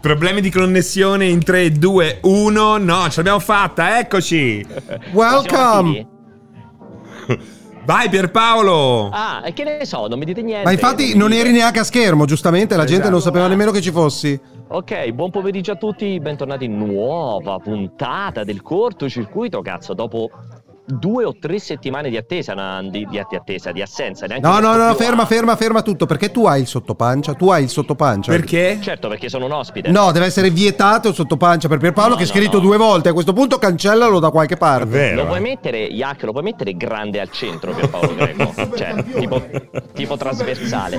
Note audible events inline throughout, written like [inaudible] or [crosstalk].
Problemi di connessione in 3, 2, 1. No, ce l'abbiamo fatta, eccoci. Welcome. Vai Pierpaolo. Ah, e che ne so, non mi dite niente. Ma infatti non eri neanche a schermo, giustamente, la gente Esatto. non sapeva nemmeno che ci fossi. Ok, buon pomeriggio a tutti, bentornati in nuova puntata del cortocircuito, cazzo, dopo due o tre settimane di attesa, na- di, di- di attesa, di assenza. Neanche No, un no, mese no, più, ferma, ah. ferma, ferma tutto, perché tu hai il sottopancia, tu hai il sottopancia. Perché? Certo, perché sono un ospite. No, deve essere vietato il sottopancia per Pierpaolo No, che è no, scritto no. due volte, a questo punto cancellalo da qualche È parte. Lo vero. puoi eh. mettere, Iac, lo puoi mettere grande al centro per Paolo Greco, cioè tipo, tipo trasversale.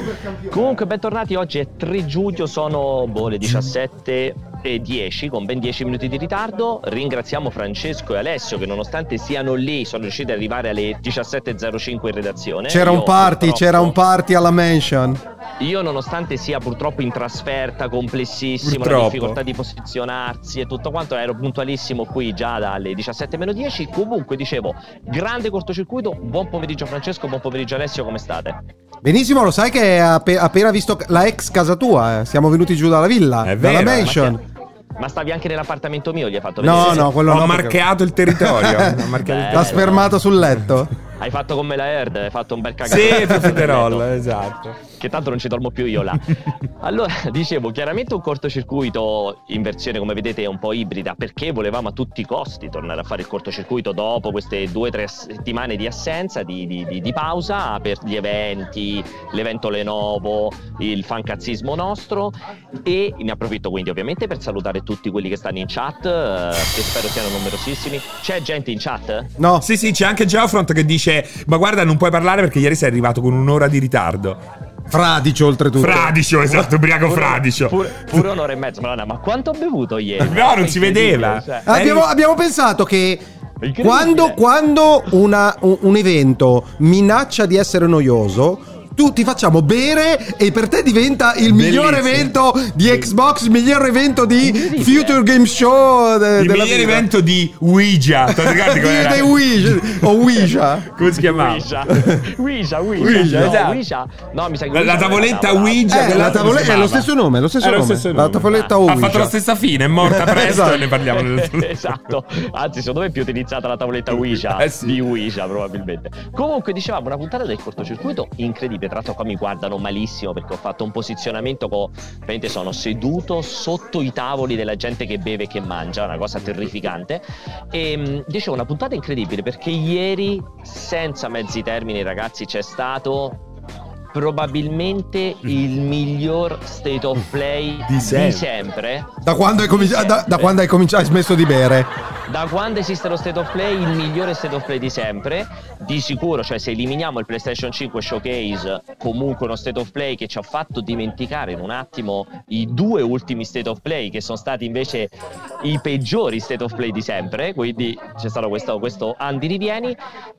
Comunque, bentornati, oggi è 3 giugno, sono boh, le 17 e 10 con ben 10 minuti di ritardo. Ringraziamo Francesco e Alessio che nonostante siano lì sono riusciti ad arrivare alle 17.05 in redazione. C'era Io, un party, purtroppo, c'era un party alla mansion. Io nonostante sia purtroppo in trasferta, complessissimo, la Purtroppo. difficoltà di posizionarsi e tutto quanto, ero puntualissimo qui già dalle 17-10. Comunque dicevo, grande cortocircuito, buon pomeriggio Francesco, buon pomeriggio Alessio, come state? Benissimo, lo sai che ha appe- appena visto la ex casa tua, eh? siamo venuti giù dalla villa, È vero, dalla eh, mansion. Ma stavi anche nell'appartamento mio, gli hai fatto No, vedere? no, quello Ho no. perché- marcheato il [laughs] territorio. Ho marcheato il Bello. L'ha sfermato sul letto. Hai fatto come la Herd, hai fatto un bel cagato. Sì, [laughs] profiterol, esatto. Che tanto non ci dormo più [laughs] io là. Allora, dicevo, chiaramente un cortocircuito in versione, come vedete, un po' ibrida, perché volevamo a tutti i costi tornare a fare il cortocircuito dopo queste due o tre settimane di assenza, di, di- di- di pausa per gli eventi, l'evento Lenovo, il fancazzismo nostro. E ne approfitto quindi ovviamente per salutare tutti quelli che stanno in chat, eh, che spero siano numerosissimi. C'è gente in chat? No. Sì, sì, c'è anche Geofront che dice: Ma guarda, non puoi parlare perché ieri sei arrivato con un'ora di ritardo. Fradicio oltretutto. Fradicio, esatto, ubriaco Pure- fradicio. Pure, pure un'ora e mezza, madonna, ma quanto ho bevuto ieri? No, non si vedeva. Cioè, Abbiamo, Eh, abbiamo pensato che Incredibile. quando, quando una- un, un evento minaccia di essere noioso, tu ti facciamo bere e per te diventa il miglior Bellissimo. evento di Xbox, il miglior evento di Incredibile. Future Game Show. de- Il della miglior vita. evento di Ouija. Ti ricordi [laughs] Di- com'era? dei [laughs] Ouija, o Ouija. Come si chiamava? Ouija. Ouija, Ouija. Ouija, No, esatto. Ouija. No, mi sa che La, la Ouija tavoletta era una Ouija. Eh, quella- la tavola- come si è lo chiamava? stesso nome, è lo stesso Era nome. La tavoletta Ouija. Ah, Ha fatto la stessa fine, è [laughs] morta presto Esatto. e ne parliamo. [laughs] nel- esatto, anzi secondo me è più utilizzata la tavoletta Ouija Eh sì. di Ouija probabilmente. Comunque dicevamo una puntata del cortocircuito incredibile, tra l'altro qua mi guardano malissimo perché ho fatto un posizionamento co- veramente sono seduto sotto i tavoli della gente che beve e che mangia, una cosa terrificante. E mh, dicevo una puntata incredibile perché ieri senza mezzi termini ragazzi c'è stato probabilmente il miglior state of play Mm. Di sempre. Di sempre Da quando hai cominciato, da, da quando hai cominciato, hai smesso di bere. da quando esiste lo state of play, il migliore state of play di sempre. Di sicuro, cioè, se eliminiamo il PlayStation 5 Showcase, comunque uno state of play che ci ha fatto dimenticare in un attimo i due ultimi state of play, che sono stati invece i peggiori state of play di sempre. Quindi c'è stato questo, questo Andi Rivieni.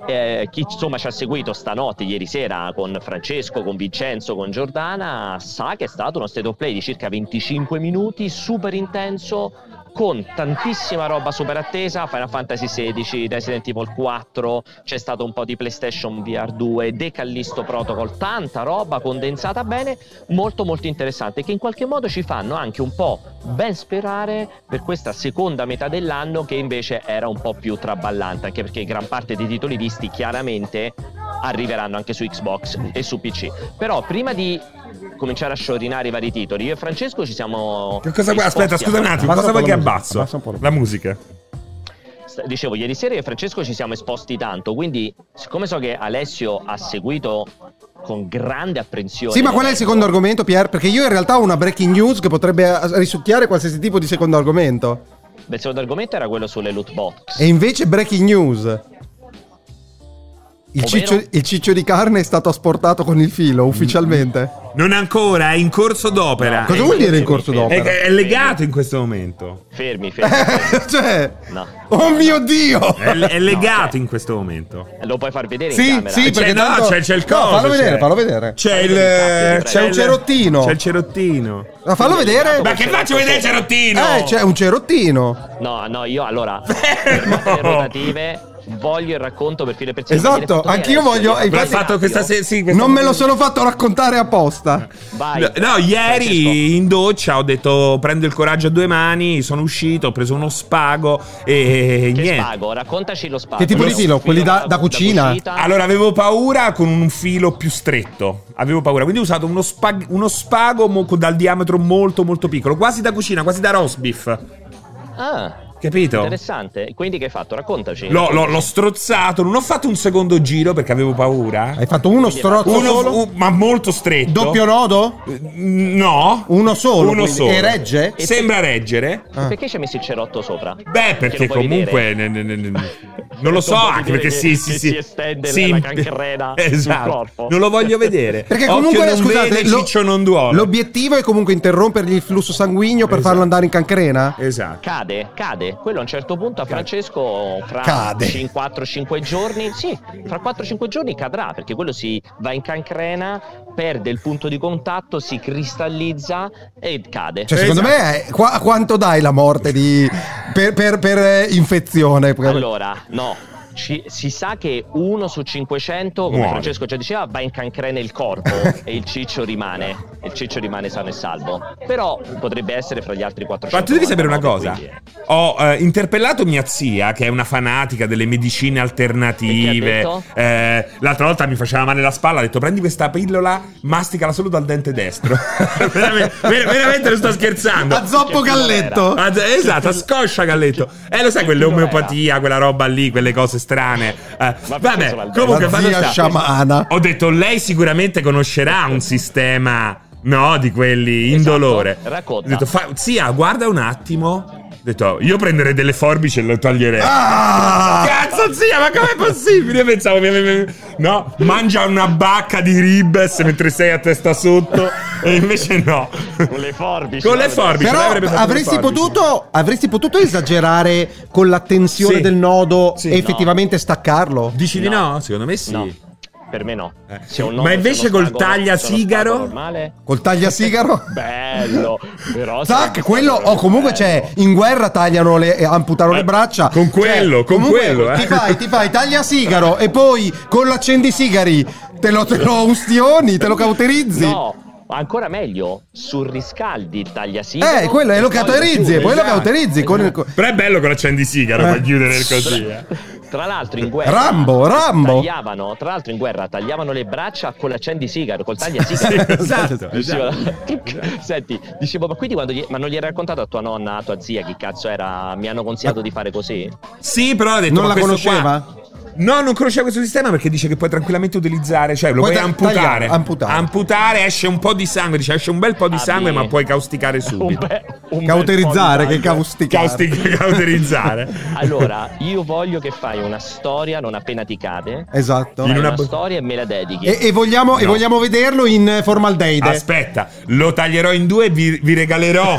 Eh, chi insomma ci ha seguito stanotte, ieri sera, con Francesco, con Vincenzo, con Giordana, sa che è stato uno state of play di circa 25 minuti, super intenso, con tantissima roba super attesa, Final Fantasy XVI, Resident Evil 4, c'è stato un po' di PlayStation VR 2, De Callisto Protocol, tanta roba condensata bene, molto molto interessante, che in qualche modo ci fanno anche un po' ben sperare per questa seconda metà dell'anno che invece era un po' più traballante, anche perché gran parte dei titoli visti chiaramente arriveranno anche su Xbox e su PC. Però prima di cominciare a sciorinare i vari titoli, io e Francesco ci siamo... Che cosa vuoi? Aspetta, esposti a- scusa un attimo, Abbassa cosa un po' vuoi che la musica, abbasso? abbassa un po' la La musica. St- Dicevo, ieri sera io e Francesco ci siamo esposti tanto, quindi siccome so che Alessio ha seguito con grande apprensione... Sì, ma qual è il secondo argomento, Pier? Perché io in realtà ho una breaking news che potrebbe eh, risucchiare qualsiasi tipo di secondo argomento. Beh, Il secondo argomento era quello sulle loot box. E invece breaking news. Il Ovvero? ciccio, il ciccio di carne è stato asportato con il filo, ufficialmente. Non ancora, è in corso d'opera. Cosa È- vuol dire in fermi, corso fermi, È, d'opera? è legato in questo momento. Fermi, fermi. [laughs] fermi. cioè... No. Oh mio Dio! È, è No, legato cioè- in questo momento. Lo puoi far vedere Sì, in camera? sì, Cioè, perché no, tanto- c'è, c'è il No, coso. fallo vedere, c'è. fallo vedere. C'è Fallo il. vedere, eh, C'è il- un cerottino. C'è il cerottino. Ma fallo vedere! Ma che faccio vedere il cerottino? Eh, c'è un cerottino. [laughs] No, no, io allora... per note rotative... voglio il racconto perché le persone Esatto, anch'io voglio. L'hai infatti- fatto questa se- sì, questa- Non me lo sono fatto raccontare apposta. Vai. No, no, ieri in doccia ho detto prendo il coraggio a due mani, sono uscito, ho preso uno spago e Francesco, che niente. spago, raccontaci lo spago. Che tipo di filo? Quelli da- da cucina? Allora avevo paura con un filo più stretto, avevo paura, quindi ho usato uno, spag- uno spago mo- con- dal diametro molto molto piccolo, quasi da cucina, quasi da roast beef, Ah, capito? interessante. Quindi che hai fatto? Raccontaci. L'ho, l'ho- l'ho strozzato, non ho fatto un secondo giro perché avevo paura. Hai fatto uno strozzo Uno- solo? un- ma molto stretto. Doppio nodo? No. Uno solo. Uno quindi. solo. E regge? E- Sembra reggere. Ah. Perché ci hai messo il cerotto sopra? Beh, perché lo puoi comunque ne- vedere. ne- ne- ne- non lo so, Non puoi anche vedere perché sì, che- sì, che sì. si estende la- Sì. [laughs] la cancrena sul esatto. corpo. Non lo voglio vedere. Perché Occhio comunque, non scusate, vede, lo- ciccio non duole. l'obiettivo è comunque interrompergli il flusso sanguigno per Esatto. farlo andare in cancrena? Esatto. Cade, cade. Quello a un certo punto a Francesco fra Cade. 4-5 giorni, sì, fra 4-5 giorni cadrà perché quello si va in cancrena, perde il punto di contatto, si cristallizza e cade. Cioè, secondo Esatto. me, è- qua- quanto dai la morte di, per, per- per, eh, infezione? Allora, no. Ci- si sa che uno su 500, come Muore. Francesco già diceva, va in cancrena [laughs] il corpo e il ciccio rimane. Il ciccio rimane sano e salvo. Però potrebbe essere fra gli altri 400. Ma tu devi sapere una cosa. Ho eh, interpellato mia zia, che è una fanatica delle medicine E che alternative. ha Eh, l'altra volta mi faceva male la spalla, ha detto prendi questa pillola, masticala solo dal dente destro. [laughs] veramente, ver- veramente non sto scherzando. A zoppo Che filo galletto. Ah, z- esatto, a scoscia galletto. Eh, lo sai, quell'omeopatia, quella roba lì, quelle cose strane. Eh, Ma perché sono vabbè, al- comunque, la fatto zia sta. sciamana. Ho detto, lei sicuramente conoscerà un sistema, no, di quelli Esatto, indolore. racconta. Ho detto, fa- zia, guarda un attimo. Ho detto, io prenderei delle forbici e le taglierei. Ah! Cazzo zia, ma com'è possibile? Io pensavo mi- mi- mi- No, mangia una bacca di ribes mentre sei a testa sotto e invece no. Con le forbici. Con le no? forbici. Però lei avrebbe fatto le avresti forbici. potuto, avresti potuto esagerare con la tensione Sì. del nodo Sì. e effettivamente staccarlo? Dici di No. no? Secondo me sì. No, per me no. Eh. Se ho un Ma nome, invece se uno col spago- taglia se uno sigaro? spago normale, [laughs] Col tagliasigaro? Bello, però. Zac, quello, o comunque c'è, in guerra tagliano le, eh, amputano le braccia. con quello, Cioè, con comunque quello, eh. Ti fai, ti fai, taglia sigaro e poi con l'accendisigari te lo, te lo ustioni, te lo cauterizzi. No, ancora meglio, surriscaldi il tagliasigaro. Eh, quello, e lo cauterizzi, e poi lo esatto, cauterizzi con il... co- Però è bello con l'accendi sigaro Eh. per chiudere il così. eh. Tra l'altro in guerra Rambo, Rambo. tagliavano, tra l'altro in guerra tagliavano le braccia con l'accendisigaro, [laughs] col tagliasigaro. esatto, Diceva- esatto. [laughs] Senti, dicevo, ma quindi quando gli- ma non gli hai raccontato a tua nonna, a tua zia chi cazzo era? Mi hanno consigliato di fare così? Sì, però ha detto Non "Ma la questo conosceva? qua- No, non conosceva questo sistema perché dice che puoi tranquillamente utilizzare, cioè lo Puoi puoi, ta- amputare. tagliare, amputare. Amputare, esce un po' di sangue, dice esce un bel po' di Ah, sangue, bene. ma puoi causticare Un subito. be- un bel Cauterizzare, po' di che sangue. causticare. Caustic- [laughs] cauterizzare. Allora, io voglio che fai una storia non appena ti cade. Esatto. In Fai una una, bo- storia e me la dedichi. E, e vogliamo, e No. vogliamo vederlo in eh, formaldeide. Aspetta, lo taglierò in due e vi, vi [laughs] regalerò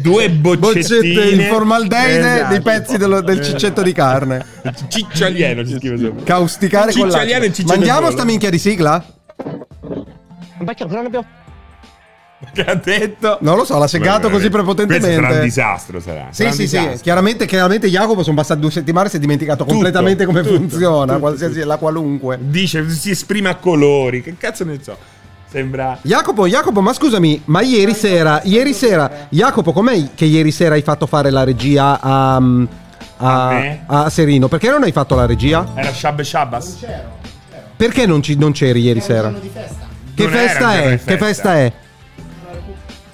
due boccettine. Boccette in formaldeide Esatto. dei pezzi dello- del ciccetto di carne. Ciccio alieno ci scrive [laughs] sopra. Causticare Ciccio con l'acqua. alieno e ciccio del Mandiamo volo. sta minchia di sigla? Ma che non abbiamo Che ha detto? Non lo so, l'ha seggato Vabbè, così vabbè. prepotentemente. Questo sarà un disastro, sarà. Sì, Sarà un sì, sì. disastro. Chiaramente, chiaramente Jacopo sono passate due settimane e si è dimenticato completamente come tutto, funziona, tutto, qualsiasi tutto. la qualunque. Dice, si esprime a colori. Che cazzo ne so. Sembra... Jacopo, Jacopo, ma scusami, ma ieri sera, ieri sera, Jacopo, com'è che ieri sera hai fatto fare la regia a, mm, A a, me? a Serino? Perché non hai fatto la regia? Era Shab Shabbas? Perché non, ci- non c'eri ieri sera? Che Non era un festa giorno è? di Che festa è?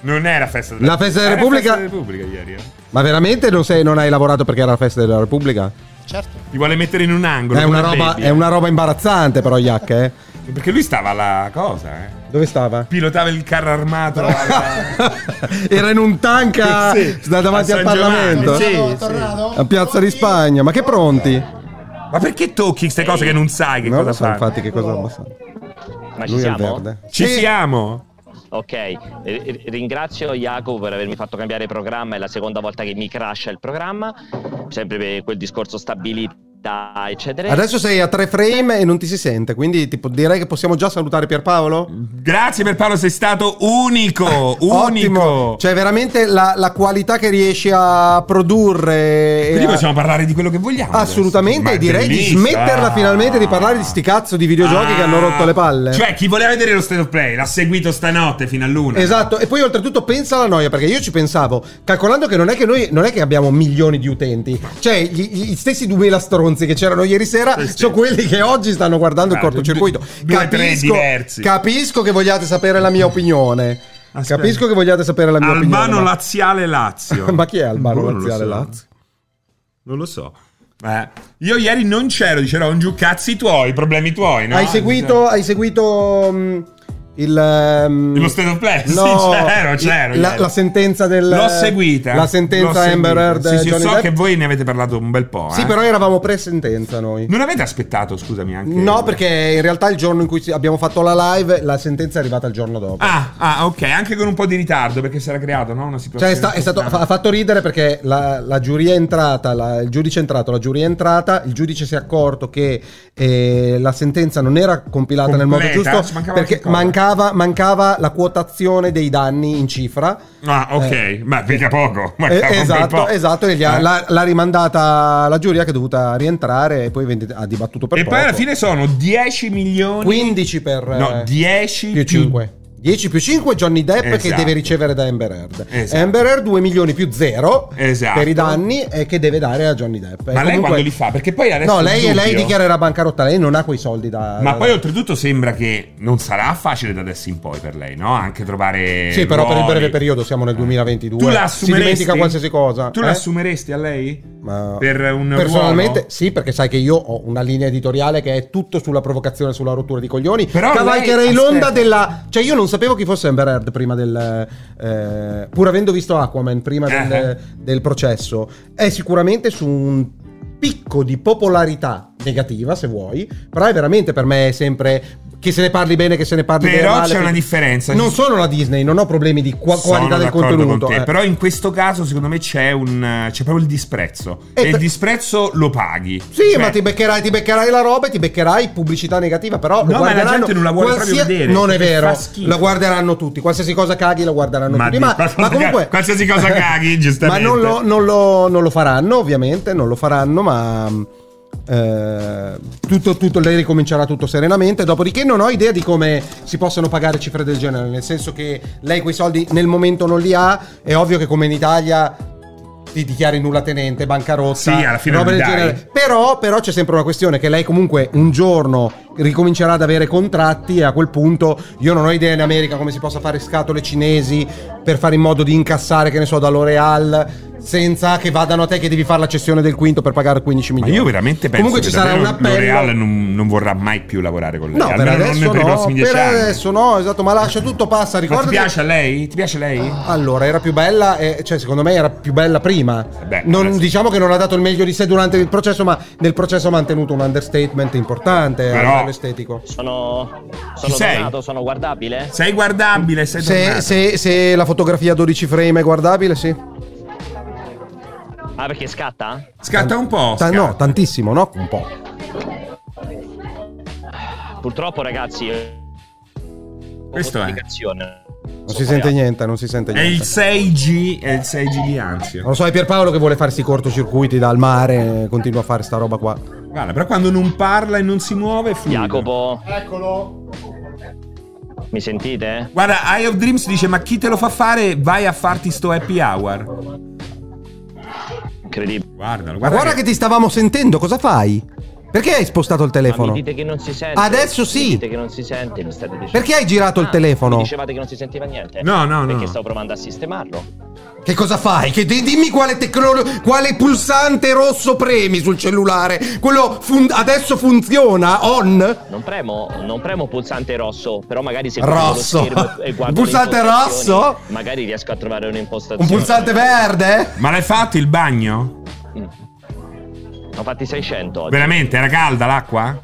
Non era festa della La festa della Era Repubblica? festa della Repubblica ieri. eh. Ma veramente non, sei- non hai lavorato perché era la festa della Repubblica? Certo. Ti vuole mettere in un angolo. È una, come roba, Baby. è una roba imbarazzante, però, Jack, eh? Perché lui stava alla cosa, eh. Dove stava? [laughs] Pilotava il carro armato. [laughs] alla- Era in un tank a- Sì, da- davanti a al San Parlamento. Giovanni, sì. Tornado, tornto? A Piazza di Spagna, ma che pronti? Ma perché tocchi queste cose che non sai che non lo cosa so fai? infatti che cosa lo so. Ma ci Lui è il siamo? verde. Ci Sì. siamo. Ok, eh, eh, ringrazio Jacopo per avermi fatto cambiare programma, è la seconda volta che mi crasha il programma, sempre per quel discorso stabilita modalità, eccetera. Adesso sei a tre frame e non ti si sente, quindi tipo, direi che possiamo già salutare Pierpaolo. Grazie per Paolo, sei stato [laughs] unico, unico. Cioè, veramente la, la qualità che riesci a produrre. e Quindi a- possiamo parlare di quello che vogliamo. Assolutamente, adesso. Ma è e direi di bellissimo. smetterla Ah. finalmente di parlare di sti cazzo di videogiochi Ah. che hanno rotto le palle. Cioè, chi voleva vedere lo state of play l'ha seguito stanotte fino all'una. Esatto, e poi oltretutto pensa alla noia, perché io ci pensavo, calcolando che non è che noi non è che abbiamo milioni di utenti, cioè gli, gli stessi 2000 stronzi che c'erano ieri sera Sì, sì. sono quelli che oggi stanno guardando il Guarda, cortocircuito. due, tre diversi. capisco che vogliate sapere la mia opinione. Aspetta. Capisco che vogliate sapere la mia opinione. Albano ma- Laziale Lazio. [laughs] Ma chi è Albano Boh, non lo Laziale so. Lazio? Non lo so. Eh, io ieri non c'ero, dicevo un giù cazzi tuoi, problemi tuoi. no? hai seguito, hai seguito mm, il mm, Lo state of play? [laughs] Sì, c'ero, c'ero, la, ieri. la sentenza del L'ho seguita. La sentenza L'ho Amber seguita. Heard Sì, sì, Johnny so Depp. che voi ne avete parlato un bel po'. Sì, eh. però eravamo pre-sentenza noi. Non avete aspettato, scusami, anche. No, perché in realtà il giorno in cui si- abbiamo fatto la live, la sentenza è arrivata il giorno dopo. Ah, ah, ok, anche con un po' di ritardo perché si era creato, no? Una Cioè, situazione. è sta- è stato- strana. ha fatto ridere perché la, la giuria è entrata, la- il giudice è entrato, la giuria è entrata, il giudice si è accorto che eh, la sentenza non era compilata nel modo Completa, giusto ci mancava perché qualche cosa. mancava, mancava la quotazione dei danni in cifra. Ah, ok, Eh. ma mica poco. Ma Eh, cavolo, un bel esatto, po'. esatto, e gli ha- Eh. l'ha, l'ha rimandata la giuria che è dovuta rientrare e poi vendi- ha dibattuto per E poco. poi alla fine sono 10 milioni. 15 per No, eh, 10 più 5. 10 più 5 Johnny Depp che Esatto. deve ricevere da Amber Heard. Esatto. Amber Heard 2 milioni più 0 Esatto. per i danni eh, che deve dare a Johnny Depp. Eh, Ma lei quando li fa? Perché poi adesso. No, è un lei, lei dubbio. dichiarerà bancarotta, lei non ha quei soldi da... Ma da- poi oltretutto sembra che non sarà facile da adesso in poi per lei, no? Anche trovare. Sì, però per il ruoli. Eh. breve periodo siamo nel 2022. Ah. Tu la si assumeresti? dimentica qualsiasi cosa. Tu eh? la assumeresti a lei? Ma- Per un personalmente ruolo? sì perché sai che io ho una linea editoriale che è tutto sulla provocazione sulla rottura di coglioni Però cavalcherei lei- l'onda aspetta. della cioè io non sapevo chi fosse Amber Heard prima del eh, pur avendo visto Aquaman prima del, Eh. del processo è sicuramente su un picco di popolarità negativa se vuoi però è veramente per me è sempre che se ne parli bene che se ne parli Però male c'è che- una differenza. non sono la Disney non ho problemi di qua- Sono qualità del d'accordo contenuto con te, eh. Però in questo caso, secondo me, c'è un. c'è proprio il disprezzo. E E, per- il disprezzo lo paghi. Sì, Cioè, ma ti beccherai, ti beccherai la roba e ti beccherai pubblicità negativa, però No, lo ma la guarderanno- gente non la vuole proprio qualsia- vedere, Non è perché vero, fa schifo. la guarderanno tutti, qualsiasi cosa caghi la guarderanno Ma tutti, di- ma, qualsiasi ma comunque... ca- qualsiasi cosa caghi, giustamente. [laughs] ma non lo, non lo- non lo faranno, ovviamente, non lo faranno, ma... eh, tutto, tutto lei ricomincerà tutto serenamente dopodiché non ho idea di come si possono pagare cifre del genere nel senso che lei quei soldi nel momento non li ha è ovvio che come in Italia ti dichiari nulla tenente bancarotta Sì, alla fine roba non del dai. genere però, però c'è sempre una questione che lei comunque un giorno ricomincerà ad avere contratti e a quel punto io non ho idea in America come si possa fare scatole cinesi per fare in modo di incassare, che ne so, da L'Oreal senza che vadano a te che devi fare la cessione del quinto per pagare 15 Ma milioni. io veramente penso comunque che ci sarà un davvero L'Oreal appello. non, non vorrà mai più lavorare con lei. No, per almeno non adesso per i no, prossimi dieci per anni. adesso no, esatto, ma lascia tutto Ma passa, ti ricordati piace a lei? Ti piace lei? allora, era più bella, eh, cioè secondo me era più bella prima. Eh beh, Non- adesso- diciamo che non ha dato il meglio di sé durante il processo, ma nel processo ha mantenuto un understatement importante a Però- livello estetico. Sono, Ci sono sei? tornato, sono guardabile? Sei guardabile, sei Se, tornato. se- se la fotografia a 12 frame è guardabile, sì. Ah, perché scatta? Scatta un po'. Ta- scatta. no, tantissimo, no? Un po'. Purtroppo, ragazzi, Questo è. comunicazione. Non si sente niente, non si sente È il niente. 6G, è il 6G di Anzio. Non lo so, è Pierpaolo che vuole farsi cortocircuiti dal mare, eh, continua a fare sta roba qua. Guarda, però quando non parla e non si muove, è fluido. Jacopo. Eccolo. Mi sentite? Guarda, Eye of Dreams dice: Ma chi te lo fa fare? Vai a farti sto happy hour. Incredibile. Guardalo, Ma guarda. guarda che ti stavamo sentendo, cosa fai? Perché hai spostato il Ma telefono? Ah, mi dite che non si sente. Adesso sì. Mi dite che non si sente, mi state dicendo. Perché hai girato il Ah, telefono? Mi dicevate che non si sentiva niente. No, no, no. Perché stavo provando a sistemarlo. Che cosa fai? Che- di- dimmi quale, tecno- quale pulsante rosso premi sul cellulare. Quello fun- adesso funziona? On? Non premo, non premo pulsante rosso, però magari se guardo lo Rosso. schermo e Il guardo [laughs] le pulsante impostazioni, rosso? magari riesco a trovare Un un'impostazione. pulsante verde? Ma l'hai fatto il bagno? Mm. Ho fatti 600 oggi. Veramente? Era calda l'acqua?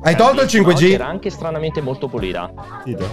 Hai tolto il Ma oggi Era 5G? anche stranamente molto pulita.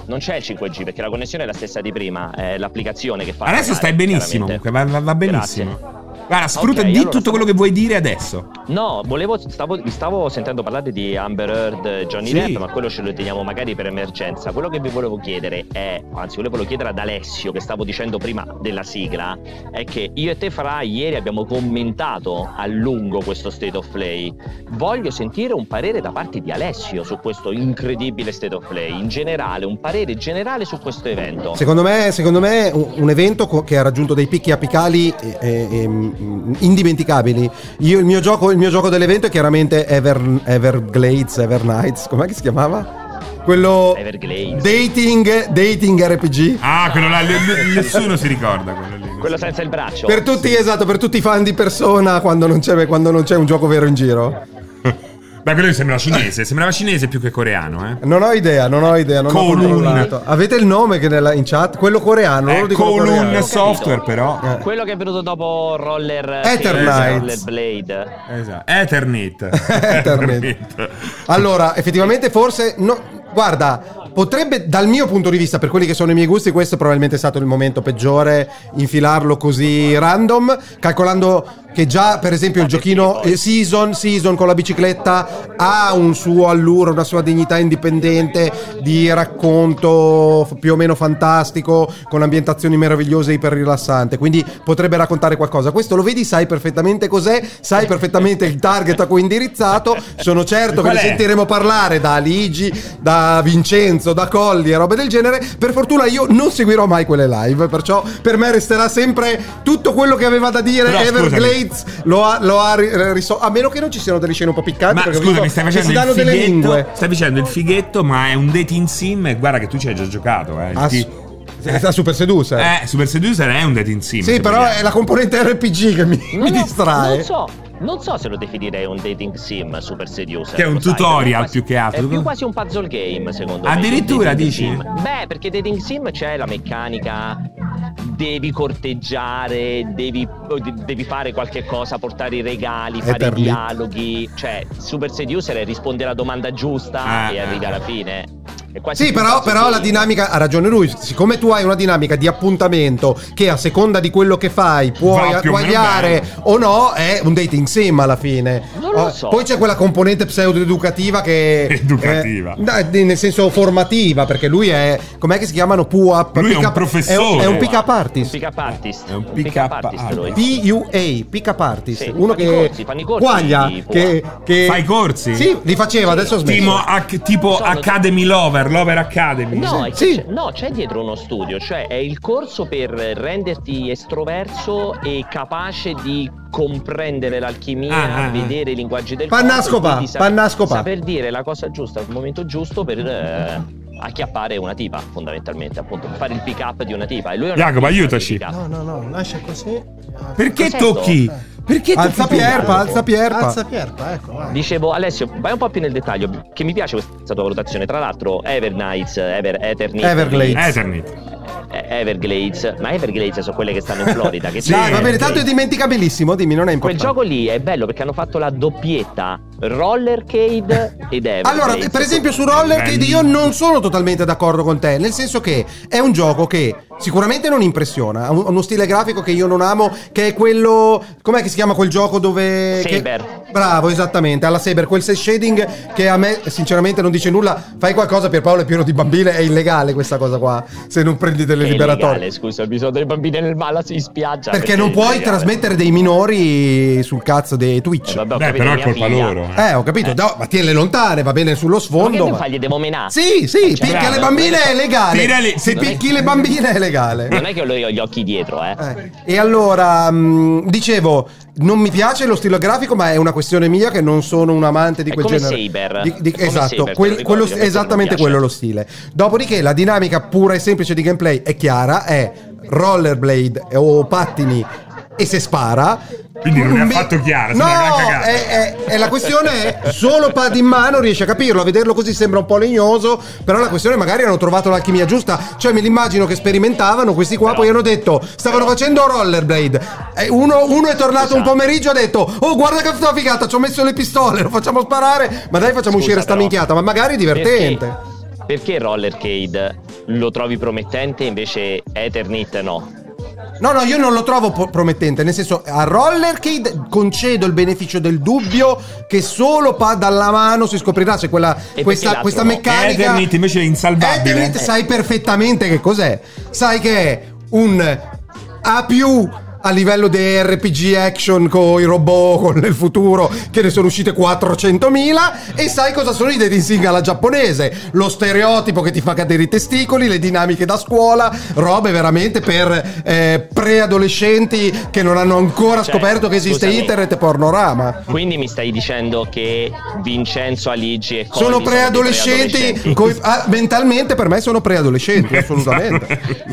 Non c'è il 5G perché la connessione è la stessa di prima, è l'applicazione che fa. Adesso cagare, stai benissimo, chiaramente. comunque, va- va- va benissimo. Grazie. Guarda, sfrutta, Ok, di allora- tutto quello che vuoi dire adesso. No, volevo, stavo, vi stavo sentendo parlare di Amber Heard e Johnny Sì. Depp, ma quello ce lo teniamo magari per emergenza. Quello che vi volevo chiedere è, anzi, volevo chiedere ad Alessio, che stavo dicendo prima della sigla, è che io e te, Fra, ieri abbiamo commentato a lungo questo state of play. Voglio sentire un parere da parte di Alessio su questo incredibile state of play, in generale, un parere generale su questo evento. Secondo me, secondo me un un evento co- che ha raggiunto dei picchi apicali eh, eh, eh, mm, indimenticabili. Io, il, mio gioco, il mio gioco dell'evento è chiaramente Ever, Everglades, Evernights, com'è che si chiamava? Quello Everglades. dating, dating RPG. Ah, quello là, l- l- nessuno si ricorda quello lì. Quello senza il braccio. Per tutti, esatto, per tutti i fan di persona quando non c'è, quando non c'è un gioco vero in giro. Beh, quello lì sembrava cinese, sembrava cinese più che coreano, eh. Non ho idea, non ho idea, non Colun. ho controllato. Avete il nome che nella, in chat? Quello coreano, loro È dicono Column coreano. Eh, Software, però. Eh. Quello che è venuto dopo Roller Eternites. Blade. Esatto. [laughs] Eternit. Eternit. Allora, effettivamente forse no- guarda, potrebbe dal mio punto di vista, per quelli che sono i miei gusti, questo è probabilmente stato il momento peggiore infilarlo così random, calcolando che già per esempio il giochino eh, Season, Season con la bicicletta ha un suo allure, una sua dignità indipendente di racconto f- più o meno fantastico con ambientazioni meravigliose e iper rilassante, quindi potrebbe raccontare qualcosa. Questo lo vedi, sai perfettamente cos'è, sai perfettamente il target a cui è indirizzato, sono certo che Qual ne è? sentiremo parlare da Ligi, da Vincenzo, da Colli e robe del genere. Per fortuna io non seguirò mai quelle live, perciò per me resterà sempre tutto quello che aveva da dire Però, Everglades lo ha, lo ha ri- eh, riso- a meno che non ci siano delle scene un po' piccanti Ma perché ho scusa, visto mi stai che facendo si danno il delle lingue. fighetto? Eh, Stai facendo il fighetto, ma è un dating sim. E guarda che tu ci hai già giocato, eh. Ah, Ti- su- sta super seducer. eh, Super Seducer è un dating sim. sì, se però vogliamo. è la componente RPG che mi, mi No, no, distrae. Non so, non so se lo definirei un dating sim super seducer. Che è un lo sai, tutorial è quasi- più che altro. È più quasi un puzzle game, secondo me. Addirittura, che un dating dici? sim. Beh, perché dating sim c'è la meccanica. Devi corteggiare, devi, devi fare qualche cosa, portare i regali, fare Eternit. i dialoghi. Cioè, super seducer è rispondere alla domanda giusta Ah, e ah. arrivi alla fine. È quasi Sì, più però, puzzle però la game. dinamica ha ragione lui. Siccome tu hai una dinamica di appuntamento che a seconda di quello che fai puoi Va più o meno guagliare bene. o no, è un dating sim alla fine. Non lo Eh, so. Poi c'è quella componente pseudo-educativa che. Educativa. eh, dai, di- nel senso formativa, perché lui è. Com'è che si chiamano? Pull-up. Lui è un pick-up- professore. È un, è un pick-up Un artist. pick-up artist. È un Un pick-up pick-up artist lui. PUA, pick-up artist. Sì, Uno fanno i che. corsi, fanno i corsi guaglia. di Che, che- Fai i corsi? Sì, li faceva, adesso ha smesso. Tipo, ac- tipo Sono- Academy Lover, Lover Academy. No, è che Sì. c'è, no, c'è dietro uno studio, cioè è il corso per renderti estroverso e capace di comprendere l'alchimia, Ah, ah, ah. vedere i linguaggi del Pannascopa, corpo e quindi sa- pannascopa. saper dire la cosa giusta al momento giusto per eh, acchiappare una tipa, fondamentalmente, appunto, per fare il pick up di una tipa. E lui è una Jacopo, tipa di aiutaci. pick No, up. no, no, lascia così. Perché Cos'è tocchi? Perché Alza tocchi? Eh, Pierpa, alza Pierpa. Alza Pierpa, ecco. vai. Dicevo Alessio, vai un po' più nel dettaglio, che mi piace questa tua valutazione. Tra l'altro, Evernights, Ever, Eternit, Everglades. Eternit. Eh, Everglades, ma Everglades sono quelle che stanno in Florida. Che Sì. Dai, va bene, tanto è Everglades. dimenticabilissimo, dimmi, non è Quel importante. gioco lì è bello perché hanno fatto la doppietta Rollercade ed Everglades. Allora, per esempio su Rollerblade io non sono totalmente d'accordo con te, nel senso che è un gioco che sicuramente non impressiona, ha un- uno stile grafico che io non amo, che è quello com'è che si chiama quel gioco dove che- Saber. Bravo, esattamente, alla Saber, quel cel shading che a me sinceramente non dice nulla. Fai qualcosa per Paolo è pieno di bambine, è illegale questa cosa qua, se non prendi delle Che è liberatorie. illegale, scusa, ci sono delle bambine nel mala si spiaggia. Perché non puoi è illegale. trasmettere dei minori sul cazzo dei Eh, Twitch. vabbè, ho Beh, capito, però è mia colpa figlia. loro. eh. Eh, ho capito, no, ma tienile lontane, va bene sullo Ma che sfondo. devo ma- fargli devo menare? Sì, sì, Cioè, picchia bravo, le bambine è Tira legale. le- Se non è- picchi le bambine è legale. Non è che ho gli occhi dietro, eh. Eh, E allora, mh, dicevo, non mi piace lo stile grafico, ma è una questione mia che non sono un amante di È quel come genere. Saber. Di- di- È come esatto, Saber, te lo quel- ricordi, quello- che a me esattamente quello non quello lo stile. Dopodiché la dinamica pura e semplice di gameplay è chiara, è rollerblade eh, o pattini e se spara. Quindi non è Un be- affatto chiara, No, sembra una gran cagata. è, è- è la questione è solo pad in mano riesce a capirlo, a vederlo così sembra un po' legnoso, però la questione è magari hanno trovato l'alchimia giusta, cioè me l'immagino che sperimentavano questi qua, poi hanno detto stavano facendo rollerblade, E uno, uno è tornato un Esatto. pomeriggio e ha detto oh guarda che sta figata, ci ho messo le pistole, lo facciamo sparare, ma dai facciamo Scusa, uscire sta però. minchiata, ma magari è divertente. Perché, perché Rollercade lo trovi promettente e invece Eternit no? No, no, io non lo trovo po- promettente. Nel senso, a Rollercade concedo il beneficio del dubbio che solo pa- dalla mano si scoprirà se quella, perché questa, l'altro questa no? meccanica. Eternit invece è insalvabile. Eternit sai perfettamente che cos'è. Sai che è un A più a livello di RPG action con i robot con il futuro che ne sono uscite 400.000 e sai cosa sono i dating sim alla giapponese lo stereotipo che ti fa cadere i testicoli le dinamiche da scuola robe veramente per eh, preadolescenti che non hanno ancora Cioè, scoperto che esiste scusami. internet e pornorama Quindi mi stai dicendo che Vincenzo Aligi e Colli sono dei preadolescenti coi- ah, mentalmente per me sono preadolescenti assolutamente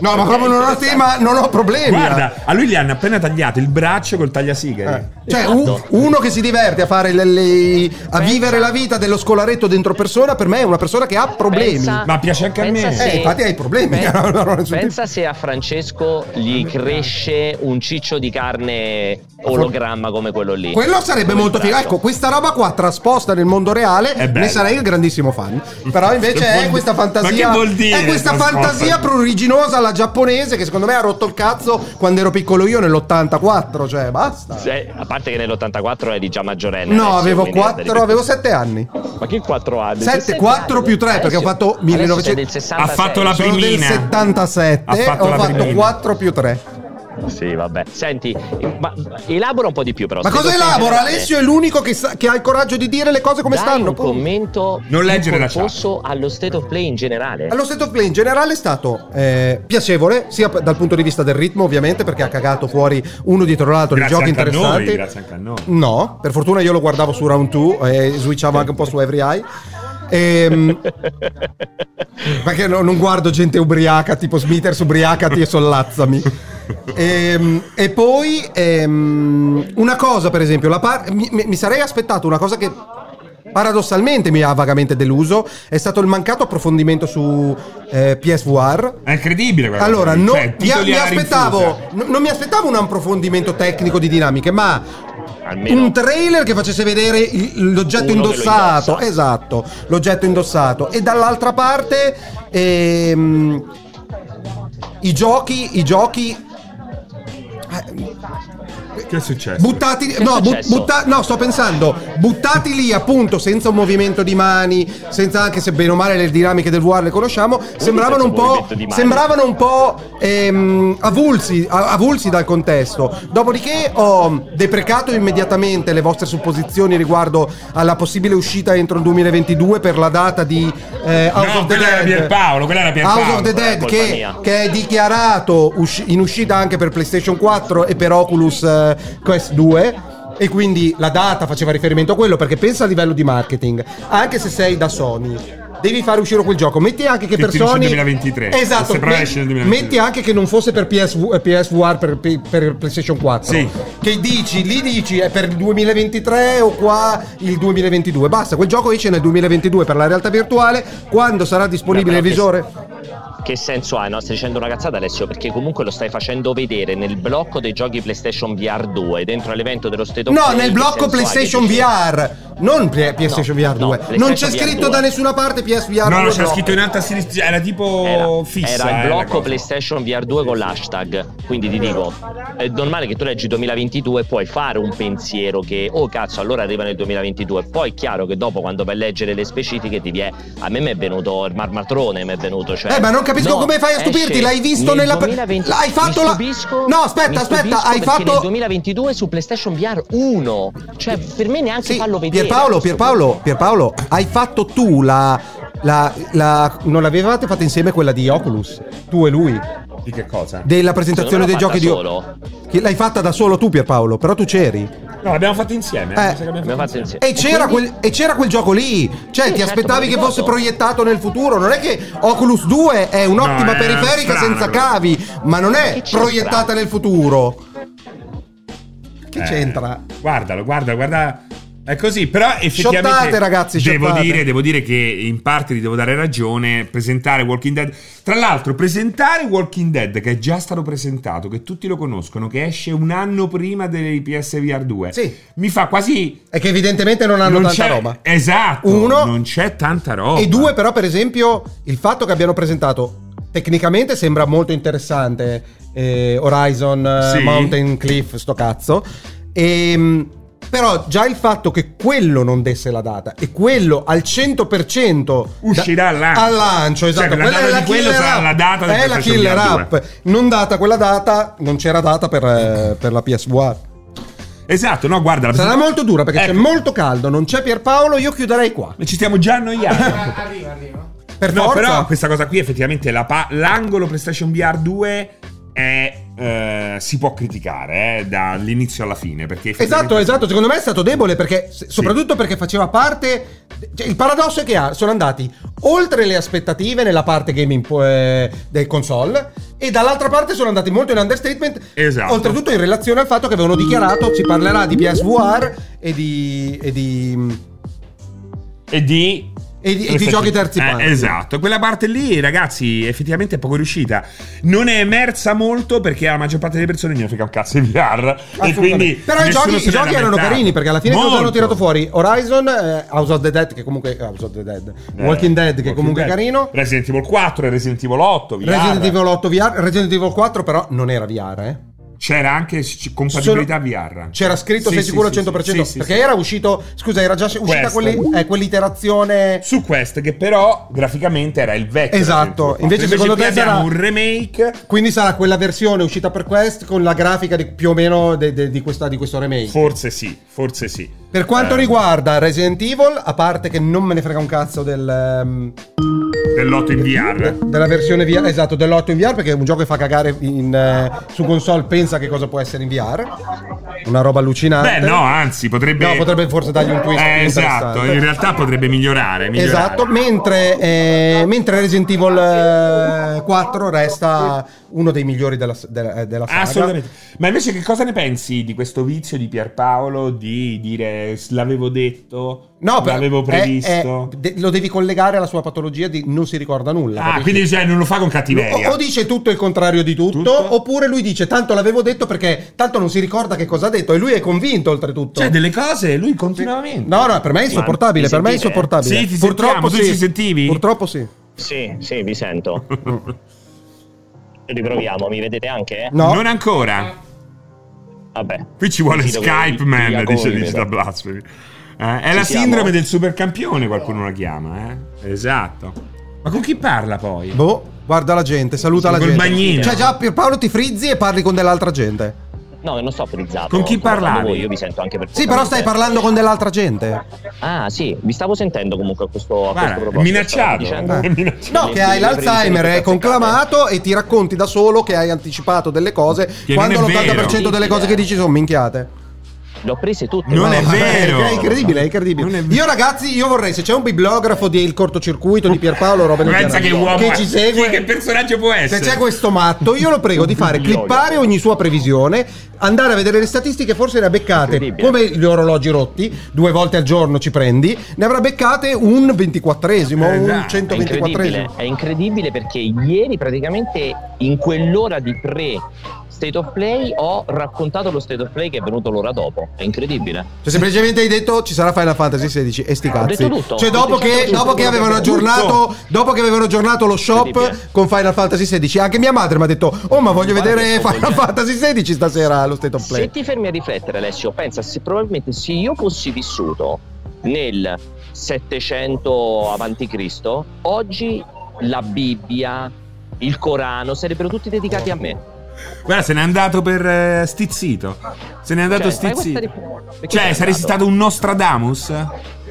No, ma proprio non ho tema, non ho problemi. Guarda, a lui gli hanno appena tagliato il braccio col tagliasigari. Eh. Cioè, un- uno che si diverte a fare le- le- a vivere la vita dello scolaretto dentro persona, per me è una persona che ha problemi. Pensa- Ma piace anche a pensa me. se- Eh, infatti hai problemi, [laughs] Pen- non ho nessun tipo. pensa se a Francesco Ah, gli cresce un ciccio di carne ologramma come quello lì. Quello sarebbe Come il molto figo. braccio. Ecco, questa roba qua trasposta nel mondo reale, È bello. ne sarei il grandissimo fan. Però invece Che è vuol- questa ma che fantasia. vuol dire È questa trasposta? fantasia pruriginosa alla giapponese che secondo me ha rotto il cazzo quando ero piccolo io nell'84. Cioè, basta. Eh, a parte che nell'84 eri già maggiorenne. No, Eh, adesso, avevo quindi eri 4, più- avevo 7 anni. Ma che 4 anni? 7, 4 più 3 perché ho fatto 1900 Ha fatto la sono del primina. 77 Ha fatto ho la fatto primina. 4 più 3 Sì, vabbè. Senti, ma elabora un po' di più però. ma se cosa tu sei elabora? generale, Alessio è l'unico che, sa- che ha il coraggio di dire le cose come dai stanno un poi. commento Non leggere la chat. posso allo state of play in generale. Allo state of play Eh, in generale è stato eh, piacevole, sia p- dal punto di vista del ritmo, ovviamente, perché ha cagato fuori uno dietro l'altro di Grazie giochi anche a noi, interessanti. grazie anche a noi. No, per fortuna io lo guardavo su Round 2 e switchavo anche un po' su Every Eye. [laughs] Ehm, perché no- non guardo gente ubriaca, tipo Smithers ubriacati e sollazzami. Ehm, E, poi ehm, una cosa, per esempio, la par- mi, mi- mi sarei aspettato una cosa che paradossalmente mi ha vagamente deluso, è stato il mancato approfondimento su eh, PSVR. È incredibile quella Allora, cosa lì. no- Cioè, mi, titoli mi alla aspettavo, rinfusa. no- non mi aspettavo un approfondimento tecnico di dinamiche, ma [laughs] Almeno. un trailer che facesse vedere il- l'oggetto Uno che lo indossato. indossa. Esatto, l'oggetto indossato. E dall'altra parte ehm, i giochi, i giochi Che è successo? buttati Che è no, bu- successo? butta- no, sto pensando buttati lì appunto senza un movimento di mani senza anche se bene o male le dinamiche del VR le conosciamo sembravano un senza un po' movimento di mani? sembravano un po' ehm, avulsi a- avulsi dal contesto dopodiché ho deprecato immediatamente le vostre supposizioni riguardo alla possibile uscita entro il 2022 per la data di eh, House No, of the quella era Dead. Pierpaolo, quella era Pierpaolo. House of the Dead Colpa che, mia. che è dichiarato usci- in uscita anche per PlayStation 4 e per Oculus eh, Quest 2 e quindi la data faceva riferimento a quello perché pensa a livello di marketing anche se sei da Sony devi fare uscire quel gioco metti anche che Che per finisce nel Sony 2023. esatto Se però me- esce nel 2023. metti anche che non fosse per PSV eh, PSVR per, P- per PlayStation 4 Sì. che dici lì dici è per il 2023 o qua il 2022 basta quel gioco esce nel 2022 per la realtà virtuale quando sarà disponibile Beh, il però visore Che senso ha? No? Stai dicendo una cazzata Alessio perché comunque lo stai facendo vedere nel blocco dei giochi PlayStation VR 2 dentro all'evento dello State of No, Play, nel che blocco senso ha che PlayStation dici- VR, non pre- PlayStation No, VR 2. no, non c'è PlayStation scritto VR2. da nessuna parte PSVR 2. No, no, c'era no. scritto in alto a sinistra. Era tipo Era, fissa. era il eh, la blocco cosa. PlayStation VR 2 con l'hashtag. Quindi ti dico, è normale che tu leggi 2022 e puoi fare un pensiero che, oh cazzo, allora arriva nel 2022. Poi è chiaro che dopo, quando vai a leggere le specifiche, ti viene. A me mi è venuto il marmatrone, mi è venuto. Cioè, Eh, ma non capisco No, come fai a esce stupirti. L'hai visto nel nella. 2020 L'hai fatto mi la. stupisco- No, mi aspetta, aspetta. stupisco Hai perché Nel fatto. 2022 su PlayStation VR 1. Cioè, per me neanche Sì, fallo vedere. Pierpaolo, Pierpaolo, Pierpaolo, hai fatto tu la. la- la- non l'avevate fatta insieme quella di Oculus? Tu e lui? Di che cosa? Della presentazione dei Secondo me giochi di. l'ho fatta Che l'hai fatta da solo tu, Pierpaolo, però tu c'eri. No, l'abbiamo fatto insieme. Eh. mi sa che l'abbiamo Abbiamo fatto fatto insieme. E c'era, quel, e c'era quel gioco lì. Cioè, Sì, ti certo, me aspettavi lo che fosse ricordo. proiettato nel futuro. Non è che Oculus 2 è un'ottima No, è periferica strana senza quella. cavi, ma non è Che c'entra? proiettata nel futuro. Che Eh, c'entra? Guardalo, guarda, guarda. È così, però effettivamente Shottate, ragazzi, devo shottate. dire, devo dire che in parte ti devo dare ragione, presentare Walking Dead. Tra l'altro, presentare Walking Dead che è già stato presentato, che tutti lo conoscono, che esce un anno prima dei PSVR 2. Sì. Mi fa quasi È che evidentemente non hanno tanta c'è, roba. Esatto. Uno. non c'è tanta roba. E due, però, per esempio, il fatto che abbiano presentato tecnicamente sembra molto interessante. eh, Horizon, Sì. Mountain Cliff, sto cazzo. Ehm, però già il fatto che quello non desse la data e quello al 100% Uscirà al lancio. al lancio, Cioè, esatto. la quella data è di la quello killer sarà app. la data del è la PlayStation killer 2. app. Non data quella data, non c'era data per, eh, per la PSVR. Esatto, no, guarda. La Sarà presenta- molto dura perché c'è Ecco. molto caldo, non c'è Pierpaolo, io chiuderei qua. Ci stiamo già annoiando. [laughs] Arriva, arriva. Per no, forza. però questa cosa qui effettivamente la pa- l'angolo PlayStation VR 2 è, eh, si può criticare eh, dall'inizio alla fine. Perché Esatto, effettivamente- esatto, secondo me è stato debole perché, se- soprattutto perché faceva parte. cioè, il paradosso è che ha- sono andati oltre le aspettative nella parte gaming po- eh, del console e dall'altra parte sono andati molto in understatement. Esatto. Oltretutto in relazione al fatto che avevano dichiarato si parlerà di PSVR e di. e di. E di. esatto. e di, e di giochi terzi Eh, parti. esatto, quella parte lì, ragazzi, effettivamente è poco riuscita. Non è emersa molto perché alla maggior parte delle persone non frega un cazzo di VR. E Assolutamente. quindi Però i nessuno giochi, se i ne è giochi erano lamentato. carini perché alla fine cosa hanno Molto. tirato fuori? Horizon, eh, House of the Dead, che comunque. House of the Dead. Eh, Walking Dead, che Walking comunque Dead. è carino. Resident Evil 4 e Resident Evil 8. VR. Resident Evil 8 VR, Resident Evil 4 però non era VR, eh. C'era anche c- compatibilità Solo- VR. C'era scritto Sì, sei sì, sicuro al sì, 100%, sì, sì, perché sì. era uscito, scusa, era già uscita Questa. quelli- eh, quell'iterazione su Quest che però graficamente era il vecchio Resident Esatto, Evil 4. invece secondo qui te abbiamo sarà- un remake quindi sarà quella versione uscita per Quest con la grafica di- più o meno de- de- di, questa- di questo remake. forse sì forse sì per quanto Eh, riguarda Resident Evil, a parte che non me ne frega un cazzo del, ehm, dell'otto in de- VR della versione VR, esatto, dell'8 in VR, perché è un gioco che fa cagare in, eh, su console, pensa che cosa può essere in VR. Una roba beh allucinante. no anzi potrebbe No, potrebbe forse dargli un twist eh, esatto interessante. in realtà potrebbe migliorare, migliorare. Esatto, mentre, eh, mentre Resident Evil eh, 4 resta uno dei migliori della, della, eh, della saga. Assolutamente. Ma invece che cosa ne pensi di questo vizio di Pierpaolo di dire "S- l'avevo detto, No, però l'avevo è- previsto? è- de- lo devi collegare alla sua patologia di non si ricorda nulla. ah, capisci? quindi cioè, non lo fa con cattiveria. o, o dice tutto il contrario di tutto, Tutto? oppure lui dice tanto l'avevo detto perché tanto non si ricorda che cosa ha detto e lui è convinto oltretutto. Cioè, delle cose lui continuamente. No, no, per me è insopportabile, Ma- per me è mi sentite? insopportabile. Sì, ti sentiamo, Purtroppo tu sì. ci sentivi? Purtroppo sì. Sì, sì, vi sento. Riproviamo, mi vedete anche? No. Non ancora. Vabbè. Qui ci vuole Decido Skype che- Man, che- dice che- Digital Blasphemy. Eh, è la siamo? sindrome del supercampione, qualcuno la chiama, eh? Esatto. Ma con chi parla poi? Boh, guarda la gente, saluta la Col gente. bagnino. Cioè già Pierpaolo ti frizzi e parli con dell'altra gente. No, non sto frizzato. Con chi sto parlando parlavi? voi, Io vi sento anche per Sì, però stai parlando con dell'altra gente. Ah, sì, vi stavo sentendo comunque a questo, a Guarda, questo proposito. minacciato. Stavo Ah. dicendo- Minacciato. Eh. No, che hai Le prime l'Alzheimer, cose è conclamato e ti racconti da solo che hai anticipato delle cose Che quando non è l'80% vero. delle cose che dici sono minchiate. Le ho prese tutte. Non No, è ma- vero. [laughs] È incredibile, Non è incredibile. è vero. Io ragazzi, io vorrei se c'è un bibliografo del cortocircuito di Pierpaolo Robin Pensa che uomo è. ci Chi- che segue personaggio può Eh, se essere? c'è questo matto, io lo prego di fare clippare ogni sua previsione, andare a vedere le statistiche, forse ne ha beccate Incredibile. come gli orologi rotti, due volte al giorno ci prendi, ne avrà beccate un ventiquattresimo, Eh, un dai. È incredibile, 124esimo. è incredibile perché ieri praticamente in quell'ora di pre State of Play ho raccontato lo State of Play che è venuto l'ora dopo. È incredibile. Cioè, semplicemente hai detto ci sarà Final Fantasy XVI e sti Ah, Ho detto cazzi. tutto. Cioè, dopo Ho detto che, tutto. dopo che avevano Tutto. aggiornato, dopo che avevano aggiornato lo shop Incredibile. con Final Fantasy XVI, anche mia madre mi ha detto: Oh, ma voglio Guarda vedere che sto Final cogliendo." Fantasy XVI stasera allo State of Se Play. ti fermi a riflettere, Alessio, pensa se probabilmente se io fossi vissuto nel 700 avanti Cristo, oggi la Bibbia, il Corano sarebbero tutti dedicati a me. Guarda, se n'è andato per eh, stizzito. Se n'è andato Cioè, fai stizzito. questa rif- perché Cioè, sei saresti andato? stato un Nostradamus?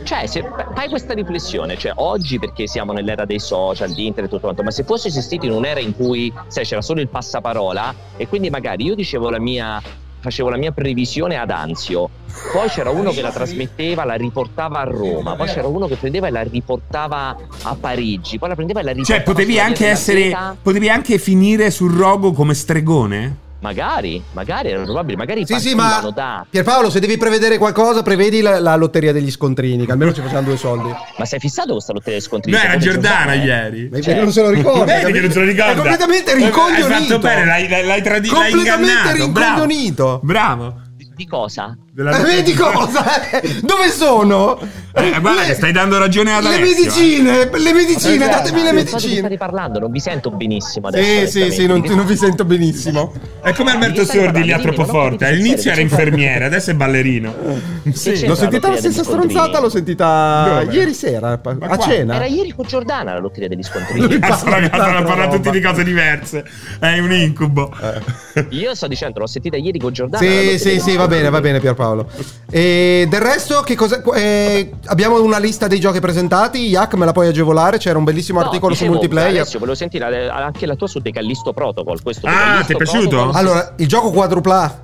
Cioè, se fai questa riflessione, cioè oggi perché siamo nell'era dei social, di internet e tutto quanto, ma se fossi esistito in un'era in cui sai, c'era solo il passaparola e quindi magari io dicevo la mia facevo la mia previsione ad Anzio, poi c'era uno che la trasmetteva, la riportava a Roma, poi c'era uno che prendeva e la riportava a Parigi, poi la prendeva e la riportava Cioè, potevi sulla anche mia essere. gazzetta. Potevi anche finire sul rogo come stregone? magari, magari era probabile, magari Sì, sì, partivano ma da Pierpaolo, se devi prevedere qualcosa, prevedi la, la lotteria degli scontrini, che almeno ci facciamo due soldi. Ma sei fissato con sta lotteria scontri? No, era Giordana ieri. Ma Cioè- non se lo ricorda. Vedi che capito? non se lo ricorda. È eh. completamente Eh, Hai rincoglionito. fatto bene, l'hai, l'hai, l'hai tradito. Completamente l'hai ingannato, bravo. rincoglionito. Eh, Bravo. di cosa? Della- vedi cosa? Dove sono? Eh, guarda che stai dando ragione ad Le Alessio, medicine, le medicine, Eh, datemi le non so di che medicine. state parlando, non vi sento benissimo adesso. Sì, sì, sì, non, non vi sento benissimo. eh. È come Alberto Mi stai Sordi lì a parlando, troppo dimmi, ma non forte. capite All'inizio era che infermiera, adesso è [laughs] ballerino. Sì, L'ho sentita la stessa stronzata, l'ho sentita Dove? ieri sera, pa- Ma a qua? cena. Era ieri con Giordana la lotteria degli scontrini. Cazzo, parla di ragazzi, hanno un'altra parlato tutti roba. di cose diverse. È un incubo. Eh. Io sto dicendo, l'ho sentita ieri con Giordana. la Sì, lotteria sì, degli sì, va bene, va bene Pierpaolo. E del resto, che cosa, eh, abbiamo una lista dei giochi presentati. Iac, me la puoi agevolare? C'era un bellissimo No, articolo dicevo, su multiplayer. Alessio, volevo sentire anche la tua su De Callisto Protocol. Questo Ah, De Callisto ti è piaciuto? Protocol, sì, Allora, il gioco quadrupla A.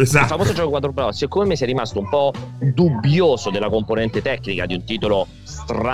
Esatto. Il famoso gioco 4 Pro, siccome mi sei rimasto un po' dubbioso della componente tecnica di un titolo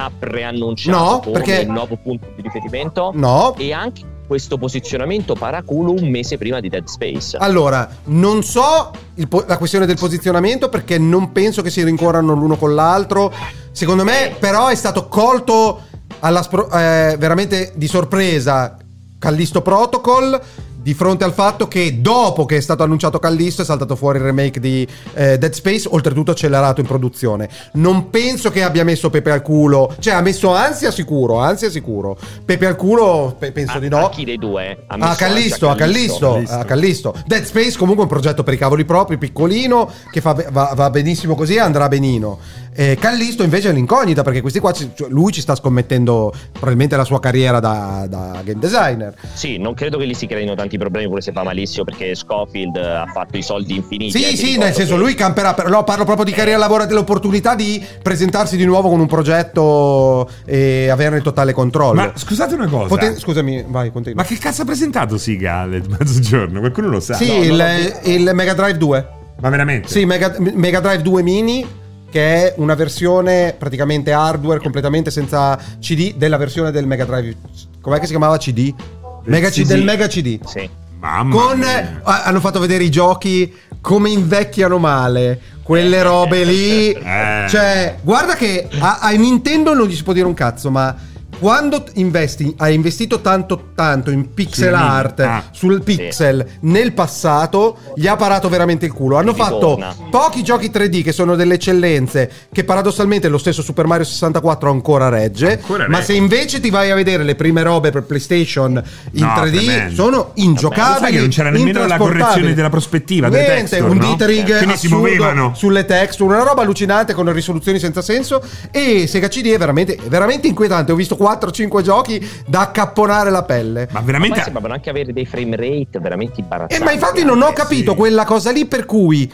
strapreannunciato No, come perché- il nuovo punto di riferimento, No, e anche questo posizionamento paraculo un mese prima di Dead Space. Allora, non so il po- la questione del posizionamento perché non penso che si rincorrano l'uno con l'altro. Secondo me, però, è stato colto alla spro- eh, veramente di sorpresa Callisto Protocol di fronte al fatto che dopo che è stato annunciato Callisto è saltato fuori il remake di eh, Dead Space, oltretutto accelerato in produzione. Non penso che abbia messo Pepe al culo, cioè ha messo ansia sicuro, ansia sicuro. Pepe al culo pe- penso a, di no. Ah, a chi dei due? Ha messo A Ah, Callisto, a anche Callisto, Callisto. a Callisto. Dead Space comunque è un progetto per i cavoli propri, piccolino, che fa be- va, va benissimo così e andrà benino. Eh, Callisto invece è l'incognita perché questi qua, ci- cioè, lui ci sta scommettendo probabilmente la sua carriera da, da game designer. Sì, non credo che gli si creino tanti problemi pure se fa malissimo perché Scofield eh, ha fatto i soldi infiniti. eh, Sì, ti sì, ricordo nel senso che- lui camperà, per- no, parlo proprio di carriera lavorativa, dell'opportunità di presentarsi di nuovo con un progetto e averne il totale controllo. Ma scusate una cosa. Poten- scusami, vai, continua. Ma che cazzo ha presentato Siga al mezzogiorno? Qualcuno lo sa? sì, no, il, non l'ho il Mega Drive 2. Ma veramente? Sì, Mega, Mega Drive 2 Mini che è una versione praticamente hardware completamente senza CD della versione del Mega Drive. Com'è che si chiamava CD? Mega CD. CD. Del Mega CD. Sì. Mamma Con mia. ah, hanno fatto vedere i giochi come invecchiano male. Quelle robe lì. Eh. Cioè, guarda che a, a Nintendo non gli si può dire un cazzo, ma quando t- investi, hai investito tanto tanto in pixel Sul mini, art, ah. sul pixel nel passato, gli ha parato veramente il culo. Hanno Quindi fatto torna. pochi giochi 3D che sono delle eccellenze, che paradossalmente lo stesso Super Mario 64 ancora regge, Ancora ma regge. se invece ti vai a vedere le prime robe per PlayStation in No, 3D tremendo. sono ingiocabili. Sai che non c'era nemmeno la correzione della prospettiva, delle Niente, texture, un no? dithering Quindi si assurdo muovevano. sulle texture, una roba allucinante con risoluzioni senza senso e Sega CD è veramente, è veramente inquietante. Ho visto 4-5 giochi da accapponare la pelle. Ma Ma veramente... sembravano anche avere dei frame rate veramente Eh, imbarazzanti. ma infatti non ho anche. capito sì. quella cosa lì per cui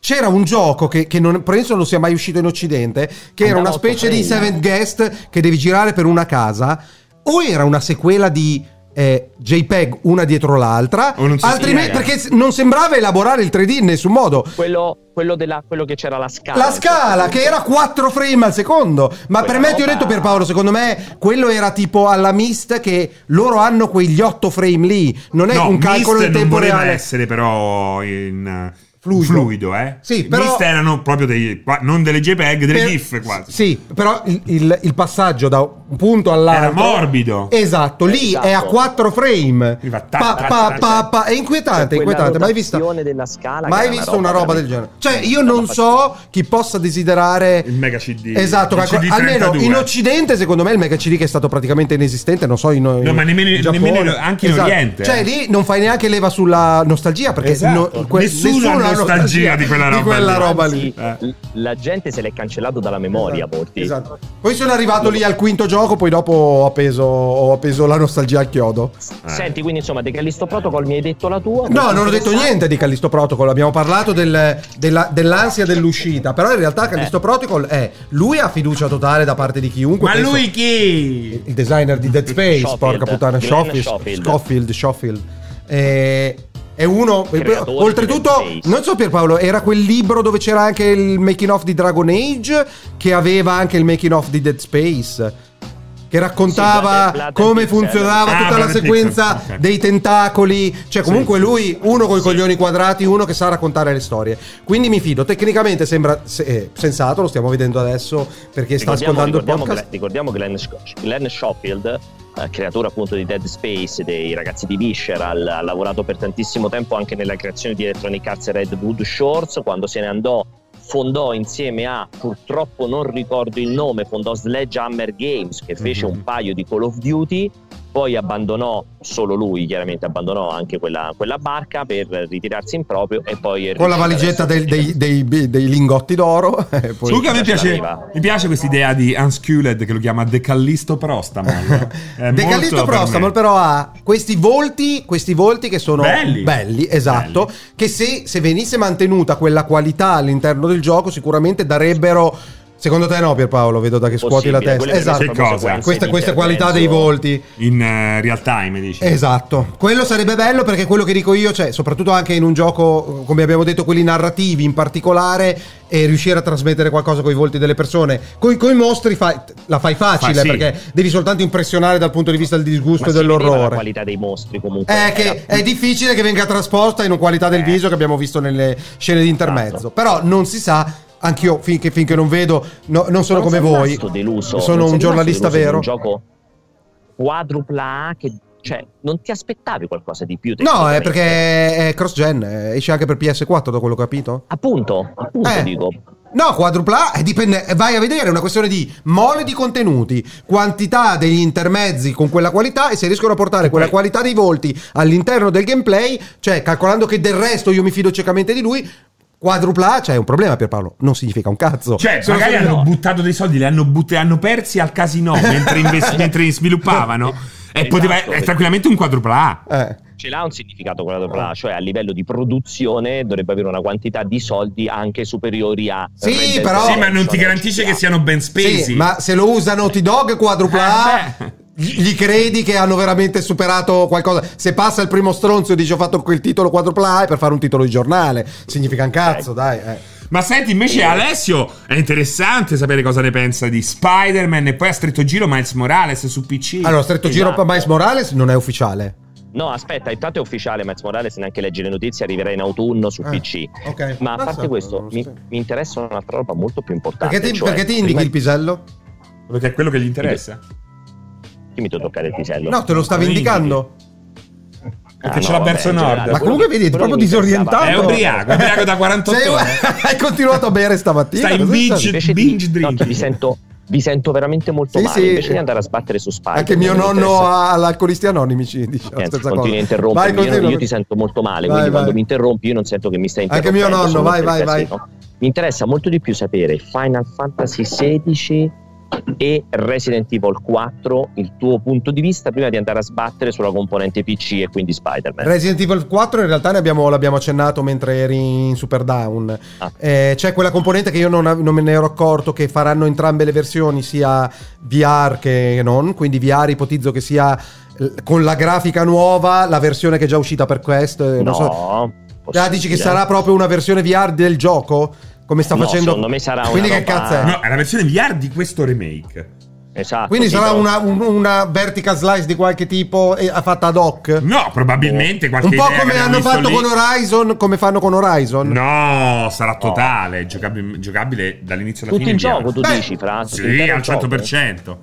c'era un gioco che, che non, penso non sia mai uscito in Occidente, che era Andava una otto specie di frame. Seventh Guest che devi girare per una casa, o era una sequela di eh, JPEG una dietro l'altra, O non si altrimenti spiega. perché s- non sembrava elaborare il 3D in nessun modo. Quello, quello della- quello che c'era la scala. La scala che era 4 frame al secondo, ma per Quella me ti ho roba- detto per Paolo, secondo me quello era tipo alla Mist che loro hanno quegli 8 frame lì, non è No, un calcolo Myst in tempo non voleva reale. essere però in eh, Fluido. fluido, eh. Sì, però- Myst erano proprio dei qua- non delle JPEG, delle Per- GIF quasi. Sì, però il, il- il passaggio da un punto all'altro Era morbido. Esatto, lì Esatto. è a 4 frame. Mi fa Pa, ta- pa, ta- pa, ta- pa, pa. È inquietante, Cioè, quella inquietante. Mai vista, rotazione della scala che mai era una visto roba una roba del genere. veramente- Cioè, io Una non roba so chi possa desiderare. Il Mega CD. Esatto, Il qualco- CD almeno 32. in Occidente, secondo me, il Mega CD che è stato praticamente inesistente. Non so, in, in ma nemmeno- Giappone. nemmeno anche in Oriente, Cioè, eh. lì non fai neanche leva sulla nostalgia perché Esatto. no- que- Nessuno nessuno ha nostalgia di quella roba lì. roba Anzi, lì. Eh. La gente se l'è cancellato dalla memoria, Esatto, Porti. esatto. Poi sono arrivato lì al quinto gioco, poi dopo ho appeso, ho appeso la nostalgia al chiodo. Senti, quindi insomma, De Callisto Protocol mi hai detto la tua? No, Molto non ho detto interessante. niente di Callisto Protocol, abbiamo parlato del- della- dell'ansia dell'uscita, però in realtà Callisto Protocol è, lui ha fiducia totale da parte di chiunque. Ma penso- lui chi? il designer di Dead Space, Schofield. porca puttana, Glenn Schofield, Schofield. Schofield, Schofield. Eh, è uno, Creatore di oltretutto, Dead Space. non so Pierpaolo, era quel libro dove c'era anche il making of di Dragon Age, che aveva anche il making of di Dead Space. Che raccontava Sì, Blood- Blood and eh, come Pixel. funzionava Ah, tutta Blood la and sequenza Pixel, ok. dei tentacoli. Cioè, comunque Sì. lui, uno con i coglioni quadrati, uno che sa raccontare le storie. Quindi mi fido. Tecnicamente sembra se- eh, sensato, lo stiamo vedendo adesso perché sta Ricordiamo, ascoltando il ricordiamo, podcast. Glenn- ricordiamo Glenn, Sc- Glenn Schofield eh, creatore appunto di Dead Space, dei ragazzi di Visceral, ha lavorato per tantissimo tempo anche nella creazione di Electronic Arts e Redwood Shorts, quando se ne andò fondò insieme a, purtroppo non ricordo il nome, fondò Sledgehammer Games che fece Mhm. un paio di Call of Duty, poi abbandonò, solo lui chiaramente abbandonò anche quella, quella barca per ritirarsi in proprio e poi... è Con la riuscito valigetta adesso- del- dei, dei- dei lingotti d'oro. [laughs] e poi- Luca, mi piace, arriva. mi piace questa idea di Hans Kuled che lo chiama Decallisto [laughs] Prostamol. È De molto Callisto per me. Prostamol però ha questi volti, questi volti che sono Belli. belli, esatto, che se, se venisse mantenuta quella qualità all'interno del gioco sicuramente darebbero, secondo te no Pierpaolo, vedo da che scuoti possibile, la testa, quelle per le Che esatto, cosa? conseguenze questa, di questa qualità dei intervento. volti, In eh, real time, dici. esatto, quello sarebbe bello perché quello che dico io, cioè soprattutto anche in un gioco come abbiamo detto quelli narrativi in particolare e riuscire a trasmettere qualcosa con i volti delle persone, con i mostri fai- la fai facile Fa- sì. perché devi soltanto impressionare dal punto di vista del disgusto Ma e si vedeva La dell'orrore. qualità dei mostri comunque. È Era- che è difficile che venga trasposta in una qualità del Eh. viso che abbiamo visto nelle scene di intermezzo. Esatto. Però non si sa, anch'io finché, finché non vedo, no- non sono Non come sei voi. rimasto sono deluso, non sei un rimasto giornalista deluso di vero. Un gioco quadrupla A che cioè non ti aspettavi qualcosa di più. No, è tecnicamente. perché è cross-gen, eh, esce anche per PS4, da quello che ho capito. appunto, appunto Eh. dico. No, quadrupla A, dipende, eh, vai a vedere, è una questione di mole di contenuti, quantità degli intermezzi con quella qualità e se riescono a portare quella poi- qualità dei volti all'interno del gameplay, cioè calcolando che del resto io mi fido ciecamente di lui, quadrupla A c'è un problema Pierpaolo, non significa un cazzo. Cioè, Sono magari solo- hanno buttato dei soldi, li hanno, butt- hanno persi al casino mentre, [laughs] inves- mentre sviluppavano. E Esatto, poteva è perché- tranquillamente un quadrupla A. Eh. Ce l'ha un significato quadrupla Oh. A, cioè a livello di produzione dovrebbe avere una quantità di soldi anche superiori a Sì, Red Sì, però- Dead Redemption, ma Cioè, non ti garantisce eccetera. che siano ben spesi. Sì, ma se lo usa Naughty Dog quadrupla Eh, A, gli gli credi che hanno veramente superato qualcosa? Se passa il primo stronzo e dice ho fatto quel titolo quadrupla A è per fare un titolo di giornale, significa un cazzo, dai. eh. Ma senti, invece Eh. Alessio, è interessante sapere cosa ne pensa di Spider-Man e poi a stretto giro Miles Morales su PC. Allora, stretto giro Esatto. per Miles Morales non è ufficiale. No, aspetta, intanto è ufficiale Max Morales, neanche leggi le notizie, arriverà in autunno su Eh. PC. Ok. Ma a Ah, parte sì, questo, non lo mi, sapevo. mi interessa un'altra roba molto più importante. Ah, Perché ti, cioè- perché ti indichi il pisello? Perché è quello che gli interessa. Eh, Chi mi devo toccare il pisello? No, te lo stavo lo indicando. Perché ce l'ha verso in nord. generale, Ma quello comunque mi- vedi, è quello proprio mi interessava. disorientato. È ubriaco, è ubriaco da 48 [laughs] Sei- ore. hai continuato a bere stamattina. Stai in cosa bici. succede? Invece Binge di, no, drinking. vi, sento, vi sento veramente molto Sì, male. sì. Invece di andare a sbattere su Spider. Anche mio mi nonno interessa- ha- all'alcolisti anonimi ci dice la Niente, stessa continui cosa. a interrompermi. Io- continua. io, ti sento molto male, Vai, quindi vai. quando mi interrompi io non sento che mi stai Anche interrompendo. mio nonno, sono vai, per vai, vai. casino. Mi interessa molto di più sapere Final Fantasy XVI e Resident Evil 4 il tuo punto di vista prima di andare a sbattere sulla componente PC e quindi Spider-Man. Resident Evil 4 in realtà ne abbiamo, l'abbiamo accennato mentre eri in Super Down. Ah. Eh, c'è quella componente che io non, av- non me ne ero accorto che faranno entrambe le versioni, sia VR che non, quindi VR ipotizzo che sia eh, con la grafica nuova, la versione che è già uscita per Quest. eh, non no, so. possibile. Ah, dici che sarà proprio una versione VR del gioco? Come sta No, facendo? secondo me sarà una Quindi che roba- cazzo è? No, è la versione VR di questo remake. Esatto, Quindi sì, sarà però- una, un- una vertical slice di qualche tipo eh, fatta ad hoc? No, probabilmente qualche un po' idea come che hanno visto fatto lì. con Horizon, come fanno con Horizon. No, sarà totale, giocabile, giocabile dall'inizio alla Tutto fine. in via. gioco, tu Beh, dici, Fra? Tutto Sì, intero al il gioco. 100%.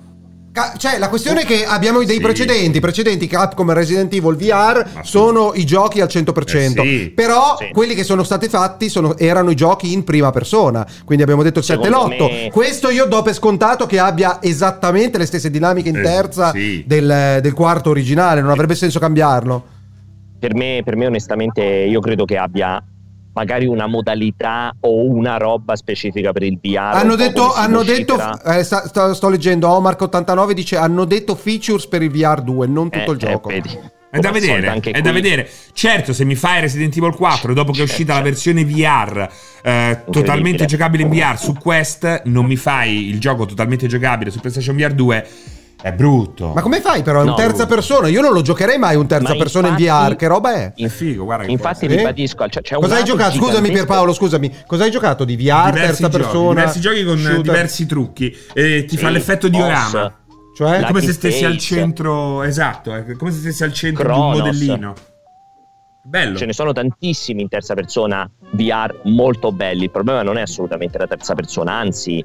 Ca- Cioè, la questione è che abbiamo dei Sì. precedenti, precedenti Capcom e Resident Evil VR Ma sì. sono i giochi al 100%, Eh sì. però Sì. quelli che sono stati fatti sono- erano i giochi in prima persona, quindi abbiamo detto il 7 e Secondo l'8. me- Questo io do per scontato che abbia esattamente le stesse dinamiche in Eh, terza sì. Eh del, del quarto originale, non avrebbe senso cambiarlo. Per me, per me, onestamente, io credo che abbia magari una modalità o una roba specifica per il VR. hanno un po' detto, come si hanno detto uscirà. eh, sta- sta- sto leggendo, Omark89 dice, hanno detto features per il VR 2, non tutto Eh, il gioco. eh, vedi. È da Come al solito vedere, anche è da qui. vedere. Certo, se mi fai Resident Evil 4 dopo che è uscita la Certo. versione VR eh, totalmente giocabile in VR su Quest, non mi fai il gioco totalmente giocabile su PlayStation VR 2, è brutto. Ma come fai però? È un No, terza brutto. persona, io non lo giocherei mai un terza Ma persona in infatti- VR, che roba è? È figo, guarda che Infatti, cosa. ribadisco, cioè, c'è- c'è un Cosa hai lato giocato? Scusami gigantesco- Pierpaolo, scusami. Cosa hai giocato di VR, diversi terza giochi, persona? diversi giochi con eh, shooter? diversi trucchi e ti fa Sì, l'effetto boss, diorama. È Cioè? La- come se Lucky stessi al Face. centro, esatto, è come se stessi al centro Cronos. di un modellino. Bello. Ce ne sono tantissimi in terza persona VR molto belli. Il problema non è assolutamente la terza persona, anzi,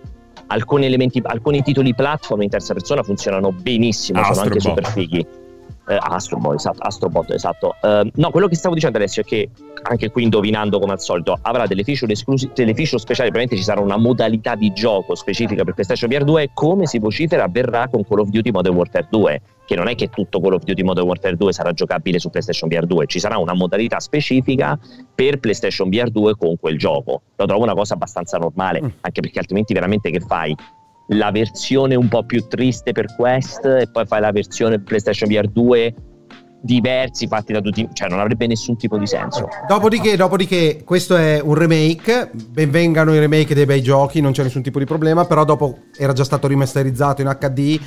alcuni, elementi, alcuni titoli platform in terza persona funzionano benissimo, sono Astro anche Bot. super fighi. Eh, Astro Boy, esatto, Astrobot, esatto. Eh, no, quello che stavo dicendo adesso è che, anche qui indovinando come al solito, avrà delle feature, esclusi- delle feature speciali, probabilmente ci sarà una modalità di gioco specifica per PlayStation VR 2 e come si vocifera avverrà con Call of Duty Modern Warfare 2, che non è che tutto Call of Duty Modern Warfare 2 sarà giocabile su PlayStation VR 2, ci sarà una modalità specifica per PlayStation VR 2 con quel gioco. Lo trovo una cosa abbastanza normale, Mm. anche perché altrimenti veramente che fai? La versione un po' più triste per Quest e poi fai la versione PlayStation VR 2 diversi fatti da tutti, cioè non avrebbe nessun tipo di senso. Dopodiché, dopodiché, questo è un remake. Benvengano i remake dei bei giochi, non c'è nessun tipo di problema. Però dopo era già stato rimasterizzato in HD.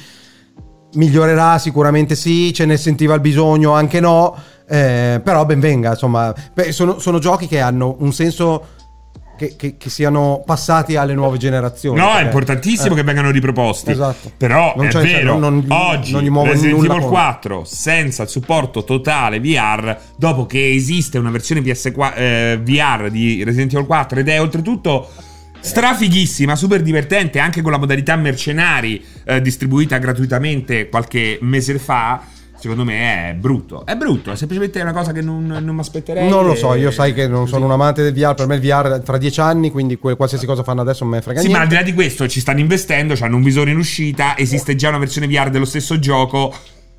Migliorerà sicuramente sì, ce ne sentiva il bisogno, anche no. eh, però benvenga, insomma. Beh, sono, sono giochi che hanno un senso che, che- che siano passati alle nuove generazioni. No, è perché- importantissimo eh. che vengano riproposti. Esatto. Però Non è c'è- vero, non- non gli- oggi non gli muovo Resident nulla Evil contro. 4 senza il supporto totale VR, dopo che esiste una versione PS4, eh, VR di Resident Evil 4 ed è oltretutto strafighissima, super divertente, anche con la modalità mercenari eh, distribuita gratuitamente qualche mese fa. Secondo me è brutto. È brutto, è semplicemente una cosa che non, non mi aspetterei. Non lo e- so, io sai che non così. sono un amante del VR, per me il VR tra dieci anni, quindi que- qualsiasi cosa fanno adesso non me ne frega Sì, ma niente. al di là di questo ci stanno investendo, hanno un visore in uscita, esiste già una versione VR dello stesso gioco.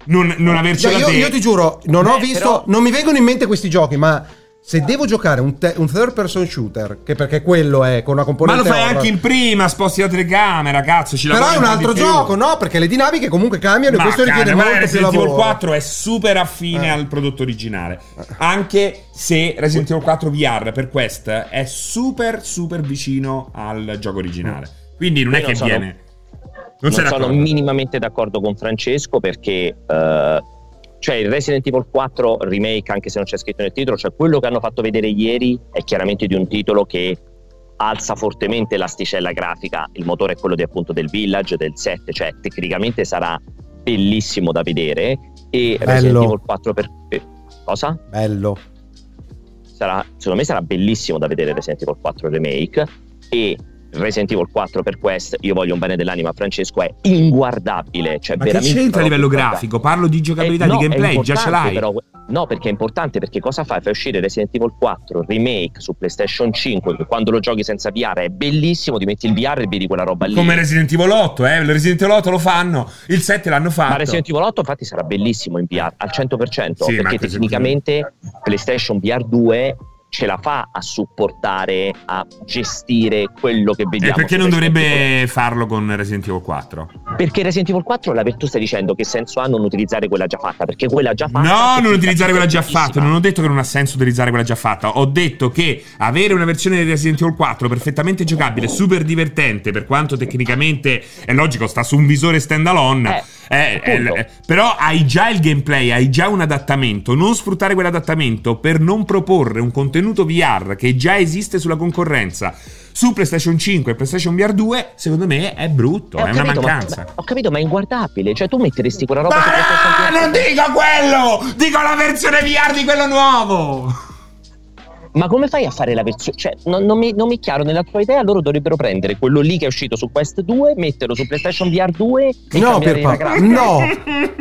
Non, non avercela Cioè, io, te- io ti giuro, non ho Beh, visto, però- non mi vengono in mente questi giochi, ma se devo giocare un, te- un third person shooter, che perché quello è con una Ma componente lo fai horror, anche in prima, sposti la telecamera, cazzo, ci però lavori è un po' di altro più. gioco, no? Perché le dinamiche comunque cambiano Ma e questo richiede cara, guarda, molto più Resident Evil lavoro. 4 è super affine Eh. al prodotto originale. Anche se Resident Evil 4 VR per Quest è super super vicino al gioco originale. Quindi non Io è che non sono- viene. Non, sei sono d'accordo? minimamente d'accordo con Francesco perché eh, cioè il Resident Evil 4 remake anche se non c'è scritto nel titolo cioè quello che hanno fatto vedere ieri è chiaramente di un titolo che alza fortemente l'asticella grafica il motore è quello di, appunto del Village del 7 cioè tecnicamente sarà bellissimo da vedere e Resident Bello. Evil 4 per eh, cosa? Bello. sarà- secondo me sarà bellissimo da vedere Resident Evil 4 Remake e Resident Evil 4 per Quest, io voglio un bene dell'anima a Francesco, è inguardabile. Cioè Ma che veramente c'entra a proprio livello inguardabile. grafico? Parlo di giocabilità, Eh, no, di è gameplay, già ce importante l'hai. però- no, perché è importante perché cosa fai? Fai uscire Resident Evil 4 Remake su PlayStation 5, che quando lo giochi senza VR è bellissimo, ti metti il VR e vedi quella roba lì. Come Resident Evil 8, eh? Il Resident Evil 8 lo fanno, il 7 l'hanno fatto. Ma Resident Evil 8 infatti sarà bellissimo in VR al 100% Esatto. Sì, ma perché anche se- tecnicamente PlayStation VR 2 ce la fa a supportare, a gestire quello che e vediamo. Eh, perché su non Resident Evil. dovrebbe farlo con Resident Evil 4? Perché Resident Evil 4 la tu stai dicendo che senso ha non utilizzare quella già fatta, perché quella già fatta No, non tecnicamente utilizzare quella già è fatta. bellissima. Non ho detto che non ha senso utilizzare quella già fatta. Ho detto che avere una versione di Resident Evil 4 perfettamente giocabile, Eh. super divertente, per quanto tecnicamente è logico, sta su un visore standalone. Eh, Eh, eh, appunto. eh, però hai già il gameplay, hai già un adattamento. Non sfruttare quell'adattamento per non proporre un contenuto VR che già esiste sulla concorrenza su PlayStation 5 e PlayStation VR 2, secondo me è brutto, Eh, ho è una capito, ma- mancanza. ma- ho capito, ma è inguardabile. Cioè, tu metteresti quella roba Ma su PlayStation no, VR. non dico quello! Dico la versione VR di quello nuovo! Ma come fai a fare la versione? Cioè, non, non mi, non mi è chiaro nella tua idea, loro dovrebbero prendere quello lì che è uscito su Quest 2, metterlo su PlayStation VR 2 e No, cambiare la Pierpaolo, grafica.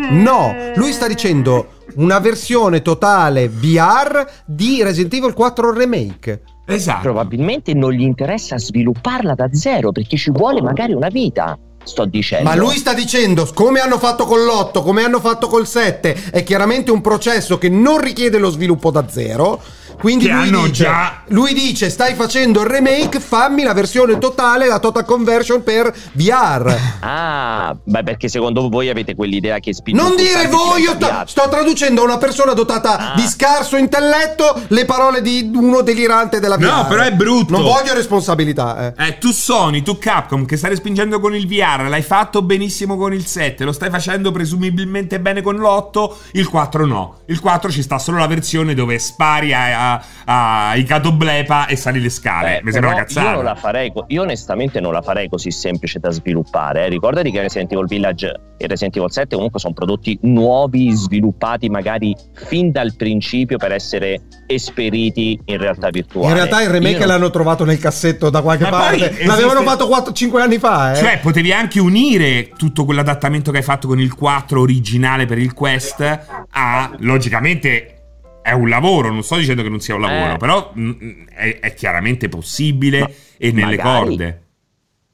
no, [laughs] no, lui sta dicendo una versione totale VR di Resident Evil 4 Remake. Esatto. Probabilmente non gli interessa svilupparla da zero perché ci vuole magari una vita, sto dicendo. Ma lui sta dicendo come hanno fatto con l'8, come hanno fatto col 7, è chiaramente un processo che non richiede lo sviluppo da zero. Quindi Che lui hanno dice, già- lui dice: Stai facendo il remake, fammi la versione totale, la total conversion per [laughs] VR. Ah, beh, perché secondo voi avete quell'idea che spinge. Non dire voi, io ta- sto traducendo a una persona dotata Ah. di scarso intelletto le parole di uno delirante della VR. No, però è brutto. Non voglio responsabilità. eh. Eh, tu Sony, tu Capcom che stai respingendo con il VR VR, l'hai fatto benissimo con il 7, lo stai facendo presumibilmente bene con l'8, il 4 no. Il 4 ci sta solo la versione dove spari a, a, a, ai catoblepa e sali le scale. Beh, Mi sembra una però cazzata. Eh, Io, non la farei, co- io onestamente non la farei così semplice da sviluppare. eh. Ricordati che Resident Evil Village e Resident Evil 7 comunque sono prodotti nuovi, sviluppati magari fin dal principio per essere esperiti in realtà virtuale. In realtà il remake Io non- l'hanno trovato nel cassetto da qualche Ma poi parte. esiste- L'avevano fatto 4-5 anni fa, eh. Cioè, potevi anche unire tutto quell'adattamento che hai fatto con il 4 originale per il Quest a logicamente è un lavoro, non sto dicendo che non sia un lavoro, Eh. però mm, mm, è, è chiaramente possibile Ma- e nelle magari. corde.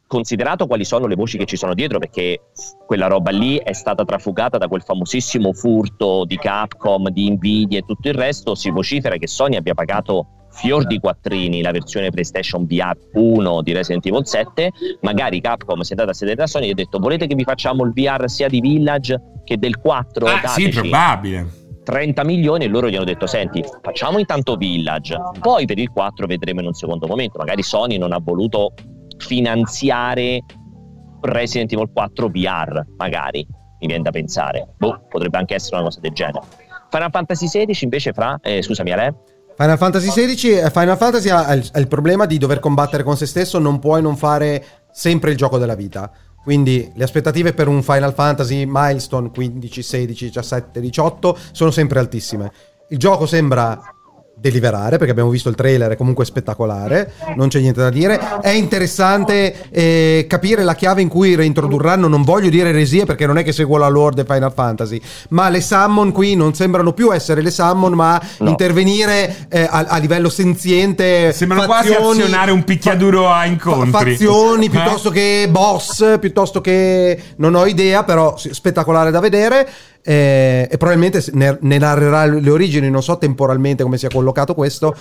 considerato quali sono le voci che ci sono dietro, perché quella roba lì è stata trafugata da quel famosissimo furto di Capcom, di Nvidia e tutto il resto, si vocifera che Sony abbia pagato fior di quattrini la versione PlayStation VR 1 di Resident Evil 7, magari Capcom si è andata a sedere da Sony e ha detto volete che vi facciamo il VR sia di Village che del 4? Ah, sì, Dateci." probabile. 30 milioni e loro gli hanno detto senti facciamo intanto Village poi per il 4 vedremo in un secondo momento magari Sony non ha voluto finanziare Resident Evil 4 VR magari mi viene da pensare boh, potrebbe anche essere una cosa del genere Final Fantasy XVI invece fra eh, scusami Ale Final Fantasy XVI, eh, Final Fantasy ha il, ha il problema di dover combattere con se stesso, non puoi non fare sempre il gioco della vita. Quindi le aspettative per un Final Fantasy milestone 15, 16, 17, 18 sono sempre altissime. Il gioco sembra deliverare perché abbiamo visto il trailer è comunque spettacolare non c'è niente da dire è interessante eh, capire la chiave in cui reintrodurranno non voglio dire eresie perché non è che seguo la lore di Final Fantasy ma le summon qui non sembrano più essere le summon ma No. intervenire eh, a, a livello senziente Sembrano quasi azionare un picchiaduro a incontri. fazioni Eh? piuttosto che boss piuttosto che non ho idea però sì, spettacolare da vedere eh, e probabilmente se- ne, ne narrerà le origini non so temporalmente come sia collocato questo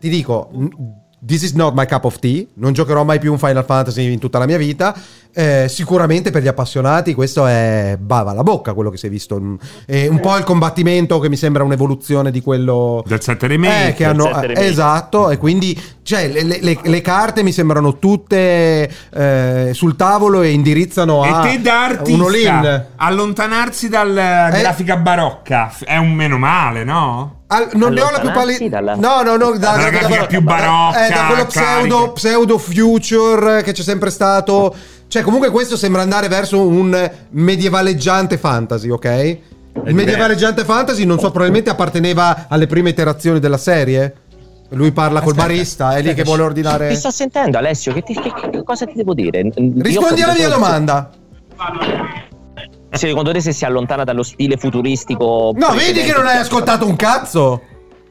ti dico n- This is not my cup of tea. Non giocherò mai più un Final Fantasy in tutta la mia vita. Eh, sicuramente per gli appassionati, questo è bava alla bocca quello che si è visto. Mm, è un po' il combattimento che mi sembra un'evoluzione di quello Del 7 remake. eh, che del cioè, hanno, sette eh, remake. esatto, e quindi cioè, le, le- le- le carte mi sembrano tutte eh, sul tavolo e indirizzano E a te da ah, un all-in. Eh? artista allontanarsi dalla grafica barocca f- è un meno male, no? Al- non ne ho la più Allontanarsi pallida. dalla- No, no, no, da, Dalla grafica più barocca, eh, da quello carica. pseudo, pseudo future eh, che c'è sempre stato. Cioè, comunque, questo sembra andare verso un medievaleggiante fantasy, ok? Il medievaleggiante fantasy, non so, probabilmente apparteneva alle prime iterazioni della serie. Lui parla col Aspetta, barista, è lì aspetta, che vuole ci- ordinare. ti sto sentendo Alessio che, ti- che- che cosa ti devo dire N- io ho Rispondi capito alla mia solo- domanda. se- secondo te se si allontana dallo stile futuristico No, vedi che non hai ascoltato un cazzo.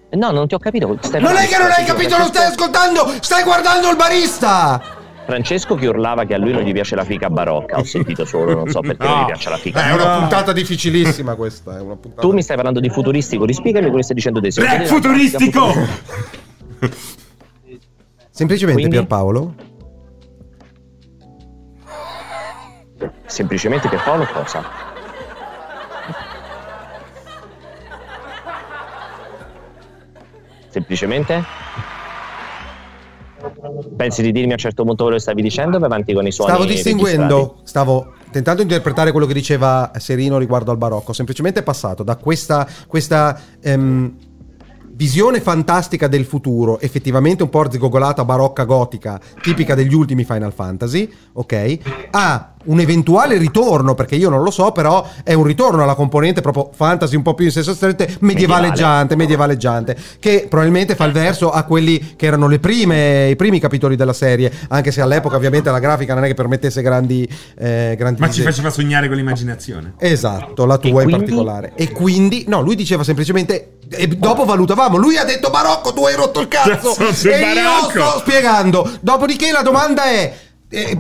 Eh, no non ti ho capito stai Non è parlando, che non hai stai- capito, non stai ascoltando, stai guardando il barista. Francesco che urlava che a lui non gli piace la fica barocca, ho sentito solo, non so perché non No. gli piace la fica Beh, è barocca. una puntata difficilissima questa. È una puntata Tu mi stai parlando di futuristico, rispiegami quello che stai dicendo te. Eh, Se Rap volete la futuristico! pratica futur- Semplicemente Quindi? Pierpaolo. Semplicemente per Paolo cosa? Semplicemente? Pensi di dirmi a un certo punto quello che stavi dicendo o vai avanti con i suoni Stavo registrati? distinguendo, stavo tentando di interpretare quello che diceva Serino riguardo al barocco. Semplicemente è passato da questa, questa ehm, visione fantastica del futuro, effettivamente un po' zigogolata barocca gotica, tipica degli ultimi Final Fantasy, ok? A un eventuale ritorno, perché io non lo so, però è un ritorno alla componente proprio fantasy, un po' più in senso stretto, medievaleggiante, medievaleggiante, che probabilmente fa il verso a quelli che erano le prime, i primi capitoli della serie, anche se all'epoca ovviamente la grafica non è che permettesse grandi... eh, grandi Ma ci disegni. faceva sognare con l'immaginazione. Esatto, la tua in quindi? particolare. E quindi, no, lui diceva semplicemente. E dopo valutavamo. Lui ha detto Barocco, tu hai rotto il cazzo. Cazzo, sei e io Barocco. sto spiegando. Dopodiché la domanda è: è,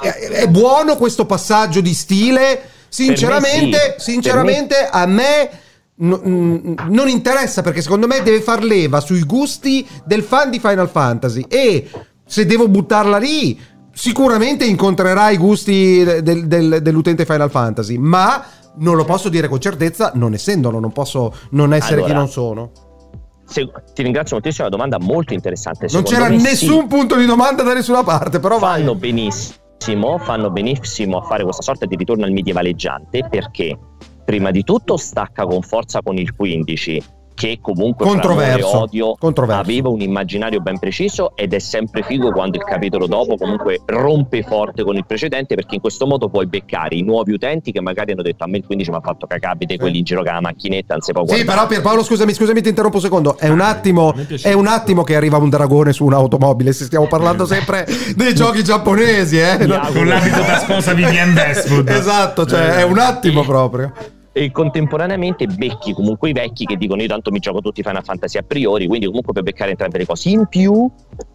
è- è buono questo passaggio di stile? Sinceramente, Per me sì. sinceramente, a me. no- mm, non interessa perché secondo me deve far leva sui gusti del fan di Final Fantasy e se devo buttarla lì sicuramente incontrerà i gusti del- del- dell'utente Final Fantasy ma non lo posso dire con certezza non essendolo non posso non essere chi Allora, non sono Se- ti ringrazio moltissimo, è una domanda molto interessante. non Secondo c'era me sì. nessun punto di domanda da nessuna parte però vai fanno benissimo benissimo, fanno benissimo a fare questa sorta di ritorno al medievaleggiante perché prima di tutto stacca con forza con il 15 che comunque Controverso. fra amore e odio Controverso. aveva un immaginario ben preciso ed è sempre figo quando il capitolo dopo comunque rompe forte con il precedente perché in questo modo puoi beccare i nuovi utenti che magari hanno detto a me il 15 mi ha fatto cacabite quelli in giro con la macchinetta non si può Sì, guardare però Pierpaolo, scusami, scusami, ti interrompo un secondo. È un attimo, mi è piaciuto. è un attimo che arriva un dragone su un'automobile. Se stiamo parlando sempre dei giochi giapponesi, eh. Mi No. auguro. Con l'abito da sposa Vivian Westwood. [laughs] Esatto, cioè è un attimo proprio. e contemporaneamente becchi comunque i vecchi che dicono io tanto mi gioco tutti Final Fantasy a priori, quindi comunque per beccare entrambe le cose. In più,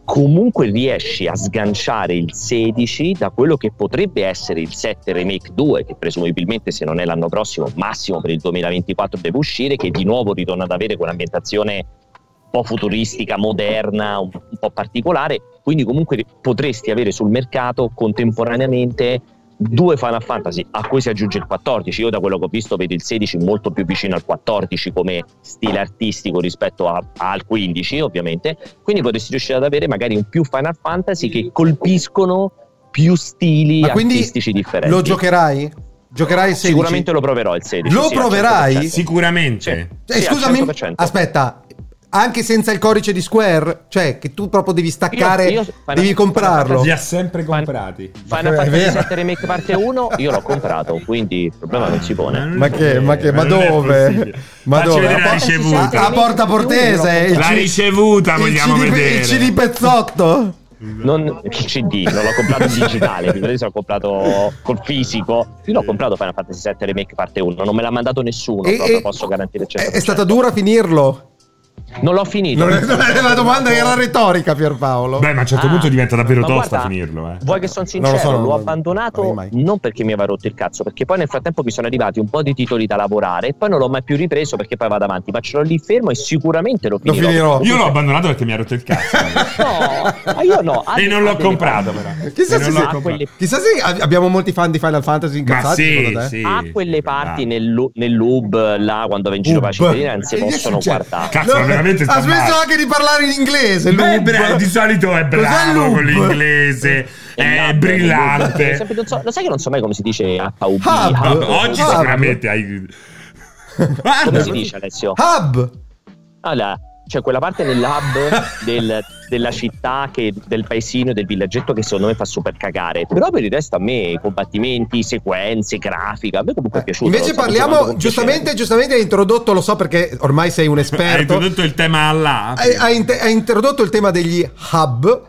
comunque riesci a sganciare il 16 da quello che potrebbe essere il 7 Remake 2, che presumibilmente se non è l'anno prossimo, massimo per il 2024 deve uscire, che di nuovo ritorna ad avere quell'ambientazione un po' futuristica, moderna, un un po' particolare, quindi comunque ri- potresti avere sul mercato contemporaneamente due Final Fantasy a cui si aggiunge il 14. Io da quello che ho visto vedo il 16 molto più vicino al 14 come stile artistico rispetto a- al 15 ovviamente, quindi potresti riuscire ad avere magari un più Final Fantasy che colpiscono più stili Ma quindi artistici differenti. Lo giocherai? Giocherai il 16? Sicuramente lo proverò il 16. Lo sì, al proverai? 100%. Sicuramente. Eh, Sì, al scusami, 100%. aspetta, anche senza il codice di Square? Cioè, che tu proprio devi staccare, Io- io- devi comprarlo. Li ha sempre comprati. Final Ma è Fantasy vero. VII Remake parte 1 io l'ho comprato, quindi il problema non si pone. non Ma è che- ma che- ma non è dove? possibile. Ma Facci dove? Ah, vedere A la porta- ricevuta. A, a porta portese, il La CD ricevuta il vogliamo CD vedere. Il CD pezzotto? Non il CD, non l'ho comprato in digitale, mi pare che l'ho comprato col fisico. Io l'ho comprato Final Fantasy VII Remake parte 1, non me l'ha mandato nessuno, E- proprio e- posso garantire certo. il È, 100%. è stata dura finirlo. Non l'ho finito. Non è- non è- la domanda era retorica, Pierpaolo. Beh, ma a un certo Ah, punto diventa davvero ma tosta guarda, finirlo, eh. Vuoi che sono Non sincero, lo so, non- l'ho non- non abbandonato mai. non perché mi aveva rotto il cazzo, perché poi nel frattempo mi sono arrivati un po' di titoli da lavorare e poi non l'ho mai più ripreso perché poi vado avanti, ma ce l'ho lì fermo e sicuramente lo Lo finirò. finirò. Io l'ho abbandonato perché mi ha rotto il [laughs] cazzo. No, ma io no. e non l'ho Altri- comprato, però. Chissà E non se, l'ho se- comprato. quelli- chissà se ab- abbiamo molti fan di Final Fantasy Ma incazzati, sì, secondo te? sì. a quelle parti nel, lu- nel hub là quando va in giro Hub. per la cittadina non si E gli è possono successo? guardare Cazzo, eh, cioè, No, veramente sta ha smesso male. anche di parlare in inglese. Beh, Lub. bra- di solito è Cos'è bravo Lub? con l'inglese, è Eh, brillante. lo sai che non so mai come si dice HUB Hub. Vabbè, Hub? Oggi Ah, sicuramente hai... come si Guarda, dice Alessio Hub. allora c'è quella parte nell'hub del, della città che- del paesino del villaggetto che secondo me fa super cagare però per il resto a me combattimenti sequenze grafica a me comunque è piaciuto Eh, Invece lo sto giocando parliamo, con piacere. giustamente, giustamente hai introdotto, lo so perché ormai sei un hai esperto, introdotto il tema là. hai, hai int- hai introdotto il tema degli hub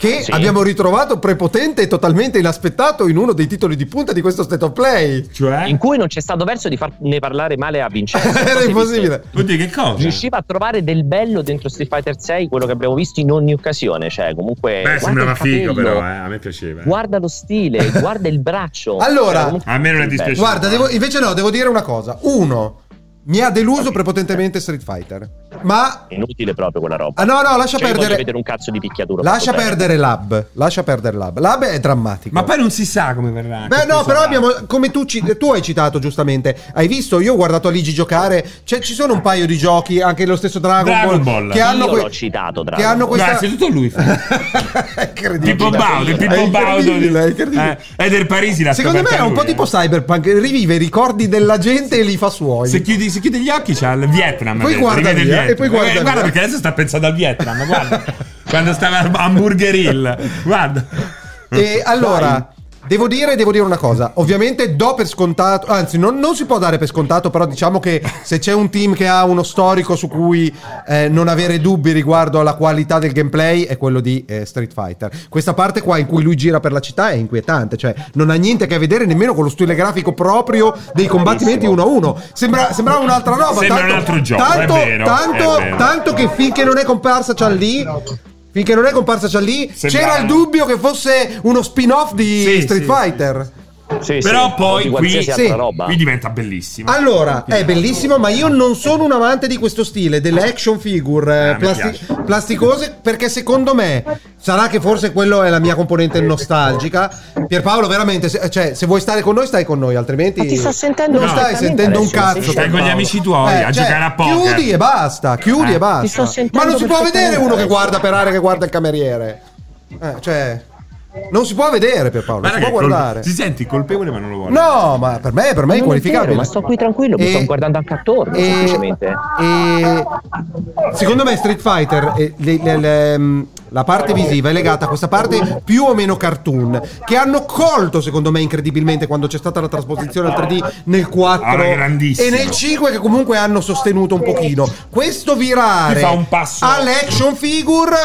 che Sì. abbiamo ritrovato prepotente e totalmente inaspettato in uno dei titoli di punta di questo State of Play. [laughs] Cioè? in cui non c'è stato verso di farne parlare male a Vincenzo Non so se Era hai visto. impossibile. Vuol dire che cosa? riusciva a trovare del bello dentro Street Fighter 6 quello che abbiamo visto in ogni occasione cioè comunque Beh, guarda sembrava il capello, figo però, eh. a me piaceva. eh. guarda [laughs] lo stile guarda il braccio Allora, Cioè, comunque- a me non è dispiaciuto. Bello. Guarda, devo- invece no, devo dire una cosa. Uno, mi ha deluso prepotentemente Street Fighter. Ma... inutile proprio quella roba Ah no, no, lascia Cioè, io voglio perdere... vedere un cazzo di picchiatura Lascia fatto bene. perdere Lab. Lascia perdere Lab. Lab è drammatico. Ma poi non si sa come verrà. Beh, che no, cosa però fa. abbiamo. Come tu, ci- tu hai citato giustamente, hai visto? Io ho guardato Aligi giocare. Cioè, ci sono un paio di giochi, anche lo stesso Dragon, Dragon Ball, Ball. Che hanno Io que- l'ho citato, Che Dragon hanno Guarda, questa. è tutto lui. fa. È [laughs] incredibile. Pippo Baudo, È Pippo Baudo. incredibile, è incredibile. Eh, Eder Parisi l'ha Secondo me scoperta è un po' lui, eh. tipo Cyberpunk, rivive i ricordi della gente e li fa suoi. Se chiudi, se chiudi gli occhi c'ha il Vietnam. Poi dentro, guarda rivede il via, Vietnam. e poi guarda Eh, via. perché adesso sta pensando al Vietnam, [laughs] guarda. Quando stava a Hamburger Hill, guarda. [laughs] E allora. Devo dire, devo dire una cosa, ovviamente do per scontato, anzi non, non si può dare per scontato, però diciamo che se c'è un team che ha uno storico su cui eh, non avere dubbi riguardo alla qualità del gameplay è quello di eh, Street Fighter. Questa parte qua in cui lui gira per la città è inquietante, cioè non ha niente a che vedere nemmeno con lo stile grafico proprio dei combattimenti uno a uno. Sembra, sembra un'altra roba. Sembra un altro gioco, è tanto- vero, tanto- è vero. tanto che finché non è comparsa Chan Lee... Finché non è comparsa Chan Lee, Eh, Sembrava. c'era il dubbio che fosse uno spin-off di Sì, Street sì, Fighter. Sì, sì, Però o poi di qui, qualsiasi altra sì, Ah, roba. qui diventa bellissimo. Allora, è bellissimo, ma io non sono un amante di questo stile, delle action figure eh, Ah, mi plasti- piace. plasticose, perché secondo me sarà che forse quello è la mia componente nostalgica. Pierpaolo, veramente, se, cioè, se vuoi stare con noi, stai con noi, altrimenti. Ma ti sto sentendo Non stai perfettamente sentendo un adesso, cazzo. sì. Stai con gli Pierpaolo. Eh, cioè, amici tuoi a giocare a poker. Chiudi e basta, chiudi Eh. e Ti sto basta. Ma sentendo non si può vedere perfettamente uno che adesso. guarda per aria che guarda il cameriere. Eh, cioè. Non si può vedere Pierpaolo, Ma si può raga, col- guardare. si senti colpevole, ma non lo vuole. No, ma per me, per me è Non inqualificabile. vero, ma sto qui tranquillo, mi E- sto guardando anche attorno, e- semplicemente. e- secondo me Street Fighter, eh, le- le- le, mm, la parte visiva è legata a questa parte più o meno cartoon, che hanno colto secondo me incredibilmente quando c'è stata la trasposizione al 3D nel 4 Ah, grandissimo. e nel 5 che comunque hanno sostenuto un pochino. Questo virare Ti fa un passo. all'action figure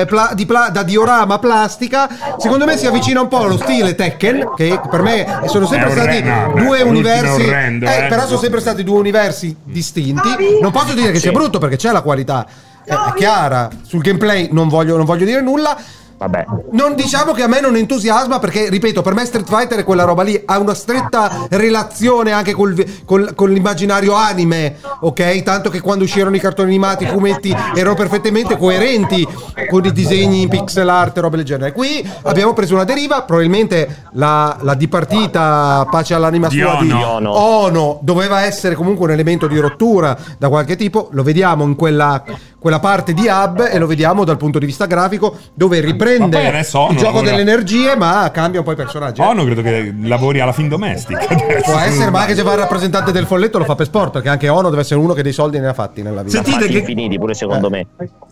eh, pla- di pla- da diorama plastica, secondo me si avvicina un po' allo stile Tekken, che per me sono sempre È stati orrendo, no, due l'ultimo è universi... orrendo, eh, eh. però sono sempre stati due universi distinti. Non posso dire che Sì. sia brutto perché c'è la qualità. eh, È chiara. Sul gameplay non voglio, non voglio dire nulla. [laughs] Vabbè. Non diciamo che a me non entusiasma perché, ripeto, per me Street Fighter è quella roba lì, ha una stretta relazione anche col vi- col- con l'immaginario anime, ok? Tanto che quando uscirono i cartoni animati, i fumetti erano perfettamente coerenti con i disegni in pixel art e robe del genere. Qui abbiamo preso una deriva, probabilmente la, la dipartita pace all'anima Di sua di Ono. Ono. Ono doveva essere comunque un elemento di rottura da qualche tipo, lo vediamo in quella, quella parte di hub e lo vediamo dal punto di vista grafico dove Ma poi riprende adesso Ono il gioco lavora- delle energie ma cambia un po' i personaggi. eh. Cioè, Ono credo che lavori alla fin domestica. Può essere, ma anche se va il rappresentante del folletto lo fa per sport, perché anche Ono deve essere uno che dei soldi ne ha fatti nella vita. Senti- Dite Fatti che- infiniti pure secondo Eh. me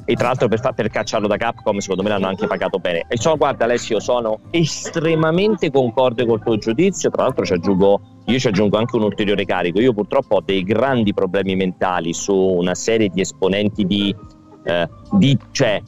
e tra l'altro per, fa- per cacciarlo da Capcom secondo me l'hanno anche pagato bene e so guarda Alessio sono estremamente concorde col tuo giudizio tra l'altro ci aggiungo io ci aggiungo anche un ulteriore carico io purtroppo ho dei grandi problemi mentali su una serie di esponenti di, eh, di cioè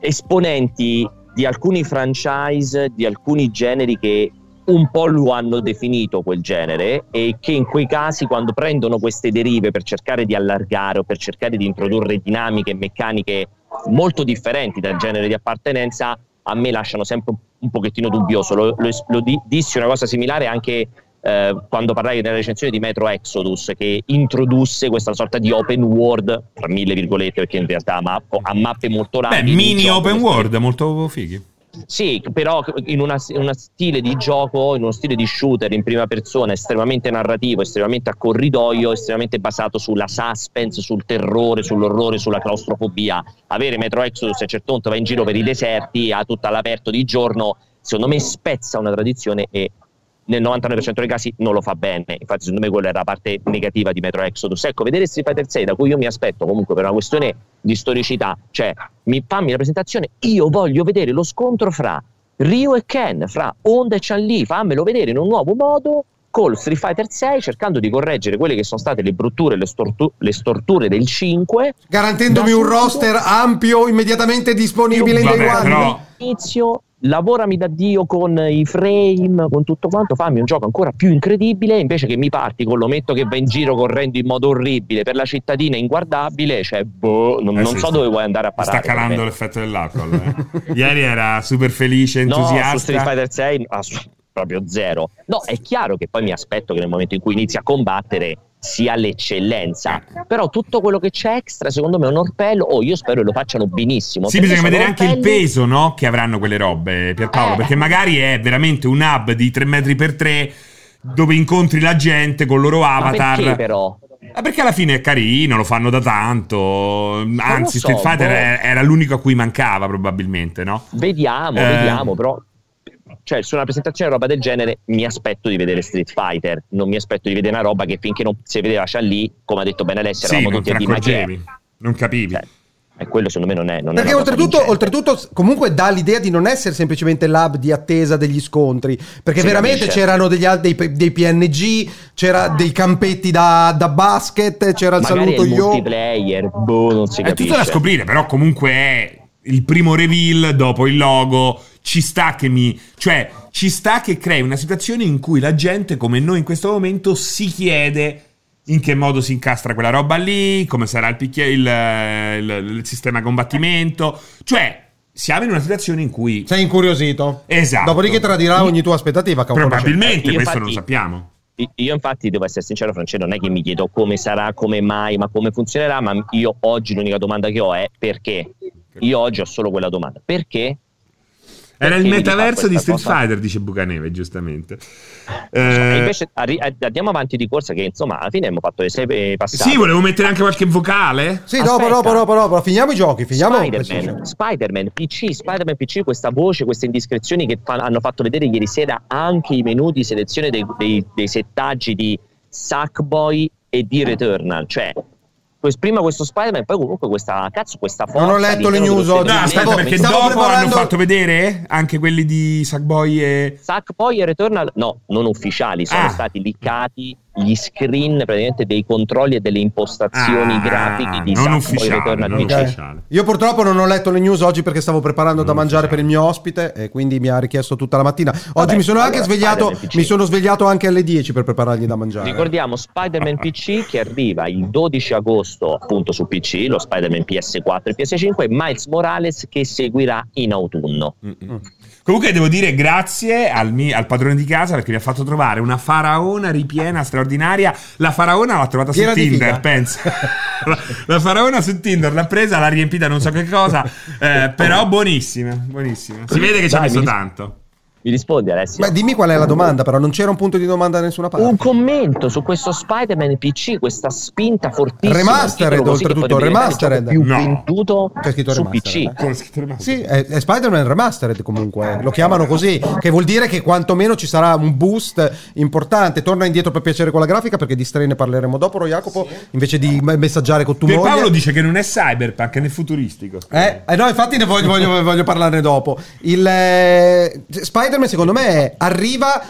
esponenti di alcuni franchise di alcuni generi che un po' lo hanno definito quel genere e che in quei casi quando prendono queste derive per cercare di allargare o per cercare di introdurre dinamiche e meccaniche molto differenti dal genere di appartenenza a me lasciano sempre un- un pochettino dubbioso lo, lo es- lo di- dissi una cosa similare anche eh, quando parlai della recensione di Metro Exodus che introdusse questa sorta di open world tra mille virgolette perché in realtà ma- a mappe molto Beh, rapide mini open world, molto fighi. sì, però in una, in una stile di gioco, in uno stile di shooter in prima persona estremamente narrativo, estremamente a corridoio, estremamente basato sulla suspense, sul terrore, sull'orrore, sulla claustrofobia. Avere Metro Exodus a un certo punto va in giro per i deserti, ha tutto all'aperto di giorno, secondo me spezza una tradizione e nel 99% dei casi non lo fa bene. Infatti, secondo me quella era la parte negativa di Metro Exodus. Ecco, vedere Street Fighter 6, da cui io mi aspetto comunque per una questione di storicità, cioè mi fammi la presentazione, io voglio vedere lo scontro fra Ryu e Ken, fra Honda e Chan-Li, fammelo vedere in un nuovo modo col Street Fighter 6 cercando di correggere quelle che sono state le brutture, le, stortu- le storture del 5 Garantendomi un roster ampio, immediatamente disponibile in day Vabbè, one. però inizio, lavorami da Dio con i frame, con tutto quanto, fammi un gioco ancora più incredibile, invece che mi parti con l'ometto che va in giro correndo in modo orribile per la cittadina inguardabile, cioè boh, non, Eh non sì, so sì. dove vuoi andare a parare. sta calando l'effetto dell'alcol. [laughs] eh. Ieri era super felice, No, su Street entusiasta. Fighter 6 ass- proprio zero. No, è chiaro che poi mi aspetto che nel momento in cui inizi a combattere sia l'eccellenza, Ah. però tutto quello che c'è extra secondo me è un orpello, oh io spero che lo facciano benissimo. sì, perché bisogna vedere sono anche il orpelli- peso no, che avranno quelle robe, Pierpaolo, Eh. perché magari è veramente un hub di 3 metri per 3 dove incontri la gente con il loro Ma avatar. perché però? Eh, Perché alla fine è carino, lo fanno da tanto. Anzi, so, Street Fighter boh. era- era l'unico a cui mancava, probabilmente, no? Vediamo, Eh. vediamo, però. Cioè, su una presentazione roba del genere mi aspetto di vedere Street Fighter, non mi aspetto di vedere una roba che finché non si vedeva lì, come ha detto bene Alessio, sì, eravamo non tutti te a ne dire ma che è? accorgevi, non capivi. Cioè, E quello secondo me non è. Non è Perché una roba oltretutto, vincente. oltretutto s- comunque dà l'idea di non essere semplicemente l'hub di attesa degli scontri, perché Sì, veramente capisce. c'erano degli al- dei, p- dei PNG, c'era dei campetti da, da basket, c'era il Magari saluto è il io. multiplayer, boh, non si È capisce. tutto da scoprire, però comunque è il primo reveal dopo il logo. Ci sta che mi. cioè, ci sta che crei una situazione in cui la gente, come noi in questo momento, si chiede in che modo si incastra quella roba lì, come sarà il, picchia- il, il- il sistema combattimento. Cioè, siamo in una situazione in cui. Sei incuriosito. Esatto. Dopodiché tradirà ogni tua aspettativa. che è un Probabilmente, Io questo infatti- non lo sappiamo. I- Io infatti devo essere sincero, Francesco, non è che mi chiedo come sarà, come mai, ma come funzionerà, ma io oggi l'unica domanda che ho è perché. Io oggi ho solo quella domanda. Perché? Era il Perché mi metaverso fa di questa Street cosa? Fighter, dice Bucaneve, giustamente. E Eh, invece arri- eh, andiamo avanti di corsa che insomma alla fine abbiamo fatto le sei eh, passate. sì, volevo mettere anche qualche vocale. Sì, dopo, Aspetta. dopo, dopo, dopo. Finiamo i giochi, finiamo. Spider-Man, Spider-Man PC, Spider-Man PC, questa voce, queste indiscrezioni che fa- hanno fatto vedere ieri sera anche i menu di selezione dei, dei- dei settaggi di Sackboy e di Returnal. Cioè, quest- prima questo Spider-Man, poi comunque questa cazzo, questa forza. ho letto le all'interno news dello oggi. No, stesso aspetta, Stavo- gioco. perché stavo dopo hanno preparando- fatto vedere anche quelli di Sackboy e... Sackboy e Returnal, no, non ufficiali, sono Ah. stati liccati gli screen praticamente dei controlli e delle impostazioni Ah, grafiche di non Sackboy e ufficiali, Returnal non PC. Ok. ufficiale. Io purtroppo non ho letto le news oggi perché stavo preparando da Non mangiare si sa. per il mio ospite e quindi mi ha richiesto tutta la mattina. Oggi Vabbè, mi sono anche allora, svegliato, Spider-Man PC. mi sono svegliato anche alle 10 per preparargli da mangiare. Ricordiamo Spider-Man PC che arriva il 12 agosto appunto su PC, lo Spider-Man PS4 e PS5 e Miles Morales che seguirà in autunno. Mm-mm. Comunque devo dire grazie al, mi- al padrone di casa perché mi ha fatto trovare una faraona ripiena straordinaria. La faraona l'ha trovata su Piena di figa. Tinder, pensa. [laughs] La- La faraona su Tinder l'ha presa, l'ha riempita non so che cosa, eh, però buonissima, buonissima. Si vede che ci ha Dai, messo mi- tanto. Mi rispondi Alessio? Ma dimmi qual è la domanda, però non c'era un punto di domanda da nessuna parte. un commento su questo Spider-Man PC, questa spinta fortissima. Remastered, un titolo così che oltretutto, potrebbe diventare remastered. Il gioco più No. venduto C'è scritto su PC. remastered, eh? Con scritto rimasto. Sì, è, è Spider-Man Remastered comunque, eh. lo chiamano così, che vuol dire che quantomeno ci sarà un boost importante. Torna indietro per piacere con la grafica perché di Stray ne parleremo dopo, Ro Jacopo, invece di me- messaggiare con tu Per Paolo dice che non è cyberpunk, né futuristico. Eh, eh no, infatti ne voglio, voglio- voglio parlarne dopo. Il, eh, Spider-Man, secondo me, arriva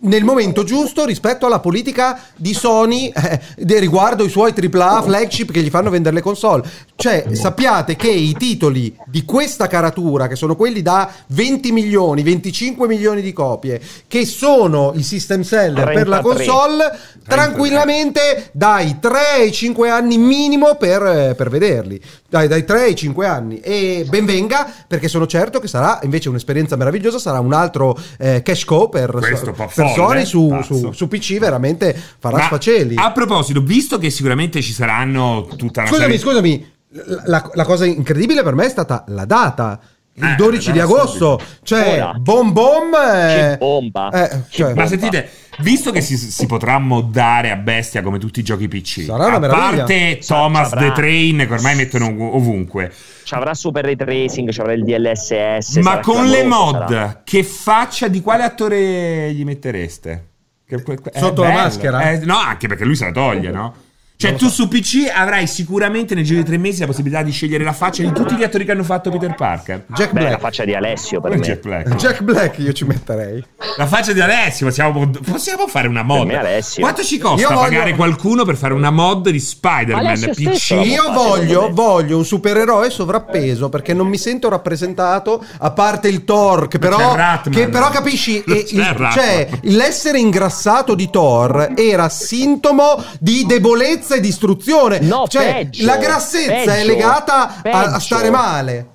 nel momento giusto rispetto alla politica di Sony eh, de- riguardo i suoi AAA flagship che gli fanno vendere le console. Cioè, sappiate che i titoli di questa caratura, che sono quelli da 20 milioni, 25 milioni di copie, che sono i system seller per la 33. console, tranquillamente dai 3 ai 5 anni minimo per, eh, per vederli. Dai, dai 3 ai 5 anni. E benvenga, perché sono certo che sarà invece un'esperienza meravigliosa, sarà un altro eh, cash cow per, Questo per fa folle, Sony su, pazzo. su- su PC, veramente farà Ma, ah, sfaceli. A proposito, visto che sicuramente ci saranno tutta una Scusami, serie- scusami. La, la- la cosa incredibile per me è stata la data. Il Eh, 12 di la agosto, cioè, Ora. bom bom. eh, Che bomba. eh, cioè, Ma Bomba. sentite, visto che si, si potrà moddare a bestia come tutti i giochi PC, Sarà una a meraviglia. parte Sa- Thomas saprà. The Train che ormai mettono ov- ovunque, Ci avrà super ray tracing, ci avrà il DLSS. ma sarà con le clamoroso, mod sarà- che faccia di quale attore gli mettereste? Che- que- que- Sotto eh, la bello. maschera? Eh, no, anche perché lui se la toglie, no? Cioè, Non tu lo su PC avrai sicuramente nel giro di tre mesi la possibilità di scegliere la faccia di tutti gli attori che hanno fatto Peter Parker. Jack Ah, Beh, la Black. faccia di Alessio per Poi me. Jack Black. Jack Black io ci metterei. La faccia di Alessio, possiamo, possiamo fare una mod. Per me Alessio. Quanto ci costa Io voglio- pagare qualcuno per fare una mod di Spider-Man Alessio PC? stesso. Io fate, voglio, secondo me. voglio un supereroe sovrappeso perché non mi sento rappresentato a parte il Thor che Ma però, c'è Ratman. che però [laughs] capisci Non eh, c'è il, Ratman. cioè, l'essere ingrassato di Thor era sintomo di debolezza e distruzione No, cioè peggio, la grassezza è peggio, legata a, a peggio. stare male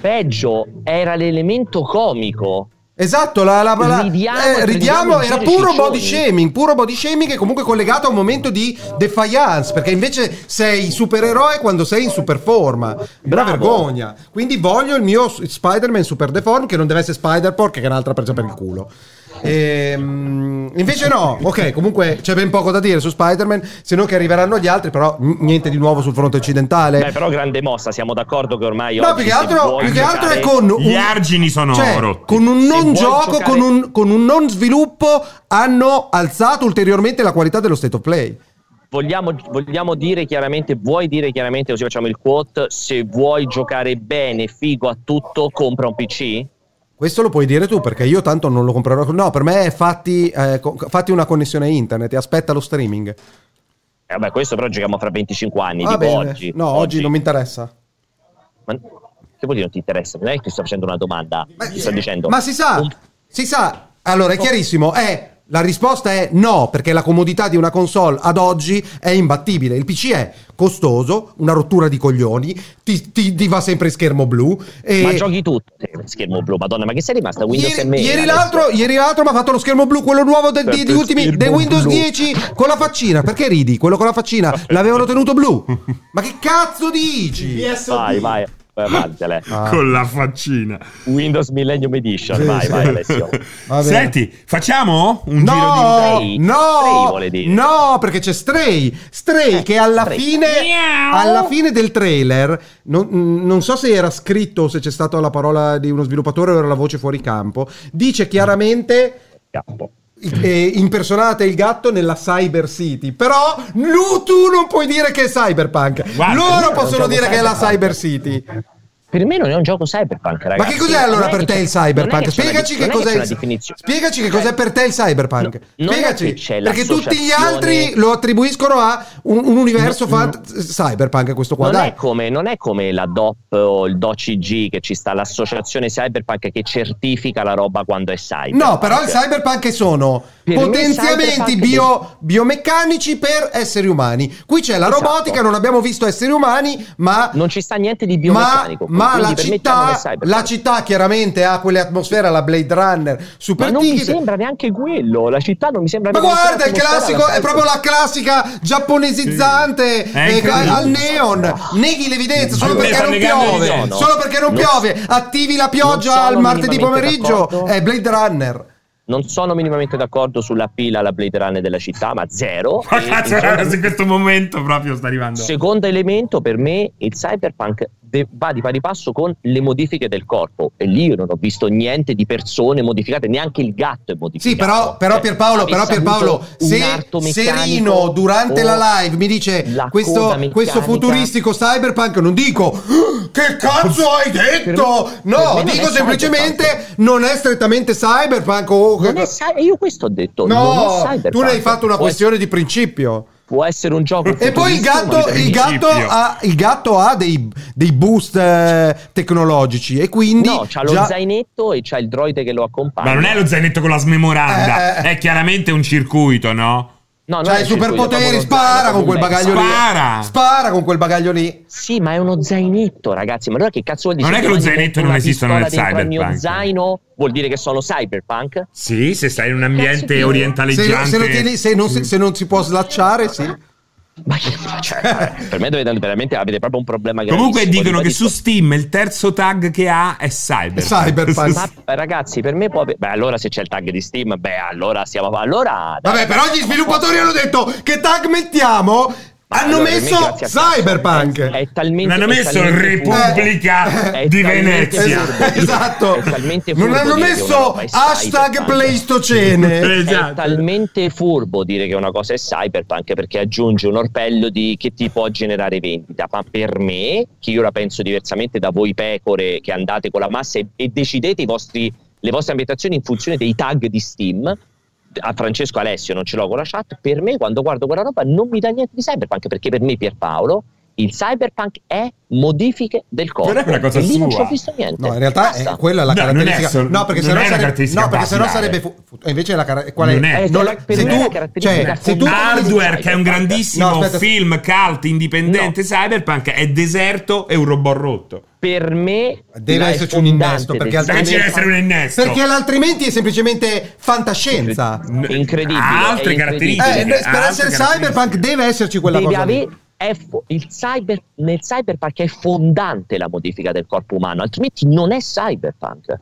Peggio era l'elemento comico. Esatto, la, la, la- Ridiamo eh, ridiamo e prendiamo in era giro i puro ciccioni. body shaming, puro body shaming che comunque è collegato a un momento di defiance, perché invece sei supereroe quando sei in superforma. Una Bravo. vergogna. Quindi voglio il mio s- Spider-Man super deform che non deve essere Spider-Pork che è un'altra presa per il culo. Ehm, invece no, ok, comunque c'è ben poco da dire su Spider-Man, se non che arriveranno gli altri, però n- niente di nuovo sul fronte occidentale. Beh, però grande mossa, siamo d'accordo che ormai No, oggi più che se altro, vuoi più che altro è giocare- con un, Gli argini sono cioè, oro. con un non vuoi gioco, giocare- con, un, con un non sviluppo, hanno alzato ulteriormente la qualità dello state of play. Vogliamo, vogliamo dire chiaramente, vuoi dire chiaramente, così facciamo il quote, se vuoi giocare bene, figo a tutto, compra un Eh, PC? Questo lo puoi dire tu perché io tanto non lo comprerò. No, per me è fatti, eh, co- fatti una connessione internet e aspetta lo streaming. Eh, vabbè, questo però giochiamo fra 25 anni, Va dico bene. oggi. no, oggi, non mi interessa. Ma- che vuol dire non ti interessa? Non è che ti sto facendo una domanda, ti sto dicendo... Ma si sa, un- Oh. si sa. Allora è chiarissimo, è- la risposta è no, perché la comodità di una console ad oggi è imbattibile. Il PC è costoso, una rottura di coglioni, ti, ti- ti va sempre in schermo blu. E Ma giochi tutti, schermo blu, madonna, ma che sei rimasta? Windows Ieri, ME, ieri adesso? l'altro, ieri l'altro mi ha fatto lo schermo blu, quello nuovo del, di, di Sempre ultimi, schermo del Windows blu. 10 con la faccina. Perché Ah, [laughs] ridi? Quello con la faccina l'avevano tenuto blu. Ma che cazzo dici? Vai, vai. Mandele. Ah. Con la faccina. Windows Millennium Edition, Sì, vai, sì. vai Eh, Alessio. Va bene. Senti, facciamo un giro No, Stray. Stray no, vuole dire. no, perché c'è Stray. Stray Eh, che alla Stray. fine, Miau. alla fine del trailer, non, mh, non so se era scritto o se c'è stata la parola di uno sviluppatore o era la voce fuori campo, dice chiaramente Capo. eh, impersonate il gatto nella Cyber City. Però nu- tu non puoi dire che è Cyberpunk. Guarda, Loro non possono siamo dire che è la cyberpunk. Cyber City. Per me non è un gioco cyberpunk, Ma ragazzi. che cos'è allora per te il cyberpunk? Spiegaci che cos'è la il definizione. Spiegaci che cos'è per te il cyberpunk. No, non è Spiegaci, che c'è perché tutti gli l'associazione- altri lo attribuiscono a un, un universo No, fatto cyberpunk questo qua, Non dai. è, come, non è come la DOP o il DOCG che ci sta l'associazione cyberpunk che certifica la roba quando è cyberpunk. No, però il cyberpunk sono Per me potenziamenti cyberpunk- bio- biomeccanici per esseri umani. Qui c'è la Esatto. robotica, non abbiamo visto esseri umani, ma Non ci sta niente di ma, biomeccanico. ma quindi la, per me già non è città, cyberpunk. la città chiaramente ha quell'atmosfera, la Blade Runner, Ma super non mi tipica. sembra neanche quello. La città non mi sembra Ma neanche guarda, il atmosfera classico è cyberpunk. proprio la classica giapponesizzante Sì. È eh, incredibile. al neon. Neghi l'evidenza solo Allora, perché sta non negando il piove. giorno. Solo perché non Non- piove. Attivi la non pioggia sono al martedì minimamente pomeriggio. d'accordo. È Blade Runner. Non sono minimamente d'accordo sulla pila alla Blade Runner della città, ma zero. Ma E- cazzo, e- ragazzi, in questo momento proprio sta arrivando. Secondo elemento, per me il cyberpunk de- va di pari passo con le modifiche del corpo. E lì io non ho visto niente di persone modificate, neanche il gatto è modificato. Sì, però, però Cioè, Pierpaolo, però avesse Pierpaolo, avuto un se arto meccanico Serino durante o la live mi dice la coda questo, meccanica- questo futuristico cyberpunk, non dico "Ah, che cazzo hai detto? Per me- No, per me non dico è semplicemente non è strettamente cyberpunk o... Non è cy- io questo ho detto. non è No, cyberpunk. tu ne hai fatto una Può ess- questione di principio. Può essere un gioco. E poi il gatto, ma il di gatto principio. ha, il gatto ha dei, dei boost eh, tecnologici e quindi... No, c'ha lo già- zainetto e c'ha il droide che lo accompagna. Ma non è lo zainetto con la smemoranda, Eh, eh, eh. è chiaramente un circuito, no? No, non C'ha è i il circuito, è superpoteri, proprio lo spara zaino, con quel proprio un bagaglio zaino. lì. Spara! Spara con quel bagaglio lì. Sì, ma è uno zainetto, ragazzi. Ma allora che cazzo vuol dire? Non è Se che lo domani zainetto metto non una esiste nel pistola dentro al mio cyberpunk. zaino vuol dire che sono cyberpunk? Sì, se stai in un ambiente Cazzo, Se, orientaleggiante. se lo tieni- se non, si- se non si può slacciare, sì. Ma che [laughs] cioè, Per me dovete veramente avete proprio un problema grave. Comunque dicono che su Steam il terzo tag che ha è Cyber. Cyberpunk. Ma ragazzi, per me può. ave- Beh, allora se c'è il tag di Steam, beh, allora siamo. Allora. dai. Vabbè, però gli sviluppatori hanno detto che tag mettiamo. Ma Hanno allora, per me, messo grazie a cazzo, cyberpunk. È, è talmente. Non hanno è messo talmente Repubblica furbo- di è talmente Venezia. furbo dire- [laughs] esatto. è talmente Non furbo hanno dire che una messo roba è hashtag [laughs] cyberpunk. Pleistocene. Esatto. È talmente furbo dire che una cosa è cyberpunk perché aggiunge un orpello di che ti può generare vendita, ma per me, che io la penso diversamente da voi pecore che andate con la massa e, e decidete i vostri- le vostre ambientazioni in funzione dei tag di Steam, a Francesco Alessio non ce l'ho con la chat, per me quando guardo quella roba non mi dà niente di cyberpunk perché per me Pierpaolo il cyberpunk è modifiche del corpo. Però è una cosa e lì non sua. ci ho visto niente. No, in realtà Basta. è quella è la No, non è caratteristica. sol- no, perché non è sennò una sarebbe, caratteristica no, perché sennò basilare. sarebbe fu- fu- e invece la cara- qual è? Non è. Eh, non per- per se me è la tu, caratteristica cioè, se tu fondamentale. Eh, Hardware, che è un grandissimo No, aspetta. film cult indipendente No. cyberpunk, è deserto e un robot rotto. per me Deve la- è esserci un fondante innesto, del perché Deve altrimenti- ci deve essere un innesto. perché altrimenti è semplicemente fantascienza. N- Incredibile, Ha è altre incredibile. caratteristiche. Eh, per ha essere altre cyberpunk caratteristiche. deve esserci quella Devi cosa. lì. avere- è fo- il cyber, nel cyberpunk è fondante la modifica del corpo umano, altrimenti non è cyberpunk.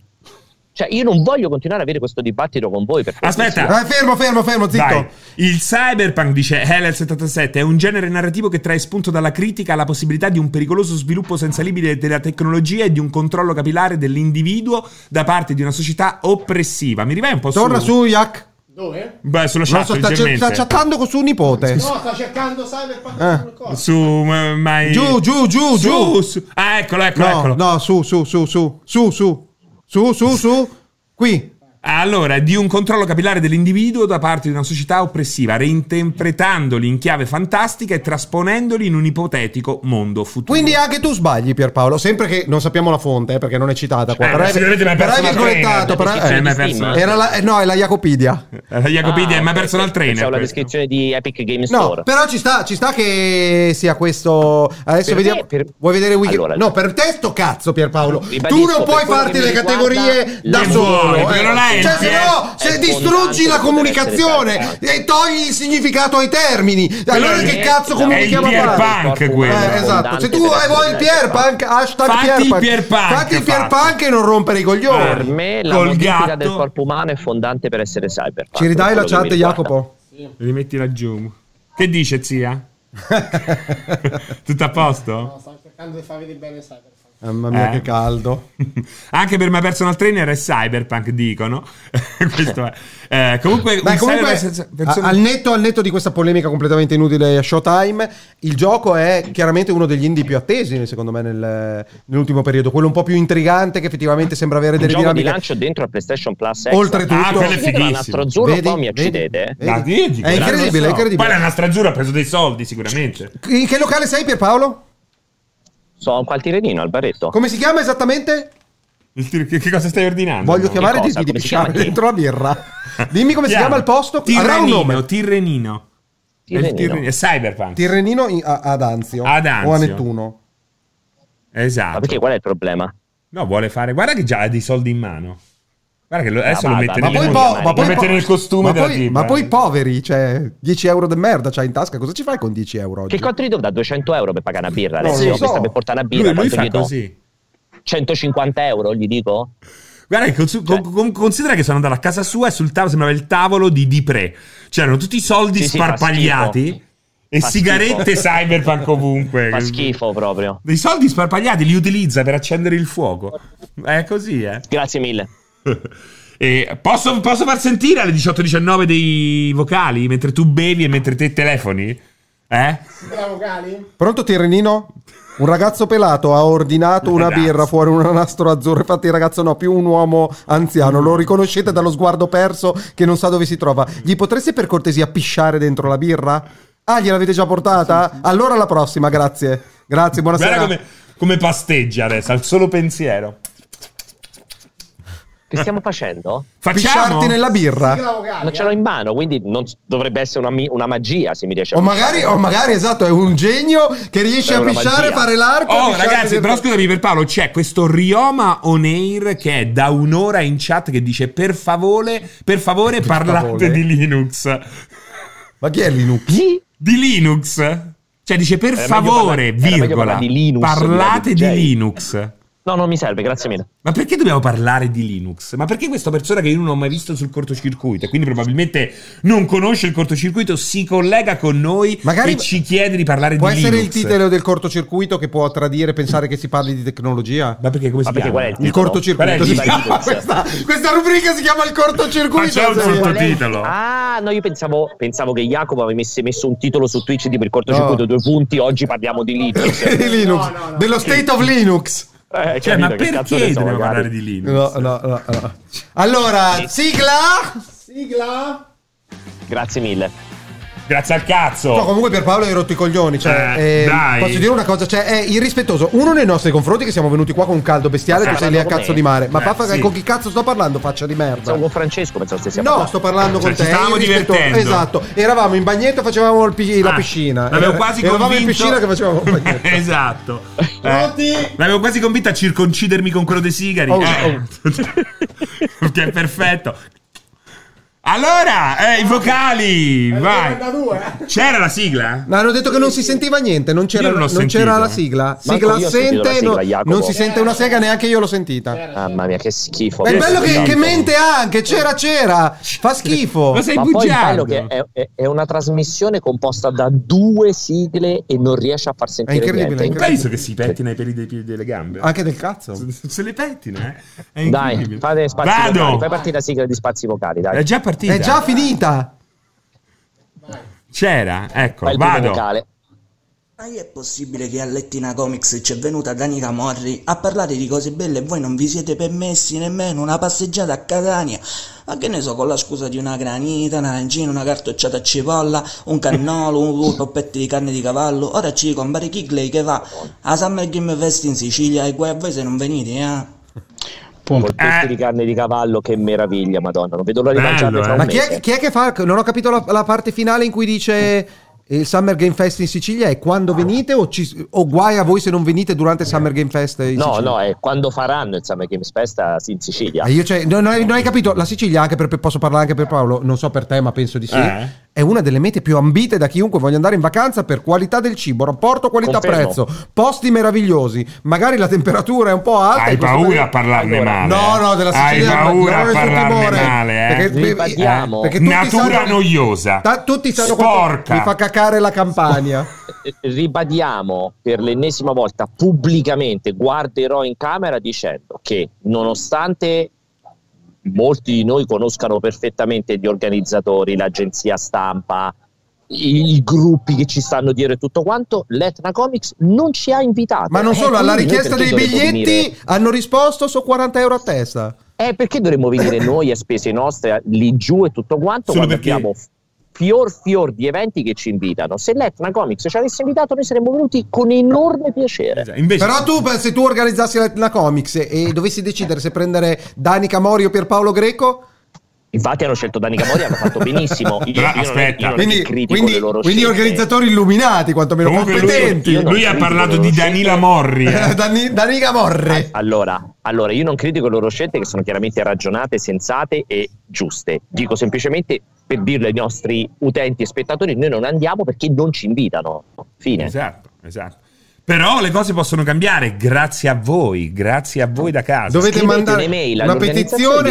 Cioè, io non voglio continuare ad avere questo dibattito con voi. perché- Aspetta. Eh, fermo, fermo, fermo, zitto. Dai. Il cyberpunk, dice Hellel 77, è un genere narrativo che trae spunto dalla critica alla possibilità di un pericoloso sviluppo senza limite della tecnologia e di un controllo capillare dell'individuo da parte di una società oppressiva. Mi rivai un po' Torna su cioè, Yak. Dove? Beh, sulla Non chat, so, sta, leggermente. sta chattando con suo nipote. No, sta cercando Cyberpunk Ah. sul corpo. Su, eh, my- Giù, giù, giù, giù. Su, su. Ah, eccolo, eccolo, No, eccolo. no, su, su, su, su, su, su, su, su, su, qui. Allora, di un controllo capillare dell'individuo da parte di una società oppressiva, reinterpretandoli in chiave fantastica e trasponendoli in un ipotetico mondo futuro. Quindi anche tu sbagli, Pierpaolo. Sempre che non sappiamo la fonte, eh, perché non è citata qua. Eh, però, è, sicuramente mi hai però è perso la virgolettato. trena. Però, Eh, mi hai eh, perso la- era la, eh, no, è la Jacopidia. Eh, Jacopidia, Ah, ma ok, personal ok, trainer. pensavo la questo. descrizione di Epic Game Store. No, però ci sta, ci sta che sia questo. Adesso Per vediamo. me, per- Vuoi vedere Wiki? Allora- no, per te sto cazzo, Pierpaolo. Ribadisco, tu non per puoi quello farti che mi le riguarda, categorie le da Che vuoi, solo. vuole, eh. perché non hai Silenzio. Cioè, se no, se È distruggi fondante, la deve comunicazione essere e togli il significato ai termini, allora è- che cazzo comunichiamo è a il Pierpunk parlare? quello. Eh, esatto, se tu hai vuoi il Pierpunk, hashtag Fatti il Pierpunk, Pierpunk, fatti il fatti. Pierpunk e non rompere i Per coglioni. me la Col modifica gatto. del corpo umano è fondante per essere cyber. Ci ridai la chat, Jacopo? Rimettila giù. Che dice [laughs] zia? Tutto a posto? No, sto cercando di farvi di bene Cyberpunk. Mamma mia, Eh. che caldo. Anche per My Personal Trainer è Cyberpunk, dicono. [laughs] Questo è. Eh, comunque, Beh, un comunque, cyber- a- al, netto, al netto di questa polemica completamente inutile a Showtime, il gioco è chiaramente uno degli indie più attesi, secondo me, nel- nell'ultimo periodo. Quello un po' più intrigante che effettivamente sembra avere Il delle gioco di dinamiche. lancio dentro a PlayStation Plus. Oltretutto- Ah, quello è fighissimo. Un altro azzurro, Vedi? poi mi Vedi? accidete. eh. Vedi? Ah, vedi? È incredibile, è Poi la incredibile. nostra azzurra ha preso dei soldi, sicuramente. In che locale sei, Pierpaolo? Sono un quartierino al baretto. Come si chiama esattamente? Il tiro- Che, che cosa stai ordinando? Voglio chiamare cosa? di, di Come si chiama? picciare dentro la birra. Dimmi come si Chiama. chiama il posto. Avrà un Tirrenino. nome. Tirrenino. È, il Eh, Tirrenino. Tirrenino. È Cyberpunk. Tirrenino in- a- ad Anzio. Ad Anzio. O a Nettuno. esatto. Ma perché qual è il problema? No, vuole fare. Guarda che già ha dei soldi in mano. Guarda che lo- adesso lo vada, mette Ah, ma nelle mani. poi po- ma Lo mette po- nel costume ma della poi, tipa. eh. ma poi poveri, cioè 10 euro di merda c'hai in tasca, cosa ci fai con 10 euro oggi? Che quanto gli do? Da 200 euro per pagare una birra. Non Adesso lo io questa so. per portare una lui, birra, lui quanto fa gli do? così. 150 euro gli dico? Eh. Guarda, che consu- con- Cioè- con- considera che sono andato a casa sua e sul tavolo sembrava il tavolo di Dipre. C'erano tutti i soldi Sì, sì, fa sparpagliati schifo. e Fa sigarette schifo. [laughs] cyberpunk ovunque. Fa schifo proprio. Dei soldi sparpagliati li utilizza per accendere il fuoco. È così, eh. Grazie mille. [laughs] E posso, posso far sentire alle 18.19 dei vocali mentre tu bevi e mentre te telefoni? Eh? Bravo Gali. Pronto Tirrenino? Un ragazzo pelato ha ordinato Un una ragazzo. birra fuori un nastro azzurro, infatti il ragazzo no, più un uomo anziano, lo riconoscete dallo sguardo perso che non sa dove si trova. Gli potreste per cortesia pisciare dentro la birra? Ah, gliel'avete già portata? Allora alla prossima, grazie. Grazie, buonasera. Guarda come, come pasteggia adesso, al solo pensiero. Che stiamo facendo? Facciamo? Pisciarti nella birra. Bravo Gali. Ma ce l'ho in mano, quindi non s- dovrebbe essere una, mi- una magia se mi riesce a O magari, o magari, esatto, è un genio che riesce È a una pisciare, magia. fare l'arco. Oh pisciare ragazzi, dentro- però scusami per Paolo, c'è questo Rioma Oneir che è da un'ora in chat che dice per favore, per favore parlate favore. di Linux. Ma chi è Linux? Chi? Di Linux? Cioè dice per Eh, meglio favore, parlare- era meglio virgola, parlare di Linux, parlate di di DJ. Linux. No, non mi serve, grazie mille. Ma perché dobbiamo parlare di Linux? Ma perché questa persona che io non ho mai visto sul cortocircuito e quindi probabilmente non conosce il cortocircuito si collega con noi Magari- e ci chiede di parlare Può di essere Linux? il titolo del cortocircuito che può tradire pensare che si parli di tecnologia? Ma perché come Ma si perché chiama? qual è il Il titolo? Qual è cortocircuito il si titolo? chiama questa, questa rubrica si chiama il cortocircuito. Facciamo il Sì. sottotitolo. Ah, no, io pensavo, pensavo che Jacopo avesse messo un titolo su Twitch tipo il cortocircuito No. due punti, oggi parliamo di Linux. [laughs] Di Linux, No, no, no. dello state of Linux. Eh, Cioè, capito, ma che perché cazzo ne so, dobbiamo magari. parlare di Linux? No, no, no, no. Allora, sigla. Sigla. Grazie mille. Grazie al cazzo! No, comunque Pierpaolo hai rotto i coglioni. Cioè, Eh, eh, dai. posso dire una cosa? Cioè, è irrispettoso. Uno nei nostri confronti che siamo venuti qua con un caldo bestiale, Ma tu stai sei lì a parlando cazzo con di me? mare. Ma Eh, papà, sì. con chi cazzo sto parlando? Faccia di merda. Stavo con Francesco, pensavo stessi No, sto parlando Cioè, con ci te. stavamo io rispettoso. divertendo. Esatto. Eravamo in bagnetto, facevamo il pi- la Ah, piscina. L'avevo Era- quasi Eravamo convinto... in piscina che [laughs] facevamo il bagnetto. esatto. Eh, Pronti? l'avevo quasi convinto a circoncidermi con quello dei sigari. Oh, eh. [laughs] che è perfetto. Allora, eh, i vocali, vai. 92. C'era la sigla? Ma hanno detto che non si sentiva niente, non Io c'era, non l'ho non sentito, c'era eh. la sigla. Manco Sigla io ho sentito la assente, sigla, no- Jacopo. Eh, non si sente una sega, neanche io l'ho sentita. Mamma mia, che schifo. È Che bello che, schifo. che mente anche, c'era, c'era. Fa schifo. Ma sei Ma poi il bugiardo. bello che è, è- è una trasmissione composta da due sigle e non riesce a far sentire incredibile, niente. è incredibile. Penso che si pettina i peli dei piedi delle gambe. Anche del cazzo. Se- Se le pettina, eh. È Dai, incredibile. fate spazi vocali, Vado. fai partire la sigla di spazi vocali, dai. Eh, È già partita. È già finita. C'era, ecco, Fai il primo vado. vocale. Mai è possibile che a Lettina Comics ci è venuta Danica Morri a parlare di cose belle e voi non vi siete permessi nemmeno una passeggiata a Catania? Ma che ne so, con la scusa di una granita, una arancina, una cartocciata a cipolla, un cannolo, un un toppetto di carne di cavallo. Ora ci compare Kigley che va a Summer Game Fest in Sicilia e guai a voi se non venite, eh? Col Eh. pezzo di carne di cavallo, che meraviglia, madonna. Non vedo l'ora di Bello, mangiarne eh. tra un Ma chi mese. è, chi è che fa? Non ho capito la, la parte finale in cui dice. E il Summer Game Fest in Sicilia è quando venite o, ci- o guai a voi se non venite durante il Summer Game Fest in No, Sicilia? no, è quando faranno il Summer Games Fest a- in Sicilia. Eh, io cioè, no, no, non hai capito, la Sicilia, anche per, per- posso parlare anche per Paolo, non so per te ma penso di sì, Eh. è una delle mete più ambite da chiunque voglia andare in vacanza per qualità del cibo, rapporto qualità-prezzo, posti meravigliosi, magari la temperatura è un po' alta. Hai e Ah, questo- paura a parlarne Allora, male? eh? No, no, della Hai Sicilia. paura non a ho nessun parlarne timore, male, eh? Perché, Sì, parliamo. perché tutti Natura sanno- noiosa. Ta- tutti sanno quanto Sporca. mi fa cacare la [laughs] campagna. Eh, Ribadiamo per l'ennesima volta pubblicamente, guarderò in camera dicendo che nonostante molti di noi conoscano perfettamente gli organizzatori, l'agenzia stampa, i, i gruppi che ci stanno dietro e tutto quanto, l'Etna Comics non ci ha invitato. Ma non Eh, solo, alla quindi noi richiesta dei perché dovremmo venire? biglietti hanno risposto su 40 euro a testa. Eh, perché dovremmo venire noi a spese nostre lì giù e tutto quanto Solo quando perché- abbiamo fior fior di eventi che ci invitano? Se l'Etna Comics ci avesse invitato noi saremmo venuti con enorme piacere. Esatto. Invece, Però tu, beh, se tu organizzassi la, la Comics e, e dovessi decidere se prendere Danica Mori o Pierpaolo Greco, Infatti hanno scelto Dani Camori, hanno fatto benissimo. Io, Però io non- aspetta. io non quindi, critico quindi- le loro quindi scelte. organizzatori illuminati, quantomeno comunque [laughs] competenti. lui, Io non lui ha critico parlato le di loro Danila scelte. [laughs] Morri. eh. [laughs] Dani- Danica Morre. Allora, allora, io non critico le loro scelte che sono chiaramente ragionate, sensate e giuste. Dico semplicemente per dirlo ai nostri utenti e spettatori, noi non andiamo perché non ci invitano. Fine. Esatto, esatto. Però le cose possono cambiare grazie a voi, grazie a voi da casa. Dovete Ah, scrivete mandare un'email una all'organizzazione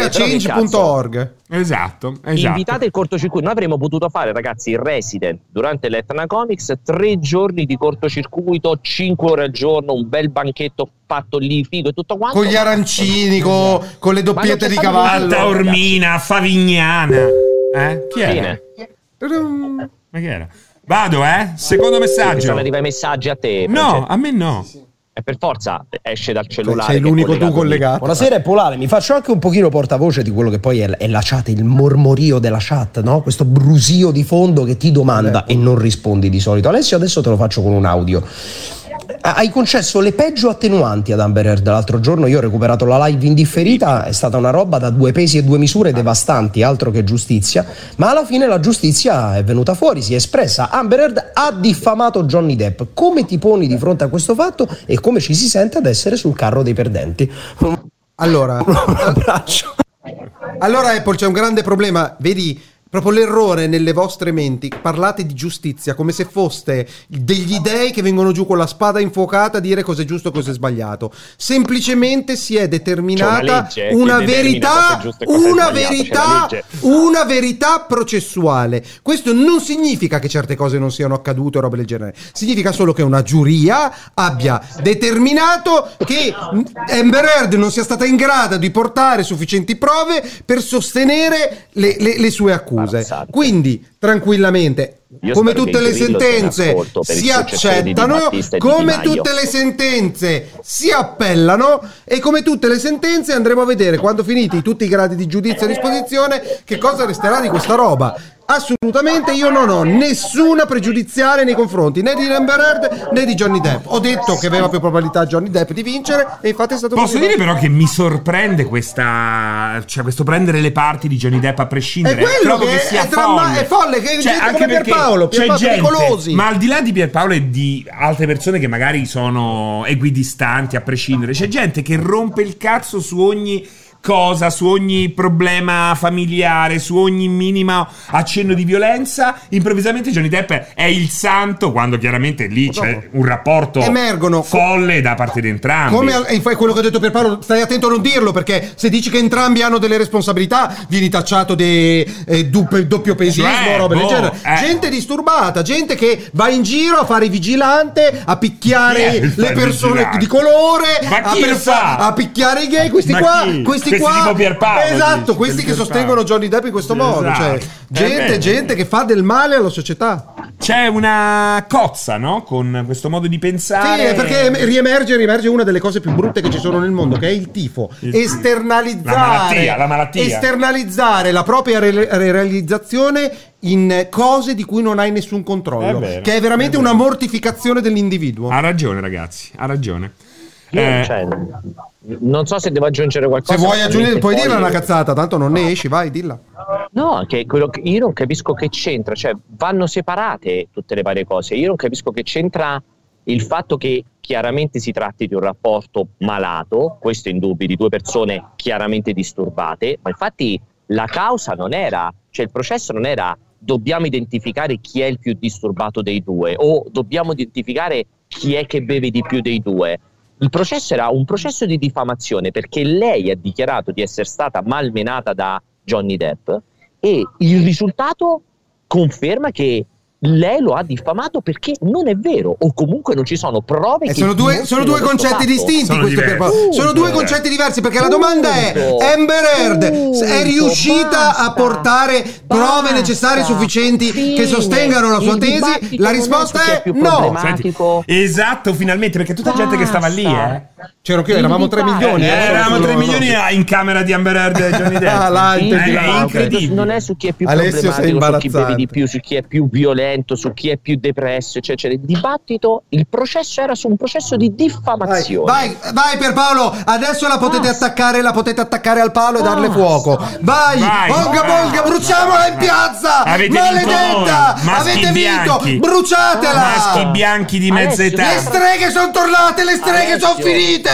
petizione a e dire, però che cazzo. change.org. Esatto, esatto. Invitate il cortocircuito. Noi avremmo potuto fare, ragazzi, il resident durante l'Etna Comics, tre giorni di cortocircuito, cinque ore al giorno, un bel banchetto fatto lì, figo e tutto quanto. Con gli arancini, co- Esatto. con le doppiette c'è di stato a cavallo. niente. Taormina, a Favignana. Eh? Chi era? Fine. Tadam. Ma chi era? Vado, eh? Secondo Sono messaggio. arrivati i messaggi a te. No, Francesco. a me no. E per forza esce dal cellulare. Cioè, Sei che è l'unico tu collegato. collegato. Buonasera, è Polare. Mi faccio anche un pochino portavoce di quello che poi è, è la chat, il mormorio della chat, no? Questo brusio di fondo che ti domanda e non rispondi di solito. Alessio, adesso te lo faccio con un audio. Ah, Hai concesso le peggio attenuanti ad Amber Heard l'altro giorno. Io ho recuperato la live indifferita, è stata una roba da due pesi e due misure devastanti, altro che giustizia. Ma alla fine la giustizia è venuta fuori, si è espressa. Amber Heard ha diffamato Johnny Depp. Come ti poni di fronte a questo fatto e come ci si sente ad essere sul carro dei perdenti? [laughs] Allora, un abbraccio. allora Apple c'è un grande problema, vedi proprio l'errore nelle vostre menti, parlate di giustizia come se foste degli dei che vengono giù con la spada infuocata a dire cosa è giusto e cosa è sbagliato. Semplicemente si è C'è una determinata legge che una, determina cosa verità, è giusto e cosa è una sbagliato, c'è verità, la legge. una verità processuale. Questo non significa che certe cose non siano accadute o robe del genere. Significa solo che una giuria abbia determinato che Amber Heard non sia stata in grado di portare sufficienti prove per sostenere le, le- le sue accuse. Imbarazzante. Quindi, tranquilamente. Io Come spero che tutte le Grillo se ne sentenze ascolto per il si successore di Di accettano, Battista e di Di come Maio. tutte le sentenze si appellano e come tutte le sentenze andremo a vedere quando finiti tutti i gradi di giudizio a disposizione che cosa resterà di questa roba. Assolutamente io non ho nessuna pregiudiziale nei confronti né di Amber Heard né di Johnny Depp. Ho detto che aveva più probabilità Johnny Depp di vincere e infatti è stato Posso così. dire però che mi sorprende questa. cioè questo prendere le parti di Johnny Depp a È prescindere. quello Trovo che sia è, dramma- folle. Cioè, è folle, che gente come perché Pierpaolo, c'è Pierpaolo gente, Pericolosi. Ma al di là di Pierpaolo e di altre persone che magari sono equidistanti a prescindere, c'è gente che rompe il cazzo su ogni cosa, su ogni problema familiare, su ogni minima accenno di violenza. Improvvisamente Johnny Depp è il santo quando chiaramente lì c'è un rapporto Emergono- folle da parte di entrambi. Come al- e infatti quello che ho detto per Paolo, stai attento a non dirlo perché se dici che entrambi hanno delle responsabilità vieni tacciato di eh, dup- doppio pesismo, Cioè, roba del boh, genere. eh. Gente disturbata, gente che va in giro a fare il vigilante, a Chi è picchiare il le fare persone vigilante? di colore, Ma a, chi lo fa? a picchiare i gay, questi Ma qua, chi? questi Questi qua. tipo Pierpaolo, esatto, dici, questi che Pierpaolo. sostengono Johnny Depp in questo modo, Esatto. cioè Eh, gente, beh. gente che fa del male alla società. C'è una cozza, no? Con questo modo di pensare. Sì, perché riemerge, riemerge una delle cose più brutte che ci sono nel mondo, che è il tifo. Il tifo. esternalizzare, La malattia, la malattia. esternalizzare la propria re- re- realizzazione in cose di cui non hai nessun controllo, È vero, che è veramente è vero. Ah, una mortificazione dell'individuo. Ha ragione, ragazzi, ha ragione. Io, Eh, cioè, non so se devo aggiungere Se qualcosa. vuoi aggiungere, puoi Poi- Ah. dirla una cazzata, tanto non ne esci, vai, dilla. No, che quello che- io non capisco che c'entra, cioè vanno separate tutte le varie cose. Io non capisco che c'entra il fatto che chiaramente si tratti di un rapporto malato, questo è indubbio, di due persone chiaramente disturbate, ma infatti la causa non era, cioè il processo non era dobbiamo identificare chi è il più disturbato dei due o dobbiamo identificare chi è che beve di più dei due. Il processo era un processo di diffamazione perché lei ha dichiarato di essere stata malmenata da Johnny Depp e il risultato conferma che lei lo ha diffamato perché non è vero o comunque non ci sono prove Eh, che sono due, sono dimostrino due questo concetti fatto. distinti. Sono questi per- diversi. sono due Uh. Punto. concetti diversi perché la domanda è: Punto. Amber Heard s- è Punto. riuscita Basta. a portare prove Basta. necessarie sufficienti che Fine. sostengano la sua Il tesi? dibattito La non è risposta chi è è più no. problematico. Automatico. esatto, finalmente, perché tutta gente che stava lì, eh. C'ero che eravamo 3 milioni. Eh, eh, eravamo solo- 3 solo- milioni in camera di Amber Heard e Johnny Depp. [laughs] Ah, là, Eh, intendiamo, è ok. incredibile. Non è su chi è più Alessio, sei problematico, su chi bevi imbarazzante. di più, su chi è più violento, su chi è più depresso, cioè, cioè, il dibattito, il processo era su un processo di Vai, diffamazione. vai, vai per Paolo, adesso la potete Basta. attaccare, la potete attaccare al palo e darle fuoco. Vai, Vai, Volga, vai, Volga, vai, bruciamola vai, in vai. piazza! Avete vinto Maledetta! voi, maschi Avete bianchi. vinto! Bruciatela! Maschi bianchi di mezza Ah, Alessio, età. Le streghe sono tornate, le streghe Alessio. sono finite!